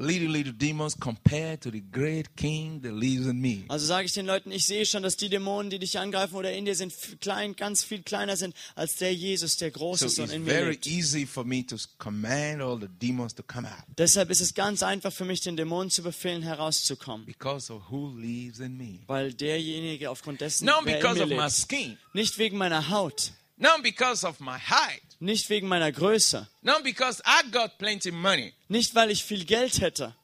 Speaker 1: little, little demons compared to the great king that lives in me.
Speaker 2: Also sage ich den Leuten, ich sehe schon, dass die Dämonen, die dich angreifen oder in dir sind, f- klein, ganz viel kleiner sind als der Jesus, der groß
Speaker 1: So
Speaker 2: ist und
Speaker 1: it's
Speaker 2: in mir
Speaker 1: very
Speaker 2: lebt.
Speaker 1: easy for me to command all the demons to come out
Speaker 2: Deshalb ist es ganz einfach für mich, den Dämonen zu befehlen, herauszukommen.
Speaker 1: because of who lives in me.
Speaker 2: Weil derjenige aufgrund dessen,
Speaker 1: Not
Speaker 2: wer in
Speaker 1: because
Speaker 2: mir
Speaker 1: of my
Speaker 2: lebt,
Speaker 1: skin,
Speaker 2: nicht wegen meiner Haut,
Speaker 1: not because of my height,
Speaker 2: nicht wegen meiner Größe,
Speaker 1: not because I got plenty money.
Speaker 2: nicht weil ich viel Geld hätte.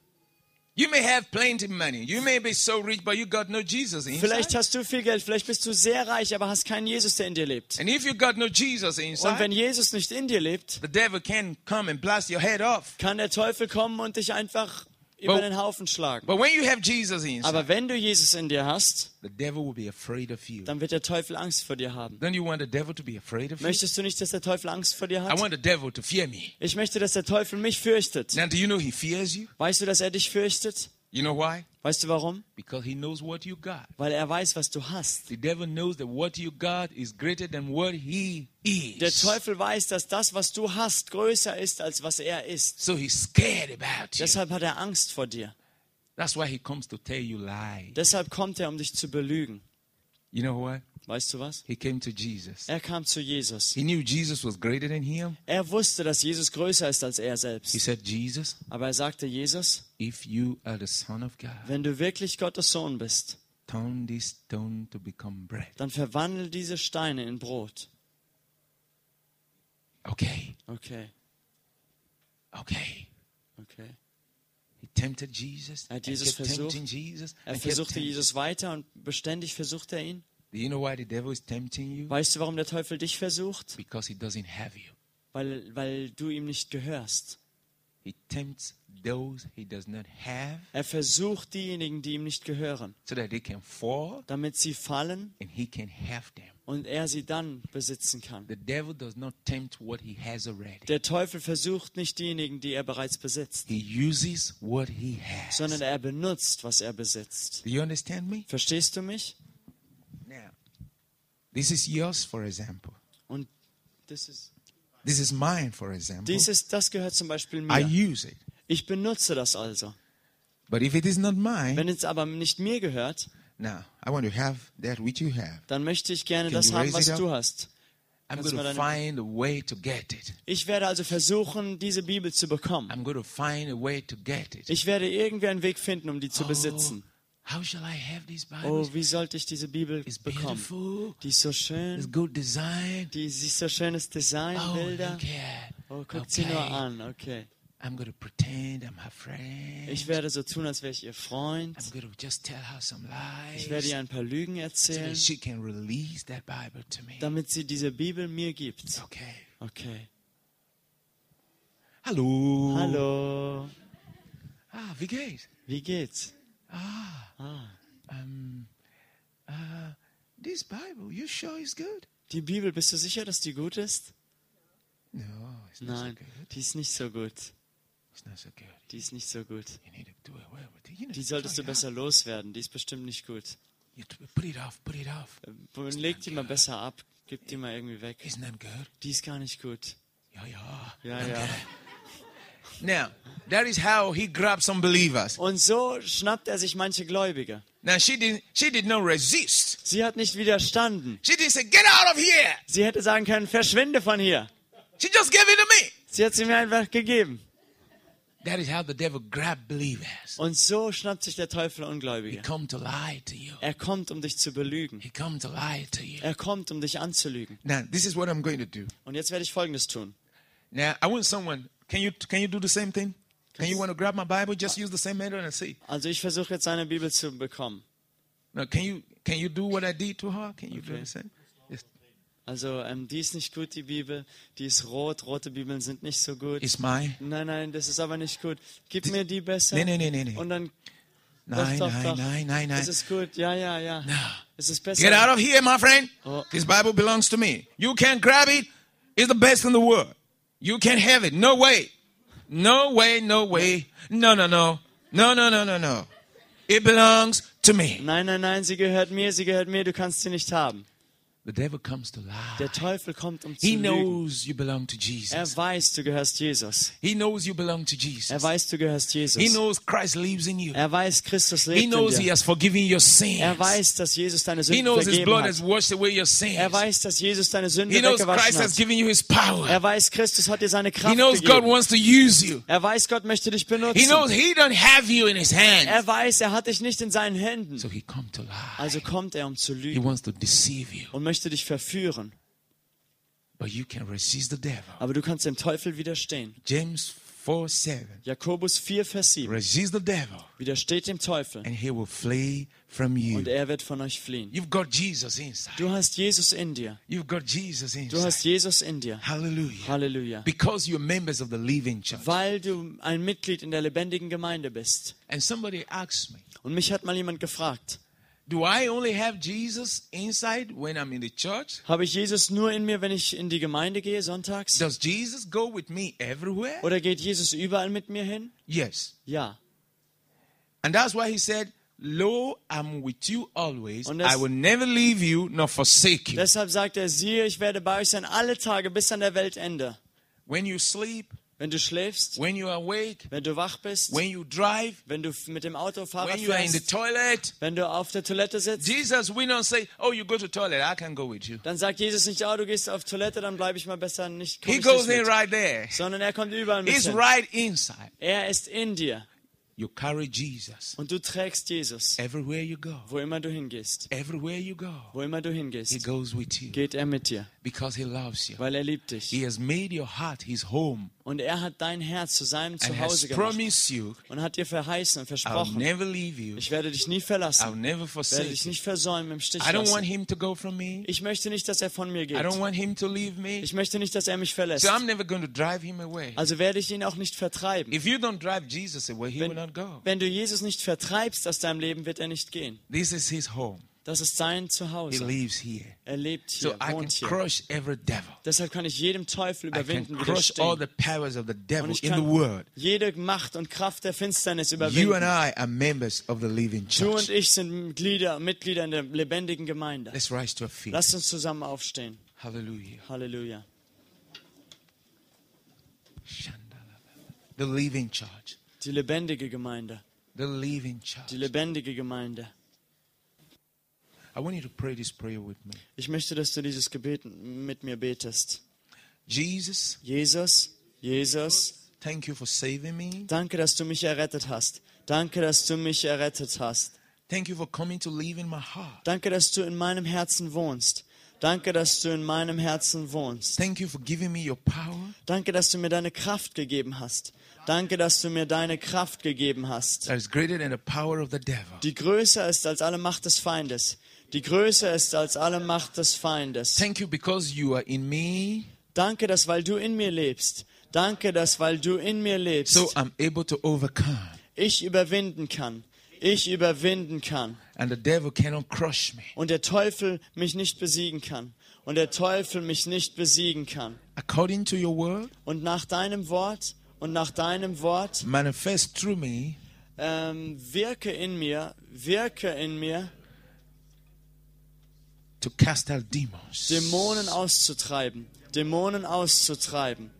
Speaker 1: You may have plenty money. You may be so rich, but you got no Jesus inside.
Speaker 2: Vielleicht hast du viel Geld, vielleicht bist du sehr reich, aber hast keinen Jesus, der in dir lebt.
Speaker 1: And if you got no Jesus
Speaker 2: Und wenn
Speaker 1: inside,
Speaker 2: Jesus nicht in dir lebt,
Speaker 1: the devil can come and blast your head off.
Speaker 2: kann der Teufel kommen und dich einfach über
Speaker 1: But-
Speaker 2: den Haufen schlagen.
Speaker 1: But when you have Jesus inside,
Speaker 2: Aber wenn du Jesus in dir hast,
Speaker 1: the devil will be afraid of you.
Speaker 2: dann wird der Teufel Angst vor dir haben.
Speaker 1: Don't you want the devil to be afraid of you?
Speaker 2: Möchtest du nicht, dass der Teufel Angst vor dir
Speaker 1: I
Speaker 2: hat?
Speaker 1: want the devil to fear me.
Speaker 2: Ich möchte, dass der Teufel mich fürchtet.
Speaker 1: Now, do you know he fears you?
Speaker 2: Weißt du, dass er dich fürchtet?
Speaker 1: You know why?
Speaker 2: Weißt du warum?
Speaker 1: Because he knows what you got.
Speaker 2: Weil er weiß, was du hast.
Speaker 1: The devil knows that what you got is greater than what he
Speaker 2: Der
Speaker 1: is.
Speaker 2: Teufel weiß, dass das, was du hast, größer ist, als was er ist.
Speaker 1: So he's scared about you.
Speaker 2: Deshalb hat er Angst vor dir.
Speaker 1: That's why he comes to tell you lies.
Speaker 2: Deshalb kommt er, um dich zu belügen.
Speaker 1: You know what?
Speaker 2: Weißt du was?
Speaker 1: He came to Jesus.
Speaker 2: Er kam zu Jesus.
Speaker 1: He knew Jesus was greater than him.
Speaker 2: Er wusste, dass Jesus größer ist als er
Speaker 1: He
Speaker 2: selbst.
Speaker 1: said, Jesus,
Speaker 2: Aber er sagte, Jesus,
Speaker 1: if you are the Son of God,
Speaker 2: wenn du wirklich Gottes Sohn bist,
Speaker 1: turn this stone to become bread.
Speaker 2: dann verwandle diese Steine in Brot.
Speaker 1: Okay,
Speaker 2: Okay,
Speaker 1: okay.
Speaker 2: okay.
Speaker 1: He tempted Jesus.
Speaker 2: Er
Speaker 1: and
Speaker 2: hat Jesus
Speaker 1: kept
Speaker 2: versucht.
Speaker 1: tempting Jesus.
Speaker 2: Er
Speaker 1: and kept
Speaker 2: versuchte
Speaker 1: tempting-
Speaker 2: Jesus weiter und beständig versucht er ihn.
Speaker 1: Do you know why the devil is tempting you?
Speaker 2: Weißt du, warum der Teufel dich versucht?
Speaker 1: Because he doesn't have you.
Speaker 2: Weil, weil du ihm nicht gehörst.
Speaker 1: He tempts those he does not have
Speaker 2: Er versucht diejenigen, die ihm nicht gehören,
Speaker 1: so that they can fall
Speaker 2: damit sie fallen
Speaker 1: and he can have them.
Speaker 2: und er sie dann besitzen kann.
Speaker 1: The devil does not tempt what he has already.
Speaker 2: Der Teufel versucht nicht diejenigen, die er bereits besitzt,
Speaker 1: He uses what he has.
Speaker 2: sondern er benutzt, was er besitzt.
Speaker 1: Do you understand me?
Speaker 2: Verstehst du mich?
Speaker 1: Now, this is yours, for example.
Speaker 2: Und das ist,
Speaker 1: This is mine, for example.
Speaker 2: dies ist, das gehört zum Beispiel
Speaker 1: I
Speaker 2: mir.
Speaker 1: use it.
Speaker 2: Ich benutze das also.
Speaker 1: But if it is not mine,
Speaker 2: Wenn es aber nicht mir gehört,
Speaker 1: now I want to have that which you have.
Speaker 2: dann möchte ich gerne
Speaker 1: Can
Speaker 2: das
Speaker 1: you
Speaker 2: haben,
Speaker 1: raise it
Speaker 2: was
Speaker 1: up?
Speaker 2: du hast.
Speaker 1: I'm
Speaker 2: Kannst
Speaker 1: going
Speaker 2: du mal
Speaker 1: to
Speaker 2: deine-
Speaker 1: find a way to get it.
Speaker 2: Ich werde also versuchen, diese Bibel zu bekommen.
Speaker 1: I'm going to find a way to get it.
Speaker 2: Ich werde irgendwie einen Weg finden, um die zu besitzen.
Speaker 1: Oh, how shall I have this Bible?
Speaker 2: Oh, wie sollte ich diese Bibel
Speaker 1: it's
Speaker 2: bekommen?
Speaker 1: beautiful.
Speaker 2: Die ist so
Speaker 1: It's
Speaker 2: schön.
Speaker 1: good design.
Speaker 2: Die ist so schönes Design,
Speaker 1: Oh,
Speaker 2: Bilder.
Speaker 1: look here.
Speaker 2: Oh, guck sie nur an, okay.
Speaker 1: I'm going to pretend I'm her friend.
Speaker 2: Ich werde so tun, als wäre ich ihr Freund.
Speaker 1: I'm going to just tell her some lies.
Speaker 2: Ich werde ihr ein paar Lügen
Speaker 1: so that
Speaker 2: erzählen,
Speaker 1: she can release that Bible to me.
Speaker 2: damit sie diese Bibel mir gibt.
Speaker 1: Okay.
Speaker 2: Okay.
Speaker 1: Hallo.
Speaker 2: Hallo.
Speaker 1: Ah, wie geht's? Ah.
Speaker 2: Wie geht's? Ah.
Speaker 1: Um, uh, this Bible, you sure is good?
Speaker 2: Die Bibel, bist du sicher, dass die gut ist?
Speaker 1: No, it's not
Speaker 2: Nein,
Speaker 1: so good.
Speaker 2: die ist nicht so gut.
Speaker 1: It's not so good.
Speaker 2: Die ist nicht so gut.
Speaker 1: You need to do it well with it. You know,
Speaker 2: Die solltest du
Speaker 1: try it
Speaker 2: besser
Speaker 1: out.
Speaker 2: loswerden. Die ist bestimmt nicht gut.
Speaker 1: You t- put it off, put it off.
Speaker 2: Ähm, Leg die mal besser ab. Gib die mal irgendwie weg.
Speaker 1: Isn't that good?
Speaker 2: Die ist gar nicht gut.
Speaker 1: Yeah, yeah.
Speaker 2: Ja, ja.
Speaker 1: Now, that is how he grabbed some believers.
Speaker 2: Und so schnappt er sich manche Gläubige.
Speaker 1: Now she didn't she did not resist.
Speaker 2: Sie hat nicht widerstanden.
Speaker 1: She didn't say, Get out of here.
Speaker 2: Sie hätte sagen können, verschwinde von hier.
Speaker 1: She just gave it to me.
Speaker 2: Sie hat sie mir einfach gegeben.
Speaker 1: That is how the devil grabbed believers.
Speaker 2: Und so schnappt sich der Teufel
Speaker 1: He
Speaker 2: Ungläubige.
Speaker 1: come to lie to you.
Speaker 2: Er kommt, um dich zu belügen.
Speaker 1: He come to lie to you.
Speaker 2: Er kommt, um dich anzulügen.
Speaker 1: Now, this is what I'm going to do.
Speaker 2: Und jetzt werde ich Folgendes tun.
Speaker 1: Now, I want someone. Can you can you do the same thing? Can you want to grab my Bible? Just use the same method and see.
Speaker 2: Also ich versuche jetzt seine Bibel zu bekommen.
Speaker 1: Now, can you can you do what I did to her? Can you do
Speaker 2: Okay.
Speaker 1: the same? It's,
Speaker 2: Also ähm, die ist nicht gut, die Bibel. Die ist rot. Rote Bibeln sind nicht so gut.
Speaker 1: it's mine.
Speaker 2: Nein, nein, das ist aber nicht gut. Gib mir die besser.
Speaker 1: Nee, nee, nee, nee, nee.
Speaker 2: Und dann,
Speaker 1: Nein,
Speaker 2: doch, doch,
Speaker 1: nein,
Speaker 2: doch.
Speaker 1: nein, nein, nein.
Speaker 2: Es ist gut, ja, ja, ja. Es ist besser.
Speaker 1: Get out of here, my friend.
Speaker 2: Oh.
Speaker 1: This Bible belongs to me. You can't grab it. It's the best in the world. You can't have it. No way. No way. No way. No, no, no. No, no, no, no, no. It belongs to me.
Speaker 2: Nein, nein, nein, sie gehört mir, sie gehört mir, du kannst sie nicht haben.
Speaker 1: The devil comes to lie.
Speaker 2: Der Teufel kommt, um zu
Speaker 1: He
Speaker 2: lügen.
Speaker 1: knows you belong to Jesus.
Speaker 2: Er weiß, du gehörst Jesus.
Speaker 1: He knows you belong to
Speaker 2: Er
Speaker 1: Jesus.
Speaker 2: weiß, du gehörst
Speaker 1: He
Speaker 2: Jesus.
Speaker 1: knows Christ lives in you.
Speaker 2: Er weiß, Christus lebt
Speaker 1: He
Speaker 2: in
Speaker 1: knows He
Speaker 2: dir.
Speaker 1: has forgiven your
Speaker 2: Er
Speaker 1: sins.
Speaker 2: weiß, dass Jesus deine
Speaker 1: He
Speaker 2: Sünden
Speaker 1: knows His
Speaker 2: vergeben
Speaker 1: blood has
Speaker 2: hat.
Speaker 1: washed away your
Speaker 2: Er
Speaker 1: sins.
Speaker 2: weiß, dass Jesus deine Sünden
Speaker 1: He knows
Speaker 2: weggewaschen
Speaker 1: Christ has
Speaker 2: hat.
Speaker 1: given you His power.
Speaker 2: Er weiß, Christus hat dir seine
Speaker 1: He
Speaker 2: Kraft
Speaker 1: knows God
Speaker 2: gegeben.
Speaker 1: wants to use you.
Speaker 2: Er weiß, Gott möchte dich
Speaker 1: He knows
Speaker 2: benutzen.
Speaker 1: He don't have you in His hand.
Speaker 2: Er weiß, er hat dich nicht in seinen Händen.
Speaker 1: So He come to lie.
Speaker 2: Also kommt er, um zu
Speaker 1: He
Speaker 2: lügen
Speaker 1: wants to deceive you,
Speaker 2: und möchte dich verführen.
Speaker 1: but you can resist the devil.
Speaker 2: Aber du kannst dem Teufel widerstehen.
Speaker 1: James 4 7.
Speaker 2: Jakobus 4, Vers 7.
Speaker 1: Resist the devil,
Speaker 2: Widersteht dem Teufel
Speaker 1: and he will flee from
Speaker 2: und
Speaker 1: you.
Speaker 2: er wird von euch fliehen.
Speaker 1: You've got Jesus inside.
Speaker 2: Du hast Jesus in dir.
Speaker 1: You've got Jesus
Speaker 2: Du hast
Speaker 1: inside.
Speaker 2: Jesus in dir.
Speaker 1: Hallelujah.
Speaker 2: Halleluja.
Speaker 1: Because you're members of the living church.
Speaker 2: Weil du ein Mitglied in der lebendigen Gemeinde bist.
Speaker 1: And somebody asks me,
Speaker 2: Und mich hat mal jemand gefragt,
Speaker 1: Do I only have Jesus inside when I'm in the church?
Speaker 2: habe ich Jesus nur in mir, wenn ich in die Gemeinde gehe, sonntags?
Speaker 1: Does Jesus go with me everywhere?
Speaker 2: Oder geht Jesus überall mit mir hin?
Speaker 1: Yes.
Speaker 2: Ja.
Speaker 1: And that's why he said, Lo, I'm with you always.
Speaker 2: Und
Speaker 1: I
Speaker 2: das-
Speaker 1: will never leave you nor forsake you.
Speaker 2: Deshalb sagt er, siehe, ich werde bei euch sein alle Tage bis an der Weltende.
Speaker 1: When you sleep,
Speaker 2: Wenn du schläfst,
Speaker 1: when you're awake,
Speaker 2: wenn du wach bist,
Speaker 1: when you drive,
Speaker 2: wenn du f- mit dem Auto Fahrrad
Speaker 1: when you are in the
Speaker 2: fährst,
Speaker 1: toilet,
Speaker 2: wenn du auf der Toilette sitzt,
Speaker 1: Jesus will not say, "Oh, you go to toilet. I can go with you."
Speaker 2: dann sagt Jesus nicht, oh, du gehst auf Toilette, dann bleibe ich mal besser nicht. komm
Speaker 1: He
Speaker 2: ich nicht
Speaker 1: goes in
Speaker 2: mit.
Speaker 1: right there.
Speaker 2: Sondern er kommt überall mit
Speaker 1: He's
Speaker 2: hin.
Speaker 1: right inside.
Speaker 2: Er ist in dir
Speaker 1: You carry Jesus
Speaker 2: und du trägst Jesus,
Speaker 1: everywhere you go.
Speaker 2: wo immer du hingehst.
Speaker 1: Everywhere you go,
Speaker 2: Wo immer du
Speaker 1: He
Speaker 2: hingehst,
Speaker 1: goes with you
Speaker 2: geht er mit dir,
Speaker 1: because He loves you.
Speaker 2: weil er liebt dich.
Speaker 1: He has made your heart His home
Speaker 2: Und er hat dein Herz zu seinem
Speaker 1: and has
Speaker 2: Zuhause gemacht
Speaker 1: promised you,
Speaker 2: und hat dir verheißen und
Speaker 1: "I'll
Speaker 2: versprochen,
Speaker 1: never leave you.
Speaker 2: ich werde dich nie
Speaker 1: I'll
Speaker 2: verlassen,
Speaker 1: never
Speaker 2: werde dich
Speaker 1: forsake you.
Speaker 2: nicht versäumen, im Stich
Speaker 1: I don't want
Speaker 2: lassen.
Speaker 1: Him to go from me.
Speaker 2: Ich möchte nicht, dass er von mir
Speaker 1: I
Speaker 2: geht.
Speaker 1: don't want Him to leave me.
Speaker 2: Ich möchte nicht, dass er mich verlässt.
Speaker 1: So I'm never going to drive Him away.
Speaker 2: Also werde ich ihn auch nicht vertreiben.
Speaker 1: If you don't drive Jesus away, He will
Speaker 2: Wenn,
Speaker 1: not go.
Speaker 2: wenn du Jesus nicht vertreibst aus deinem Leben, wird er nicht gehen.
Speaker 1: This is His home.
Speaker 2: Das ist sein
Speaker 1: He
Speaker 2: Zuhause.
Speaker 1: lives here.
Speaker 2: Er lebt
Speaker 1: So
Speaker 2: hier,
Speaker 1: I can
Speaker 2: wohnt hier.
Speaker 1: crush every devil.
Speaker 2: Deshalb kann ich jedem Teufel
Speaker 1: I can
Speaker 2: überwinden,
Speaker 1: crush all
Speaker 2: widerstehen.
Speaker 1: the powers of the
Speaker 2: Und
Speaker 1: devil
Speaker 2: ich
Speaker 1: in the
Speaker 2: kann
Speaker 1: world.
Speaker 2: jede Macht und Kraft der Finsternis
Speaker 1: You and
Speaker 2: überwinden.
Speaker 1: I are members of the living
Speaker 2: Du und
Speaker 1: church.
Speaker 2: ich sind Glieder, Mitglieder in der lebendigen Gemeinde.
Speaker 1: Let's rise to our feet.
Speaker 2: Lasst uns zusammen aufstehen.
Speaker 1: Hallelujah.
Speaker 2: Halleluja.
Speaker 1: The living church.
Speaker 2: Die lebendige Gemeinde.
Speaker 1: The living
Speaker 2: Die
Speaker 1: church.
Speaker 2: lebendige Gemeinde.
Speaker 1: I want you to pray this prayer with me.
Speaker 2: Ich möchte, dass du dieses Gebet mit mir betest.
Speaker 1: Jesus,
Speaker 2: Jesus, Jesus,
Speaker 1: thank you for saving me.
Speaker 2: danke, dass du mich errettet hast. Danke, dass du mich errettet hast.
Speaker 1: Thank you for coming to live in my heart.
Speaker 2: Danke, dass du in meinem Herzen wohnst. Danke, dass du in meinem Herzen wohnst.
Speaker 1: Thank you for giving me your power
Speaker 2: Danke, dass du mir deine Kraft gegeben hast. Danke, dass du mir deine Kraft gegeben hast.
Speaker 1: that is greater than the power of the devil.
Speaker 2: Die größer ist als alle Macht des Feindes. Die größer ist als alle Macht des Feindes.
Speaker 1: Thank you because you are in me,
Speaker 2: Danke, dass weil du in mir lebst. Danke, dass weil du in mir lebst,
Speaker 1: so I'm able to overcome.
Speaker 2: ich überwinden kann. Ich überwinden kann.
Speaker 1: And the devil cannot crush me.
Speaker 2: Und der Teufel mich nicht besiegen kann. Und der Teufel mich nicht besiegen kann.
Speaker 1: According to your word,
Speaker 2: Und nach deinem Wort und nach deinem Wort
Speaker 1: manifest through me
Speaker 2: ähm, wirke in mir, wirke in mir,
Speaker 1: to cast out demons,
Speaker 2: Dämonen auszutreiben. Dämonen auszutreiben.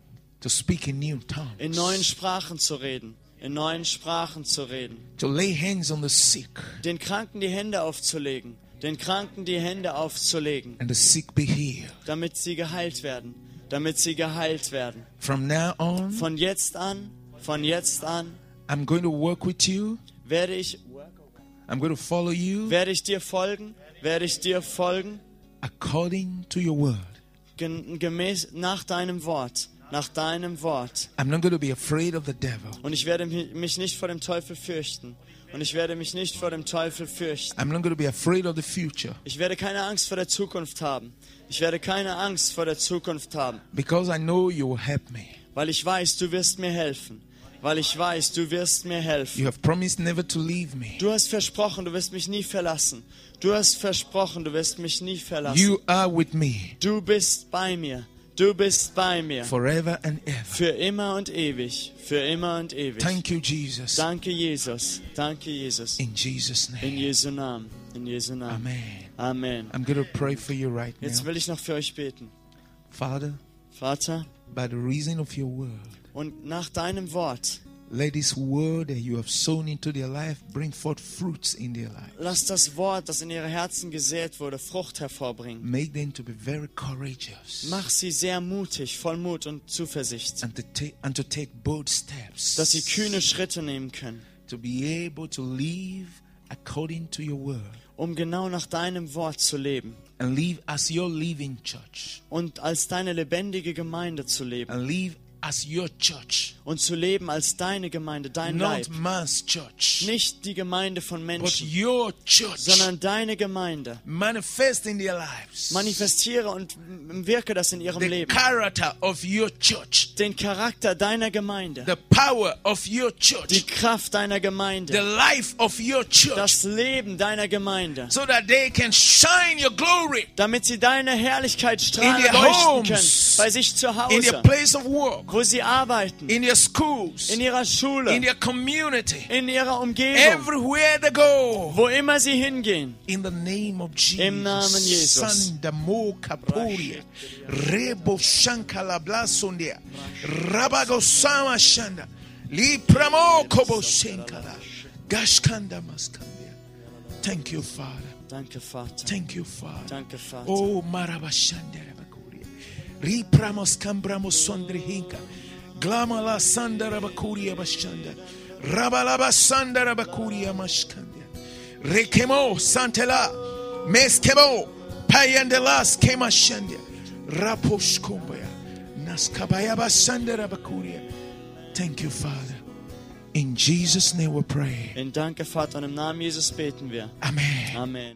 Speaker 1: to speak in new tongues,
Speaker 2: In neuen Sprachen zu reden. In neuen Sprachen zu reden.
Speaker 1: to lay hands on the sick
Speaker 2: den Kranken die Hände aufzulegen, den Kranken die Hände aufzulegen,
Speaker 1: and the sick be healed.
Speaker 2: damit sie geheilt werden, damit sie geheilt werden.
Speaker 1: From now on,
Speaker 2: Von jetzt an, von jetzt an
Speaker 1: I'm going to work with you.
Speaker 2: werde ich
Speaker 1: I'm going to follow you
Speaker 2: werde ich dir folgen, werde ich dir folgen
Speaker 1: according to your word.
Speaker 2: gen- gemäß nach deinem Wort, nach deinem Wort
Speaker 1: I'm not going to be afraid of the devil.
Speaker 2: und ich werde mi- mich nicht vor dem Teufel fürchten und ich werde mich nicht vor dem Teufel fürchten.
Speaker 1: I'm not going to be afraid of the future
Speaker 2: Ich werde keine Angst vor der Zukunft haben. Ich werde keine Angst vor der Zukunft haben.
Speaker 1: because I know you will help me.
Speaker 2: weil ich weiß, du wirst mir helfen. Weil ich weiß, du wirst mir helfen.
Speaker 1: You have promised never to leave me.
Speaker 2: Du hast versprochen, du wirst mich nie verlassen. Du hast versprochen, du wirst mich nie verlassen.
Speaker 1: You are with me
Speaker 2: du bist bei mir. Du bist bei mir.
Speaker 1: forever and ever.
Speaker 2: Für immer und ewig. Für immer und ewig.
Speaker 1: Thank you, Jesus.
Speaker 2: Danke, Jesus. Danke, Jesus.
Speaker 1: In Jesus'
Speaker 2: In
Speaker 1: name.
Speaker 2: Jesu Namen. In Jesu Namen.
Speaker 1: Amen.
Speaker 2: Amen.
Speaker 1: I'm going to pray for you right now.
Speaker 2: Jetzt will ich noch für euch beten.
Speaker 1: Father,
Speaker 2: Vater,
Speaker 1: by the reason of your word,
Speaker 2: und nach deinem Wort,
Speaker 1: let this word that you have sown into their life bring forth fruits in their life.
Speaker 2: lass das Wort, das in ihre Herzen gesät wurde, Frucht hervorbringen.
Speaker 1: Make them to be very courageous
Speaker 2: Mach sie sehr mutig, voll Mut und Zuversicht,
Speaker 1: and to take and to take bold steps
Speaker 2: dass sie kühne Schritte nehmen können,
Speaker 1: to be able to live according to your word
Speaker 2: um genau nach deinem Wort zu leben
Speaker 1: and live as your living church
Speaker 2: und als deine lebendige Gemeinde zu leben
Speaker 1: and live as your church,
Speaker 2: und zu leben als deine Gemeinde, dein Leib.
Speaker 1: not man's church,
Speaker 2: Nicht die Gemeinde von
Speaker 1: but
Speaker 2: Menschen,
Speaker 1: your church.
Speaker 2: sondern deine Gemeinde.
Speaker 1: Manifest in their lives
Speaker 2: Manifestiere und m- wirke das in ihrem
Speaker 1: the
Speaker 2: Leben.
Speaker 1: character of your church,
Speaker 2: Den Charakter deiner Gemeinde,
Speaker 1: the power of your
Speaker 2: die
Speaker 1: church,
Speaker 2: Kraft deiner
Speaker 1: the
Speaker 2: Gemeinde,
Speaker 1: life of your church,
Speaker 2: das Leben deiner Gemeinde,
Speaker 1: so that they can shine your glory
Speaker 2: damit sie deine Herrlichkeit strahlen
Speaker 1: their
Speaker 2: leuchten können,
Speaker 1: homes,
Speaker 2: bei sich zu
Speaker 1: in their
Speaker 2: Hause,
Speaker 1: place of work,
Speaker 2: wo sie arbeiten,
Speaker 1: in their schools,
Speaker 2: in ihrer
Speaker 1: in
Speaker 2: Schule,
Speaker 1: their community,
Speaker 2: in ihrer Umgebung,
Speaker 1: everywhere they go.
Speaker 2: wo immer sie hingehen.
Speaker 1: In the name of Jesus.
Speaker 2: Im Namen Jesus.
Speaker 1: Sandamo Kaporia. Rebo Shankala Blasondia. Rabago Sama Shanda. Lipramo Kobo Shenkala. Gashkanda Maskandia. Thank you, Father.
Speaker 2: Danke, Vater.
Speaker 1: Thank you, Father.
Speaker 2: Danke, Vater.
Speaker 1: Oh, Marabashandere Bakuria. Ripramos Cambramos Sondre Hinka. Glamala Sandara Bakuria Bashanda. Rabalaba Sandara Bakuria Mashkandia. Rekemo Santela. Meskemo. Payandelas Kemashandia. Raposh Kumbaya. Naskabaya Basandara Bakuria. Thank you, Father. In Jesus' name we pray.
Speaker 2: In Danke, Vater, und im Namen Jesus beten wir.
Speaker 1: Amen.
Speaker 2: Amen.